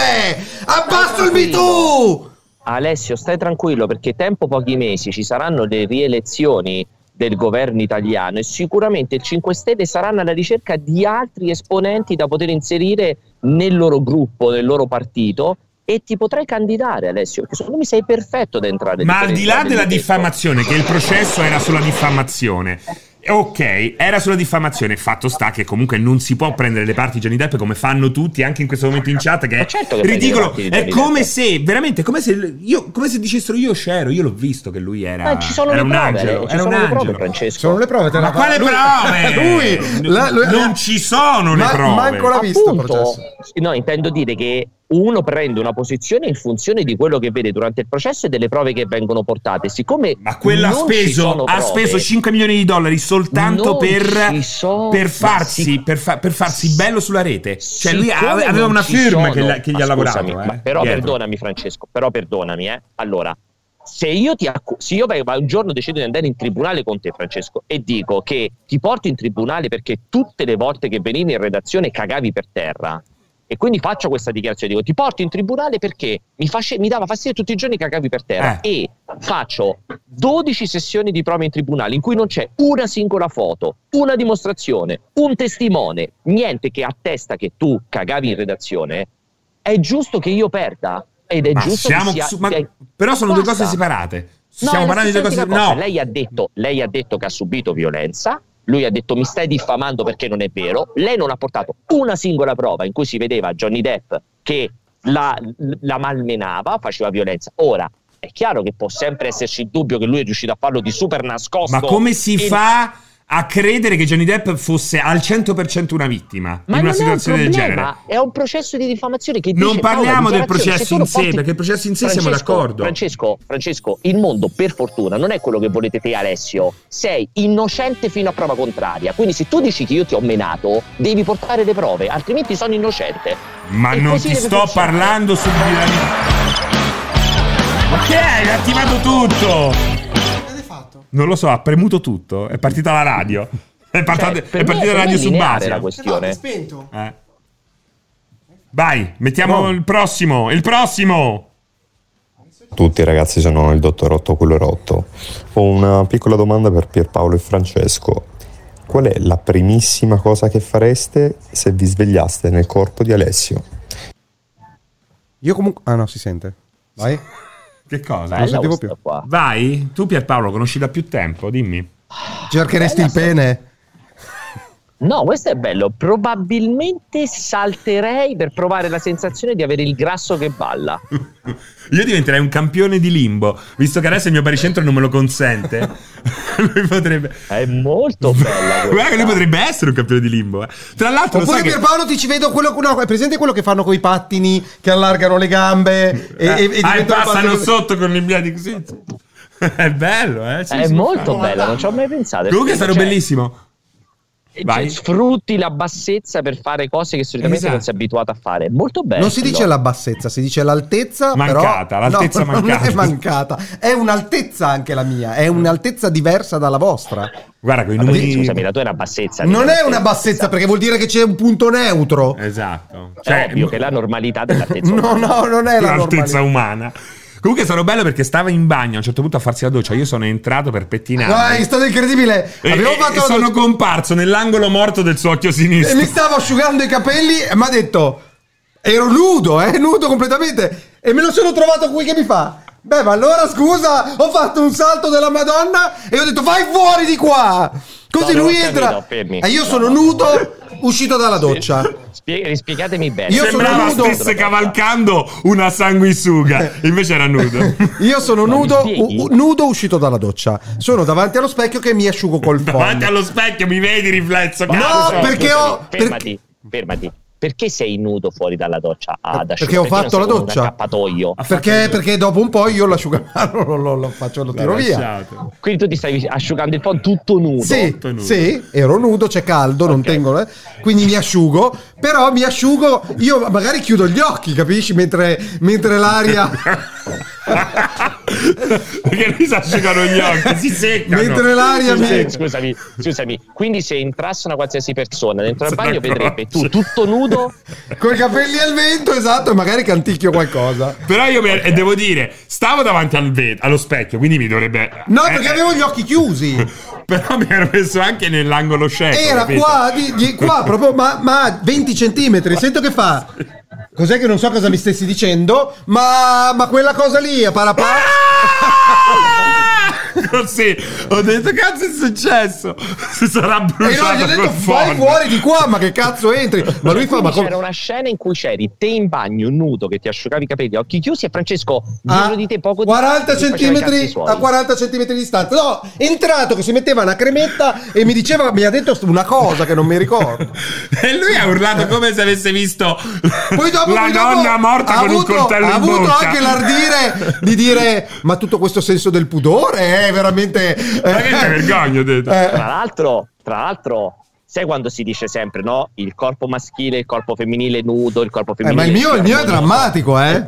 Abbasso il Me Too! Alessio, stai tranquillo perché tempo pochi mesi ci saranno le rielezioni del governo italiano e sicuramente il 5 Stelle saranno alla ricerca di altri esponenti da poter inserire nel loro gruppo, nel loro partito e ti potrai candidare Alessio, perché secondo me sei perfetto da entrare. Ma al per di là entrare della lì dentro. diffamazione, che il processo era sulla diffamazione. Ok, era sulla diffamazione. Fatto sta che comunque non si può prendere le parti di Johnny Depp come fanno tutti, anche in questo momento in chat, che è Ma certo che prendi le ridicolo. parti di È Johnny come Depp. se, veramente, come se, io, come se dicessero io c'ero, io l'ho visto che lui era, Ma ci sono era le un prove, Ale, angelo. ci Era sono un le prove, angelo. Francesco. Sono le prove, te Ma la quale prove? [laughs] Lui! la- lui- non ci sono le Ma- prove. Manco l'ha visto il processo. No, intendo dire che uno prende una posizione in funzione di quello che vede durante il processo e delle prove che vengono portate. Siccome Ma quello ha non ci speso, sono ha prove, speso 5 milioni di dollari soltanto Non per, ci so- per ma farsi, sì- per fa- per farsi bello sulla rete. Cioè, lui ha- Siccome aveva non una ci firma che, sono- la- che gli ma ha lavorato. scusami, eh, ma però dietro. perdonami, Francesco. Però perdonami, eh. Allora, se io ti accu- se io vai- vai- un giorno decido di andare in tribunale con te, Francesco, e dico che ti porto in tribunale perché tutte le volte che venivi in redazione cagavi per terra. E quindi faccio questa dichiarazione, dico ti porto in tribunale perché mi, face- mi dava fastidio tutti i giorni che cagavi per terra Eh. e faccio 12 sessioni di prove in tribunale in cui non c'è una singola foto, una dimostrazione, un testimone, niente che attesta che tu cagavi in redazione, è giusto che io perda ed è Ma giusto siamo che sia... su- ma- che- però sono due Basta. cose separate. No, Stiamo è la parlando di due cose. stessa identica No, cosa. Lei ha, detto, lei ha detto che ha subito violenza, lui ha detto mi stai diffamando perché non è vero, lei non ha portato una singola prova in cui si vedeva Johnny Depp che la, la malmenava, faceva violenza. Ora, è chiaro che può sempre esserci il dubbio che lui è riuscito a farlo di super nascosto. ma come si E- fa a credere che Johnny Depp fosse al 100% una vittima Ma in una non è un situazione del problema, genere? è un processo di diffamazione che Non dice, Paola, parliamo del dichiarazione, processo se tu in lo sé, porti- perché il processo in sé siamo Francesco, d'accordo. Francesco, Francesco, il mondo per fortuna non è quello che volete te Alessio, sei innocente fino a prova contraria, quindi se tu dici che io ti ho menato devi portare le prove, altrimenti sono innocente. Ma E non così ti deve sto funzionare. parlando su Ma che è? Hai attivato tutto! avete fatto? Non lo so, ha premuto tutto. È partita la radio. È, Cioè, partata- per è me- partita per la me è radio su lineare la base. Però è questione. spento. Eh. Vai, mettiamo il prossimo. Il prossimo. Tutti ragazzi sono il dottorotto quello rotto. Ho una piccola domanda per Pierpaolo e Francesco. Qual è la primissima cosa che fareste se vi svegliaste nel corpo di Alessio? Io comunque. Ah no, si sente. Vai. Che cosa? Bella sentivo questa più. qua. Vai, tu Pierpaolo lo conosci da più tempo, dimmi. Cercheresti il pene? No, questo è bello, probabilmente salterei per provare la sensazione di avere il grasso che balla. Io diventerei un campione di limbo, visto che adesso il mio baricentro non me lo consente. [laughs] lui potrebbe È molto bella questa. Guarda che lui potrebbe essere un campione di limbo. eh. Tra l'altro, lo Oppure sai che- Pierpaolo ti ci vedo quello. No, è presente quello che fanno coi pattini che allargano le gambe e, Eh, e- e ah, e diventano passano pattini- sotto con i piedi così. [laughs] È bello, eh? sì, È sì. molto bella, non ci ho mai pensato. Comunque è stato Cioè, bellissimo. E Vai. cioè, sfrutti la bassezza per fare cose che solitamente Esatto. non sei abituato a fare. Molto bello. Non si dice la bassezza, si dice l'altezza. Mancata, però- l'altezza no, [laughs] non mancata. è mancata. È un'altezza anche la mia, è un'altezza diversa dalla vostra. Guarda, con i Ma perché, numeri... Scusami, la tua è una bassezza. Non è diversa. una bassezza perché vuol dire che c'è un punto neutro. Eh, Esatto. È ovvio che è la [laughs] normalità dell'altezza. cioè, No, umana. no, non è la l'altezza normalità. umana. Comunque è stato bello perché stava in bagno a un certo punto a farsi la doccia. Io sono entrato per pettinare. No, è stato incredibile. Eh, E, Abbiamo e- fatto e la sono doccia- comparso nell'angolo morto del suo occhio e sinistro. mi stavo asciugando i capelli e mi ha detto ero nudo, eh, nudo completamente e me lo sono trovato qui che mi fa beh ma allora scusa ho fatto un salto della madonna e ho detto vai fuori di qua così No, no, lui fermi, entra no, fermi. e io No, sono no. nudo uscito dalla doccia Spie- rispiegatemi bene. Io sono Sembrava nudo. Cioè, stesse cavalcando una [laughs] sanguisuga, invece era nudo. io sono No, mi nudo, spieghi? u- u- nudo uscito dalla doccia sono davanti allo specchio che mi asciugo col Davanti fondo allo specchio mi vedi riflesso. Ma cazzo. No, scusami, perché scusami, ho- Fermati, fermati. Perché sei nudo fuori dalla doccia? Ah, da perché ho fatto la doccia. Un accappatoio. perché, perché dopo un po' io l'asciugamano [laughs] lo, lo, lo faccio lo tiro L'ho via lasciato. Quindi tu ti stai asciugando il po' tutto nudo. Sì, Tutto nudo. sì, ero nudo, c'è caldo, non Ok. tengo, eh, quindi mi asciugo, però mi asciugo, io magari chiudo gli occhi, capisci? Mentre, [laughs] mentre l'aria... perché lui si asciugano [laughs] gli occhi, si seccano. mentre l'aria mi... Scusami, scusami, scusami. Quindi se entrasse una qualsiasi persona dentro al Se bagno ne vedrebbe tu accorge. tutto nudo Con i capelli al vento, esatto, e magari canticchio qualcosa. Però io mi- e devo dire, stavo davanti al ve- allo specchio, quindi mi dovrebbe... No, eh, perché eh, avevo gli occhi [laughs] chiusi. Però mi ero messo anche nell'angolo cieco. Era capito? qua, di- di- qua proprio, ma, ma a 20 centimetri. Sento [laughs] che fa. Cos'è che non so cosa mi stessi dicendo? Ma, ma quella cosa lì, a parapà. [laughs] Così ho detto cazzo è successo? [laughs] Si sarà E no, bruciato gli ho detto col fai fondo. fuori di qua, ma che cazzo entri? [laughs] Ma lui fa, Quindi ma come... c'era una scena in cui c'eri te in bagno nudo che ti asciugavi i capelli a occhi chiusi e Francesco a dietro di te poco 40 ti faceva i cazzi Ah, centimetri suoi. a 40 centimetri di distanza no è entrato che si metteva una cremetta e mi diceva mi ha detto una cosa che non mi ricordo E lui ha urlato come se avesse visto poi dopo, la poi dopo nonna morta ha con avuto- un coltello ha in avuto bocca. anche l'ardire di dire ma tutto questo senso del pudore è veramente eh, Ma che te vergogna, ho detto. tra l'altro tra l'altro sai quando si dice sempre no il corpo maschile il corpo femminile nudo il corpo Eh, femminile ma il mio, il mio è drammatico eh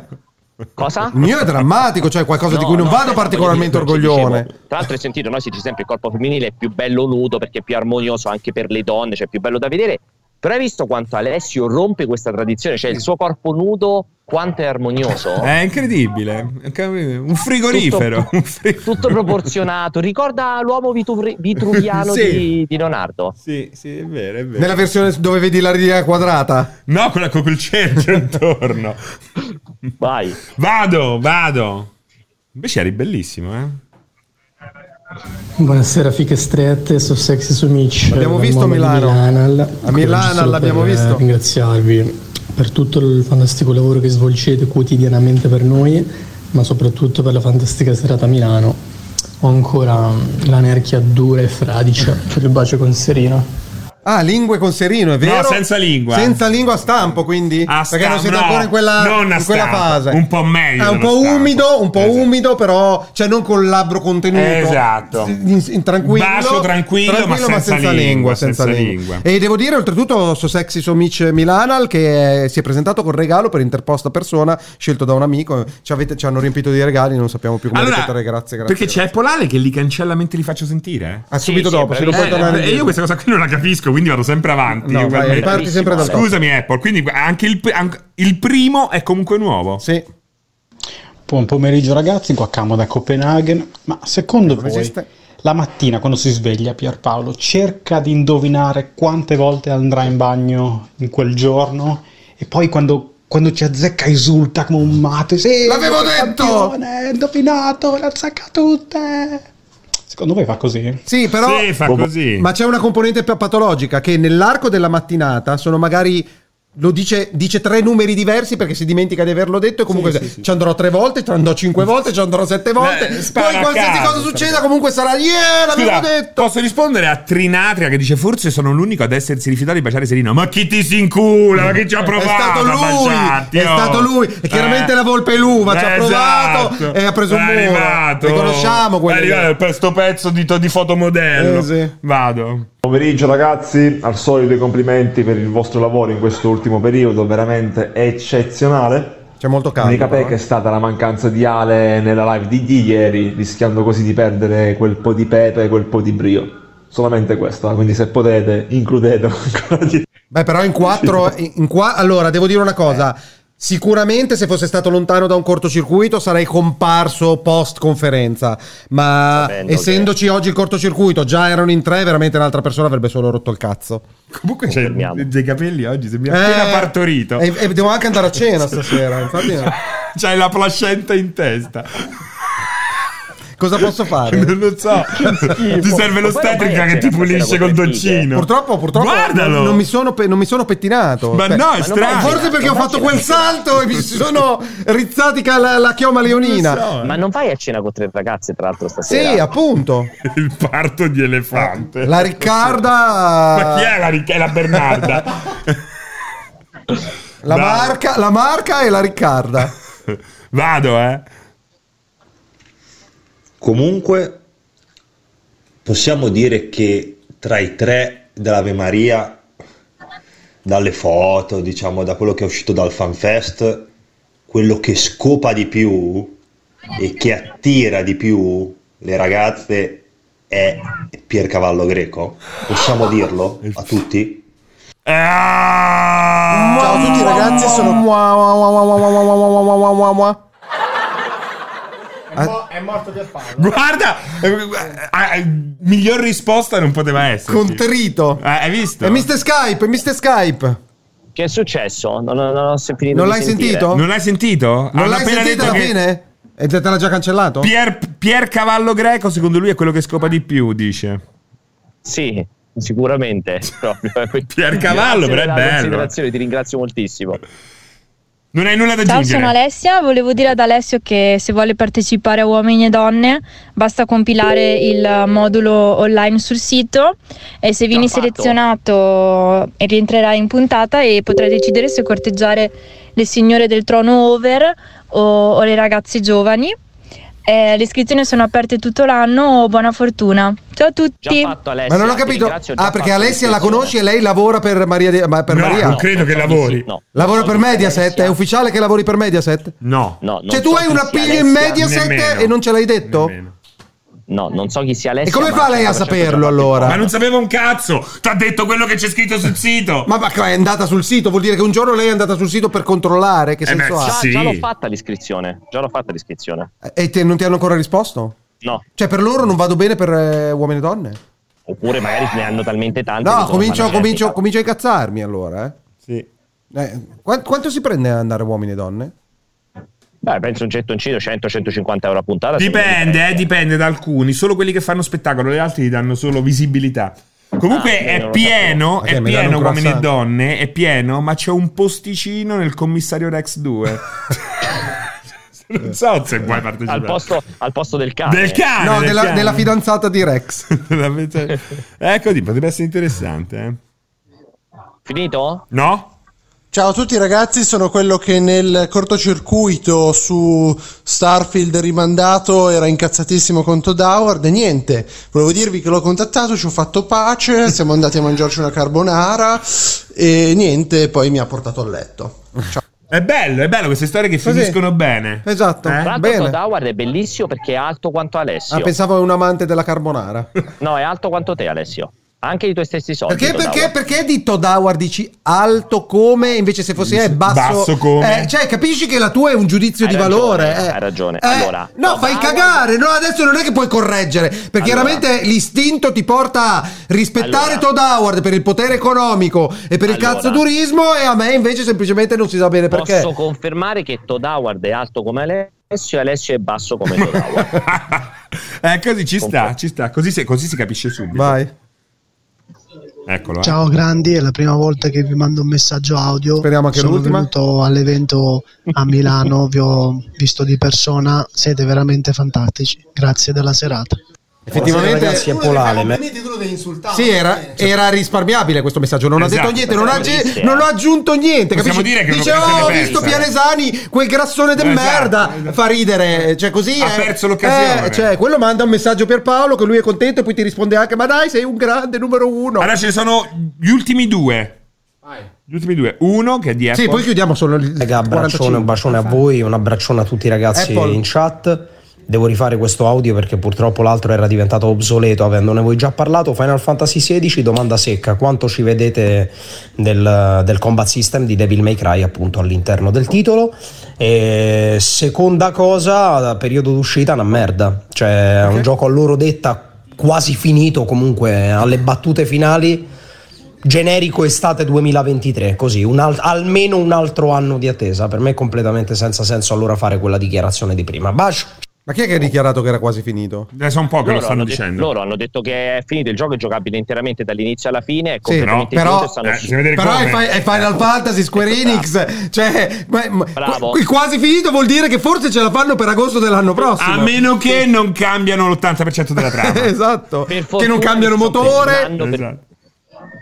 cosa? il mio è drammatico cioè qualcosa di No, cui non no, vado aspetta, particolarmente voglio dire, orgoglione dicevo, tra l'altro hai sentito, noi si dice sempre il corpo femminile è più bello nudo perché è più armonioso anche per le donne, cioè è più bello da vedere. Però hai visto quanto Alessio rompe questa tradizione, cioè il suo corpo nudo quanto è armonioso? Eh, È incredibile. Un [laughs] frigorifero. Tutto, un frigorifero. tutto propozionato, ricorda [laughs] l'uomo vitru- vitruviano Sì. di, di Leonardo. Sì, sì, è vero, è vero. nella versione dove vedi l'aria quadrata No, quella con quel cerchio intorno. Vai. Vado, vado. Invece eri bellissimo, eh. Buonasera fiche strette, sono Sexy su Mitch. L'abbiamo dal visto a mondo di Milano. Milanal. A Milano Giusto l'abbiamo per eh, visto. Ringraziarvi per tutto il fantastico lavoro che svolgete quotidianamente per noi, ma soprattutto per la fantastica serata a Milano. Ho ancora l'anarchia dura [laughs] e fradicia per il bacio con Serino. Ah, lingue con serino, è vero? senza lingua. Senza lingua a stampo, quindi? A perché stampo, non siete no, ancora in quella, non a in quella stampo, fase. un po' meglio È un dello po' stampo. umido, un po' Esatto. umido, però, cioè non col labbro contenuto. Esatto. In- in- tranquillo. Bacio tranquillo, ma senza lingua, senza lingua. E devo dire, oltretutto, so sexy so Mitch Milanal che eh, si è presentato col regalo per interposta persona, scelto da un amico. Ci, avete- ci hanno riempito di regali, non sappiamo più come Allora, ripetere. Grazie, grazie. perché c'è Polale che li cancella mentre li faccio sentire. Ah, Sì, subito sì, dopo, se lo puoi Eh, tornare. e io indietro. questa cosa qui non la capisco, quindi vado sempre avanti. No, vai, ugualmente. parti sempre dal Bravissimo. top. Scusami, Apple. Quindi anche il, anche il primo è comunque nuovo. Sì. Buon pomeriggio ragazzi, qua Camo da Copenaghen. Ma secondo Non voi Ecco, esiste. la mattina quando si sveglia Pierpaolo cerca di indovinare quante volte andrà in bagno in quel giorno e poi quando, quando ci azzecca esulta come un matto. Sì, L'avevo detto!" campione, indovinato, le azzecca tutte. Secondo voi fa così? Sì, però Sì, fa così. Ma c'è una componente pa- patologica che nell'arco della mattinata sono magari lo dice, dice tre numeri diversi perché si dimentica di averlo detto e comunque ci andrò tre volte, ci andrò cinque volte, ci andrò sette volte. Eh, spara poi a qualsiasi caso, cosa spara succeda comunque sarà yeah, l'avevo Scusa, detto. posso rispondere a Trinatria che dice forse sono l'unico ad essersi rifiutato di baciare Serino. Ma chi ti si incula? Ma chi ci ha È provato? stato a lui, baciarti, è oh? stato lui. E chiaramente Eh. la volpe luva ci ha Eh, provato esatto. e ha preso un È muro. arrivato. Le conosciamo È quelle. arrivato questo pezzo di, to- di fotomodello. Eh, sì. Vado. Buon pomeriggio ragazzi, al solito i complimenti per il vostro lavoro in questo ultimo periodo, veramente eccezionale. C'è molto caldo. L'unica però, eh. pecca è stata la mancanza di Ale nella live di, di ieri, rischiando così di perdere quel po' di pepe e quel po' di brio. Solamente questo, eh, quindi se potete includetelo [laughs] ancora di eh. Beh, però in quattro. in qua- allora, devo dire una Eh. cosa. Sicuramente se fosse stato lontano da un cortocircuito sarei comparso post conferenza, ma Sapendo che- essendoci oggi il cortocircuito, già erano in tre, veramente un'altra persona avrebbe solo rotto il cazzo. Comunque c'è Confermiamo. dei capelli oggi, sembri appena Eh, partorito. E, e devo anche andare a [laughs] cena stasera, infatti no. Cioè, C'hai la placenta in testa. cosa posso Non fare? [laughs] lo [laughs] so. Ti serve l'ostetrica che ti pulisce col doccino. Purtroppo, purtroppo Guardalo. non, non mi sono, pe- non mi sono pettinato. Cioè, Ma Beh, no, è ma non strano. Forse perché ho Non fatto faccio quel la- salto e mi si sono rizzati ca- la, la chioma leonina. Non so. Ma non vai a cena con tre ragazze, tra l'altro, Sì, stasera. appunto. [laughs] Il parto di elefante. La Riccarda. Ma chi è la, Ric- è la Bernarda? [laughs] La Bravo. marca, la marca e la Riccarda. Vado, eh. Comunque, possiamo dire che tra i tre dell'Ave Maria, dalle foto, diciamo, da quello che è uscito dal fanfest, quello che scopa di più e che attira di più le ragazze è Piercavallo Greco. Possiamo dirlo a tutti? Ah! Ciao a tutti ragazzi, sono È, mo- è morto Pierpaolo. Guarda, eh, eh, eh, miglior risposta non poteva essere. contrito. hai visto? E Mr. Skype, Mr. Ah, Skype. Che è successo? Non, non, non ho se- finito Non di l'hai sentire. sentito? Non l'hai sentito? Non Hanno l'hai appena sentita detto alla che fine? E te te l'ha già cancellato? Pier, Pier Cavallo Greco, secondo lui, è quello che scopa di più, dice. Sì, [laughs] sicuramente. proprio. eh, Quindi Piercavallo, grazie però è della bello. eh. considerazione, ti ringrazio moltissimo. Non hai nulla da Ciao, aggiungere. sono Alessia. Volevo dire ad Alessio che se vuole partecipare a Uomini e Donne basta compilare il modulo online sul sito e se vieni fatto. selezionato e rientrerai in puntata e potrai decidere se corteggiare le signore del trono over o, o le ragazze giovani. Eh, le iscrizioni sono aperte tutto l'anno. Buona fortuna. Ciao a Già tutti. fatto Alessia. Ma non ho ti capito. ringrazio, già Ah, perché fatto Alessia la l'iscrizione. conosci e lei lavora per Maria. De- ma- per No, Maria? no. Ah, credo che so chi lavori. sia- no. Lavora Non so per chi sia Mediaset? È Alessia. ufficiale che lavori per Mediaset? No. No, non cioè, tu so hai chi una sia piglia Alessia. in Mediaset Nemmeno. e non ce l'hai detto? Nemmeno. No, non so chi sia E Alessia. come ma certo fa lei a ci ha fatto saperlo già allora? Ma non sapeva un cazzo! T'ha detto quello che c'è scritto sul sito! Ma, ma è andata sul sito, vuol dire che un giorno lei è andata sul sito per controllare che Eh beh, sì. senso ha. Ah, Già, già l'ho Sì. fatta l'iscrizione. Già l'ho fatta l'iscrizione. E te- non ti hanno ancora risposto? No. Cioè, per loro non vado bene per eh, uomini e donne? Oppure magari ne hanno talmente tante. che No, sono comincio, fantastica. comincio, comincio a incazzarmi allora. eh. Sì. Eh, quan- quanto si prende ad andare uomini e donne? Beh, penso un gettoncino 100-150 euro a puntata. Dipende, eh, dipende da alcuni. Solo quelli che fanno spettacolo, gli altri gli danno solo visibilità. Comunque Ah, ok, non è lo pieno, sapevo. Ok, è mi danno pieno un uomini e croissant. donne, è pieno, ma c'è un posticino nel commissario Rex [laughs] 2. non so se vuoi partecipare. Al posto, al posto del cane. Del cane! no, del della, cane. [laughs] della fidanzata di Rex. Della fidanzata. ecco, di- potrebbe essere interessante, eh. Finito? No? Ciao a tutti ragazzi, sono quello che nel cortocircuito su Starfield rimandato era incazzatissimo con Todd Howard e niente, volevo dirvi che l'ho contattato, ci ho fatto pace, siamo andati a mangiarci una carbonara e niente, poi mi ha portato a letto. È bello, è bello queste storie che Così. finiscono bene. Esatto. Eh? Tra l'altro Bene. Todd Howard è bellissimo perché è alto quanto Alessio. Ah, pensavo a un amante della carbonara. No, è alto quanto te Alessio. Anche i tuoi stessi soldi. Perché, Todd perché, Howard. perché di Todd Howard dici alto come invece se fossi è basso, Basso come? Eh, cioè capisci che la tua è un giudizio Hai di ragione, valore eh. hai ragione. Eh, Allora, no Todd fai Howard- cagare no adesso non è che puoi correggere perché Allora. veramente l'istinto ti porta a rispettare Allora. Todd Howard per il potere economico e per il Allora. cazzo turismo e a me invece semplicemente non si sa bene perché Posso confermare che Todd Howard è alto come Alessio e Alessio è basso come [laughs] Todd Howard. eh, così ci sta, ci sta. Così, si- così si capisce subito. vai Eccolo. eh. Ciao grandi, è la prima volta che vi mando un messaggio audio. Speriamo che Sono l'ultima. venuto all'evento a Milano, vi ho visto di persona, siete veramente fantastici. Grazie della serata. Effettivamente- ragazzi, è Uno polale. me- Quindi tu lo devi insultare. Sì, era, era risparmiabile questo messaggio. Non ha Esatto, detto niente, non ha, possiamo ge- dire. non ha aggiunto niente. Possiamo Capisci? dire che è Dice: un'occasione Oh, ho persa." visto Pianesani, quel grassone del Esatto, merda. Fa ridere. Cioè, così Ha è- perso l'occasione. Eh, cioè, quello manda un messaggio per Paolo che lui è contento e poi ti risponde anche: Ma dai, sei un grande numero uno. Allora ce ne sono gli ultimi due. Gli ultimi due. Uno che è di Apple. Sì, poi chiudiamo solo il Raga, abbraccione, 45. un bacione a voi, un abbraccione a tutti i ragazzi Apple. in chat. Devo rifare questo audio perché purtroppo l'altro era diventato obsoleto, avendone voi già parlato. Final Fantasy XVI, domanda secca: quanto ci vedete del, del combat system di Devil May Cry appunto all'interno del titolo? E seconda cosa, periodo d'uscita una merda, cioè è un gioco a loro detta quasi finito, comunque alle battute finali generico estate 2023, così un al- almeno un altro anno di attesa. Per me è completamente senza senso allora fare quella dichiarazione di prima. Bacio. Ma chi è che ha dichiarato che era quasi finito? Adesso un po' Loro hanno detto- loro hanno detto che è finito il gioco, è giocabile interamente dall'inizio alla fine. È Sì, completamente però- finito e stanno eh, uscendo. Però è, fi- è Final Fantasy Square Enix. Cioè, ma- ma- Bravo. qui quasi finito vuol dire che forse ce la fanno per agosto dell'anno prossimo. A meno che non cambiano l'80% della trama. Esatto. [laughs] esatto. Per Che non fortuna cambiano si sono presi motore. un anno per-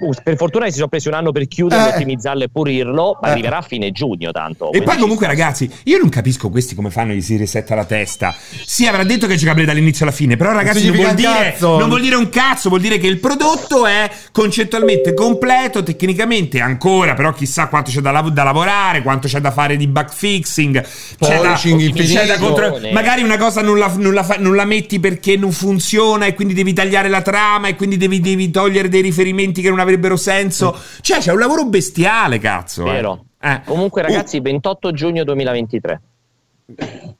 Uh, per fortuna che si sono presi un anno per chiuderlo, Eh. ottimizzarlo e pulirlo, ma Eh. arriverà a fine giugno tanto. E quindi poi ci comunque ragazzi, io non capisco questi come fanno gli si resetta la testa. Sì, avrà detto che giocabile dall'inizio alla fine, però ragazzi non significa vuol, un dire, cazzo. non vuol dire un cazzo, vuol dire che il prodotto è concettualmente completo, tecnicamente ancora, però chissà quanto c'è da, lav- da lavorare, quanto c'è da fare di bug fixing, c'è da, Polishing c'è da infinito. contro- magari una cosa non la, non la fa- non la metti perché non funziona e quindi devi tagliare la trama e quindi devi, devi togliere dei riferimenti che non avrebbero senso. Cioè c'è un lavoro bestiale, cazzo. eh. Vero. Eh. Comunque, ragazzi, 28 giugno 2023.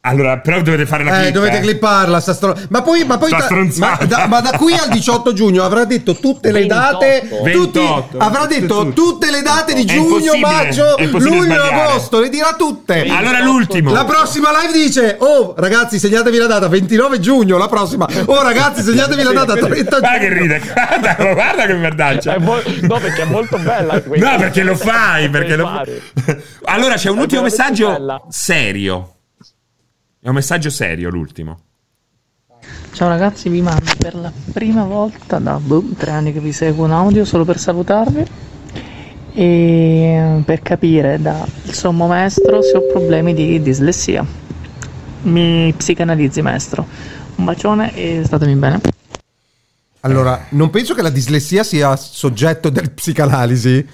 Allora, però dovete fare la Eh, clip. dovete eh. clipparla, sta stro- ma poi, ma poi Sta ta- stronzata. ma, da, ma da qui al 18 giugno avrà detto tutte le date, 28. tutti- avrà detto tutte le date di È giugno, impossibile, maggio, è impossibile luglio, sbagliare. agosto, le dirà tutte. Ah, Allora l'ultimo. La prossima live dice: Oh ragazzi, segnatevi la data 29 giugno. La prossima, oh ragazzi, segnatevi la [laughs] data 30 giugno. Guarda che ride, [laughs] guarda, guarda che merdaccia. no, perché è [laughs] molto bella No, perché lo fai, perché lo fai. [laughs] Allora c'è un È ultimo veramente messaggio bella. serio. È un messaggio serio l'ultimo. Ciao ragazzi, vi mando per la prima volta da boh, tre anni che vi seguo un audio solo per salutarvi e per capire dal sommo maestro se ho problemi di dislessia. Mi psicanalizzi maestro. Un bacione e statemi bene. Allora, non penso che la dislessia sia soggetto del psicanalisi.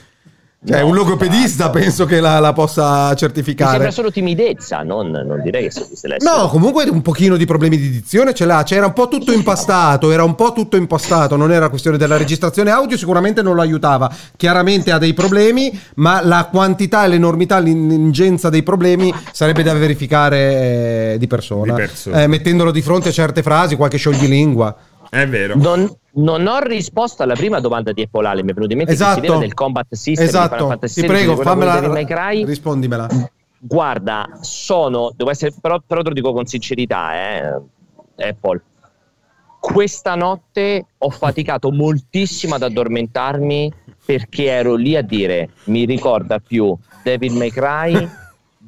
Cioè, No, un logopedista esatto. penso che la, la possa Mi sembra certificare. solo timidezza, non, non direi che sia dislessia. No, comunque un pochino di problemi di dizione ce l'ha, c'era un po' tutto impastato, era un po' tutto impastato, non era questione della registrazione audio, sicuramente non lo aiutava, chiaramente ha dei problemi, ma la quantità e l'enormità, l'ingenza dei problemi sarebbe da verificare eh, di persona, Di persona. Eh, mettendolo di fronte a certe frasi, qualche scioglilingua. È vero. Non, non ho risposto alla prima domanda di Epolale, mi è venuto in mente Esatto. che si vede del combat system di Final Esatto, Fantasy ti XVI, prego, di quello fammela, con Devil May Cry. rispondimela. Guarda, sono, devo essere, però, però te lo dico con sincerità, eh, Apple. Questa notte ho faticato moltissimo ad addormentarmi perché ero lì a dire mi ricorda più David May Cry,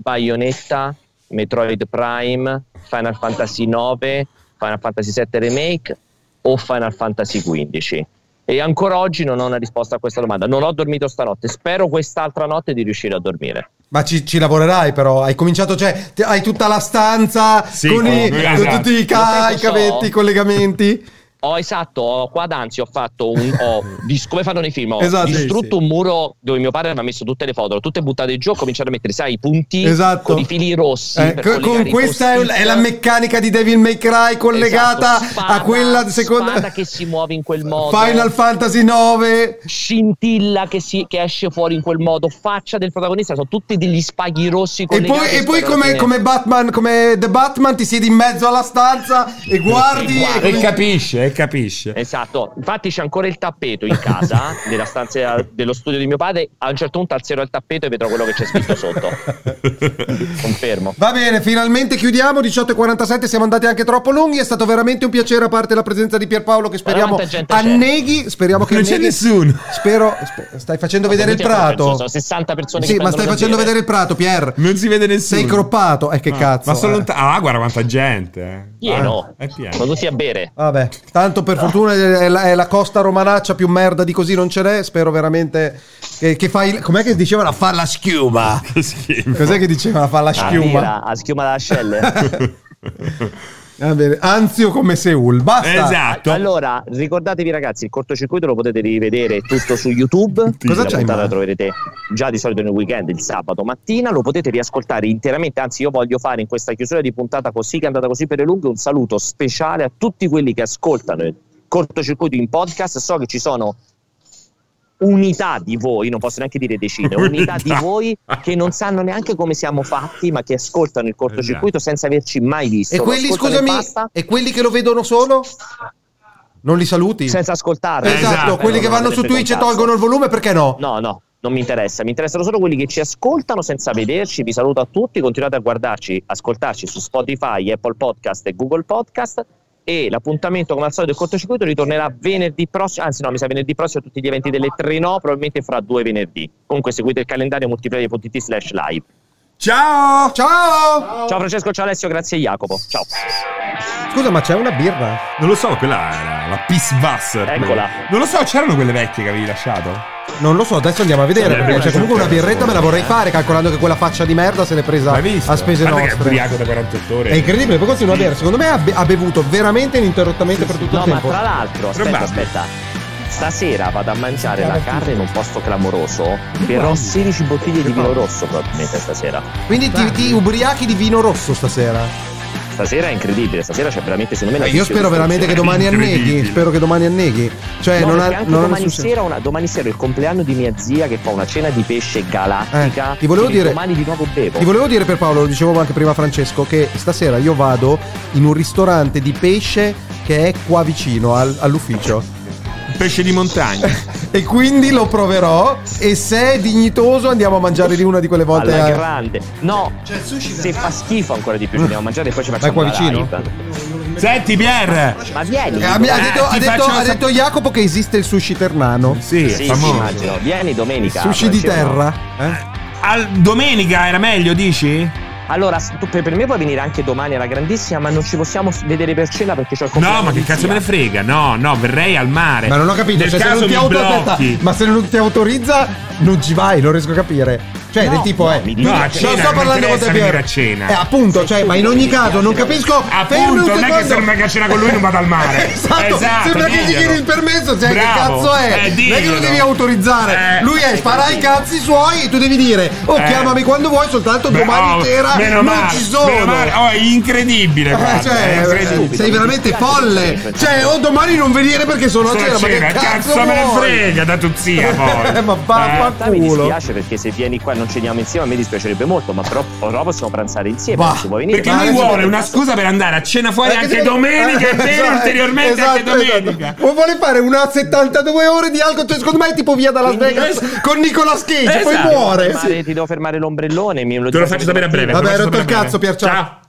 Bayonetta, Metroid Prime, Final Fantasy IX, Final Fantasy VII Remake o Final Fantasy XV. E ancora oggi non ho una risposta a questa domanda. Non ho dormito stanotte, spero quest'altra notte di riuscire a dormire. Ma ci, ci lavorerai però, hai cominciato, cioè ti- hai tutta la stanza Sì, con, i- con- con esatto. tutti i, ca- Lo i stesso cavetti, so. i collegamenti. Ho esatto, ho, qua ad Anzi ho fatto un. [laughs] Ho, dis- come fanno nei film? Ho Esatto, sì, distrutto un muro dove mio padre aveva messo tutte le foto, tutte buttate giù, ho cominciato a mettere, sai, i punti Esatto. con i fili rossi. Eh, per co- collegare con i questa è, post-it. è la meccanica di Devil May Cry collegata Esatto, spada, a quella seconda spada che si muove in quel modo. Final Fantasy 9 Scintilla che, si- che esce fuori in quel modo, faccia del protagonista, sono tutti degli spaghi rossi e collegati, poi, e spero poi alla come, fine- come Batman come The Batman ti siedi in mezzo alla stanza e guardi guardi. E capisce, e capisce. Esatto, infatti c'è ancora il tappeto in [laughs] casa, nella stanza dello studio di mio padre, a un certo punto alzerò il tappeto e vedrò quello che c'è [laughs] scritto sotto. Confermo. Va bene, finalmente chiudiamo 18.47, siamo andati anche troppo lunghi, è stato veramente un piacere a parte la presenza di Pierpaolo che speriamo Quanta gente c'è? anneghi, speriamo che Non c'è anneghi. nessuno. Spero spe- stai facendo Ma vedere il tutti hanno perso, prato. Sono 60 persone Sì, che ma prendono stai da facendo bere. vedere il prato, Pier. [laughs] Non si vede nessuno. Sei croppato. Eh che Ah, cazzo. Ma sono eh. lontano. Ah, guarda quanta gente. eh. Pieno. Ah, è pieno. Sono tutti a bere. Vabbè, Tanto per fortuna è la, è la costa romanaccia più merda di così non ce n'è. Spero veramente che, che fai. Com'è che diceva la falla [laughs] schiuma? Cos'è che diceva la falla Ah, schiuma? mira, a schiuma da ascelle. Va bene. Anzio come Seul, basta. Esatto. A- Allora, ricordatevi ragazzi, il cortocircuito lo potete rivedere tutto su YouTube. [laughs] Cosa La c'hai in puntata mano? La troverete già di solito nel weekend, il sabato mattina. Lo potete riascoltare interamente. Anzi, io voglio fare in questa chiusura di puntata così, che è andata così per le lunghe, un saluto speciale a tutti quelli che ascoltano il cortocircuito in podcast. So che ci sono unità di voi, non posso neanche dire [laughs] decine, unità di Unità. voi che non sanno neanche come siamo fatti, ma che ascoltano il Esatto. cortocircuito senza averci mai visto. E Lo quelli, ascoltano e scusami, basta. e quelli che lo vedono solo? Non li saluti? Senza ascoltarlo. Esatto, quelli che vanno su Twitch e tolgono il volume, perché no? No, no, non mi interessa. Mi interessano solo quelli che ci ascoltano senza vederci. Vi saluto a tutti. Continuate a guardarci, ascoltarci su Spotify, Apple Podcast e Google Podcast. E l'appuntamento, come al solito, del cortocircuito ritornerà venerdì prossimo. Anzi, no, mi sa venerdì prossimo a tutti gli eventi delle 3 no, probabilmente fra due venerdì. Comunque seguite il calendario multiplayer.it slash live. Ciao! Ciao! Ciao Francesco, ciao Alessio, grazie Jacopo. Ciao. Scusa, ma c'è una birra? Non lo so, quella era la Pisswasser. Eccola. Non lo so, c'erano quelle vecchie che avevi lasciato? Non lo so, adesso andiamo a vedere. Sì, perché c'è perché comunque c'è una birretta, me la vorrei fare, calcolando che quella faccia di merda se l'è presa L'hai visto? a spese Guarda che è nostre. ubriaco da 48 ore. È incredibile, poi continua a bere. Secondo me ha, be- ha bevuto veramente ininterrottamente per tutto No, il ma tempo. tra l'altro, aspetta, Probabile. aspetta. Stasera vado a mangiare la carne in un posto clamoroso. Berrò 16 bottiglie di vino rosso probabilmente stasera. Quindi ti, ti ubriachi di vino rosso stasera. Stasera è incredibile, stasera c'è veramente secondo me la Io spero veramente che domani anneghi. Spero che domani anneghi. Cioè, non, ha, non ha domani, nessun senso. sera una- domani sera è il compleanno di mia zia che fa una cena di pesce galattica. Eh, ti volevo e dire- eh, Domani di nuovo bevo. Ti volevo dire per Paolo, lo dicevo anche prima a Francesco, che stasera io vado in un ristorante di pesce che è qua vicino al- all'ufficio. Pesce di montagna. [laughs] e quindi lo proverò e se è dignitoso andiamo a mangiare lì una di quelle volte. Alla a- grande. No, se fa schifo ancora di più, ci andiamo a mangiare e poi ci Ma è facciamo qua una vicino? live. Senti, Pierre! Ma vieni! Eh, ha, ha detto, ha Ti detto- faccio ha detto Jacopo che esiste il sushi ternano. Sì, Sì, sì, immagino. Vieni domenica. Sushi di Francesco. terra. Eh? Al- domenica era meglio, dici? Allora, s- tu per, per me puoi venire anche domani alla grandissima, ma non ci possiamo s- vedere per cena perché c'ho il No, compleanno ma che di cazzo zia. me ne frega? No, no, verrei al mare. Ma non ho capito, Eh, Nel cioè, se caso non ti mi auto- blocchi. aspetta, ma se non ti autorizza non ci vai, non riesco a capire. Cioè, No, del tipo no, è. mi dici a cena, non sto non parlando con interessa te venire Piero. a cena. Eh, appunto, cioè, ma in ogni caso non capisco. Fermi un Appunto, non è che secondo. se non caccia con lui non vado al mare. [laughs] Esatto, sembra che gli diglielo. chiedi il permesso, cioè che eh, Bravo. cazzo è? Eh, non è che lo diglielo. devi autorizzare. Eh, Lui è eh, farà i così. cazzi suoi e tu devi dire "Oh, Eh. chiamami quando vuoi, soltanto Beh, domani oh, sera meno non male, ci sono". meno male. Oh, è incredibile. Eh, guarda, cioè, è incredibile. sei veramente folle. Cioè, o domani non venire perché sono a Sono a cena, ma che cena, cazzo, cazzo me ne vuoi? Eh, frega Eh. da tu [laughs] zia poi. Ma In realtà mi vaffanculo. dispiace perché se vieni qua e non ceniamo insieme a me dispiacerebbe molto, ma però, però possiamo pranzare insieme. Ma- se vuoi venire, Perché Ma lui adesso vuole per- una scusa per andare a cena fuori Perché anche se- domenica e bere Eh, Esatto, ulteriormente anche esatto, esatto. domenica. O vuole fare una 72 ore di alcol, cioè secondo me è tipo via da Las Vegas con Nicolas Cage, poi Esatto. muore. Ti devo fermare- Ti devo fermare l'ombrellone. mi- Te lo faccio sapere a breve. Vabbè, te hai lo rotto faccio il sapere a cazzo, breve. Pier, ciao. Ciao.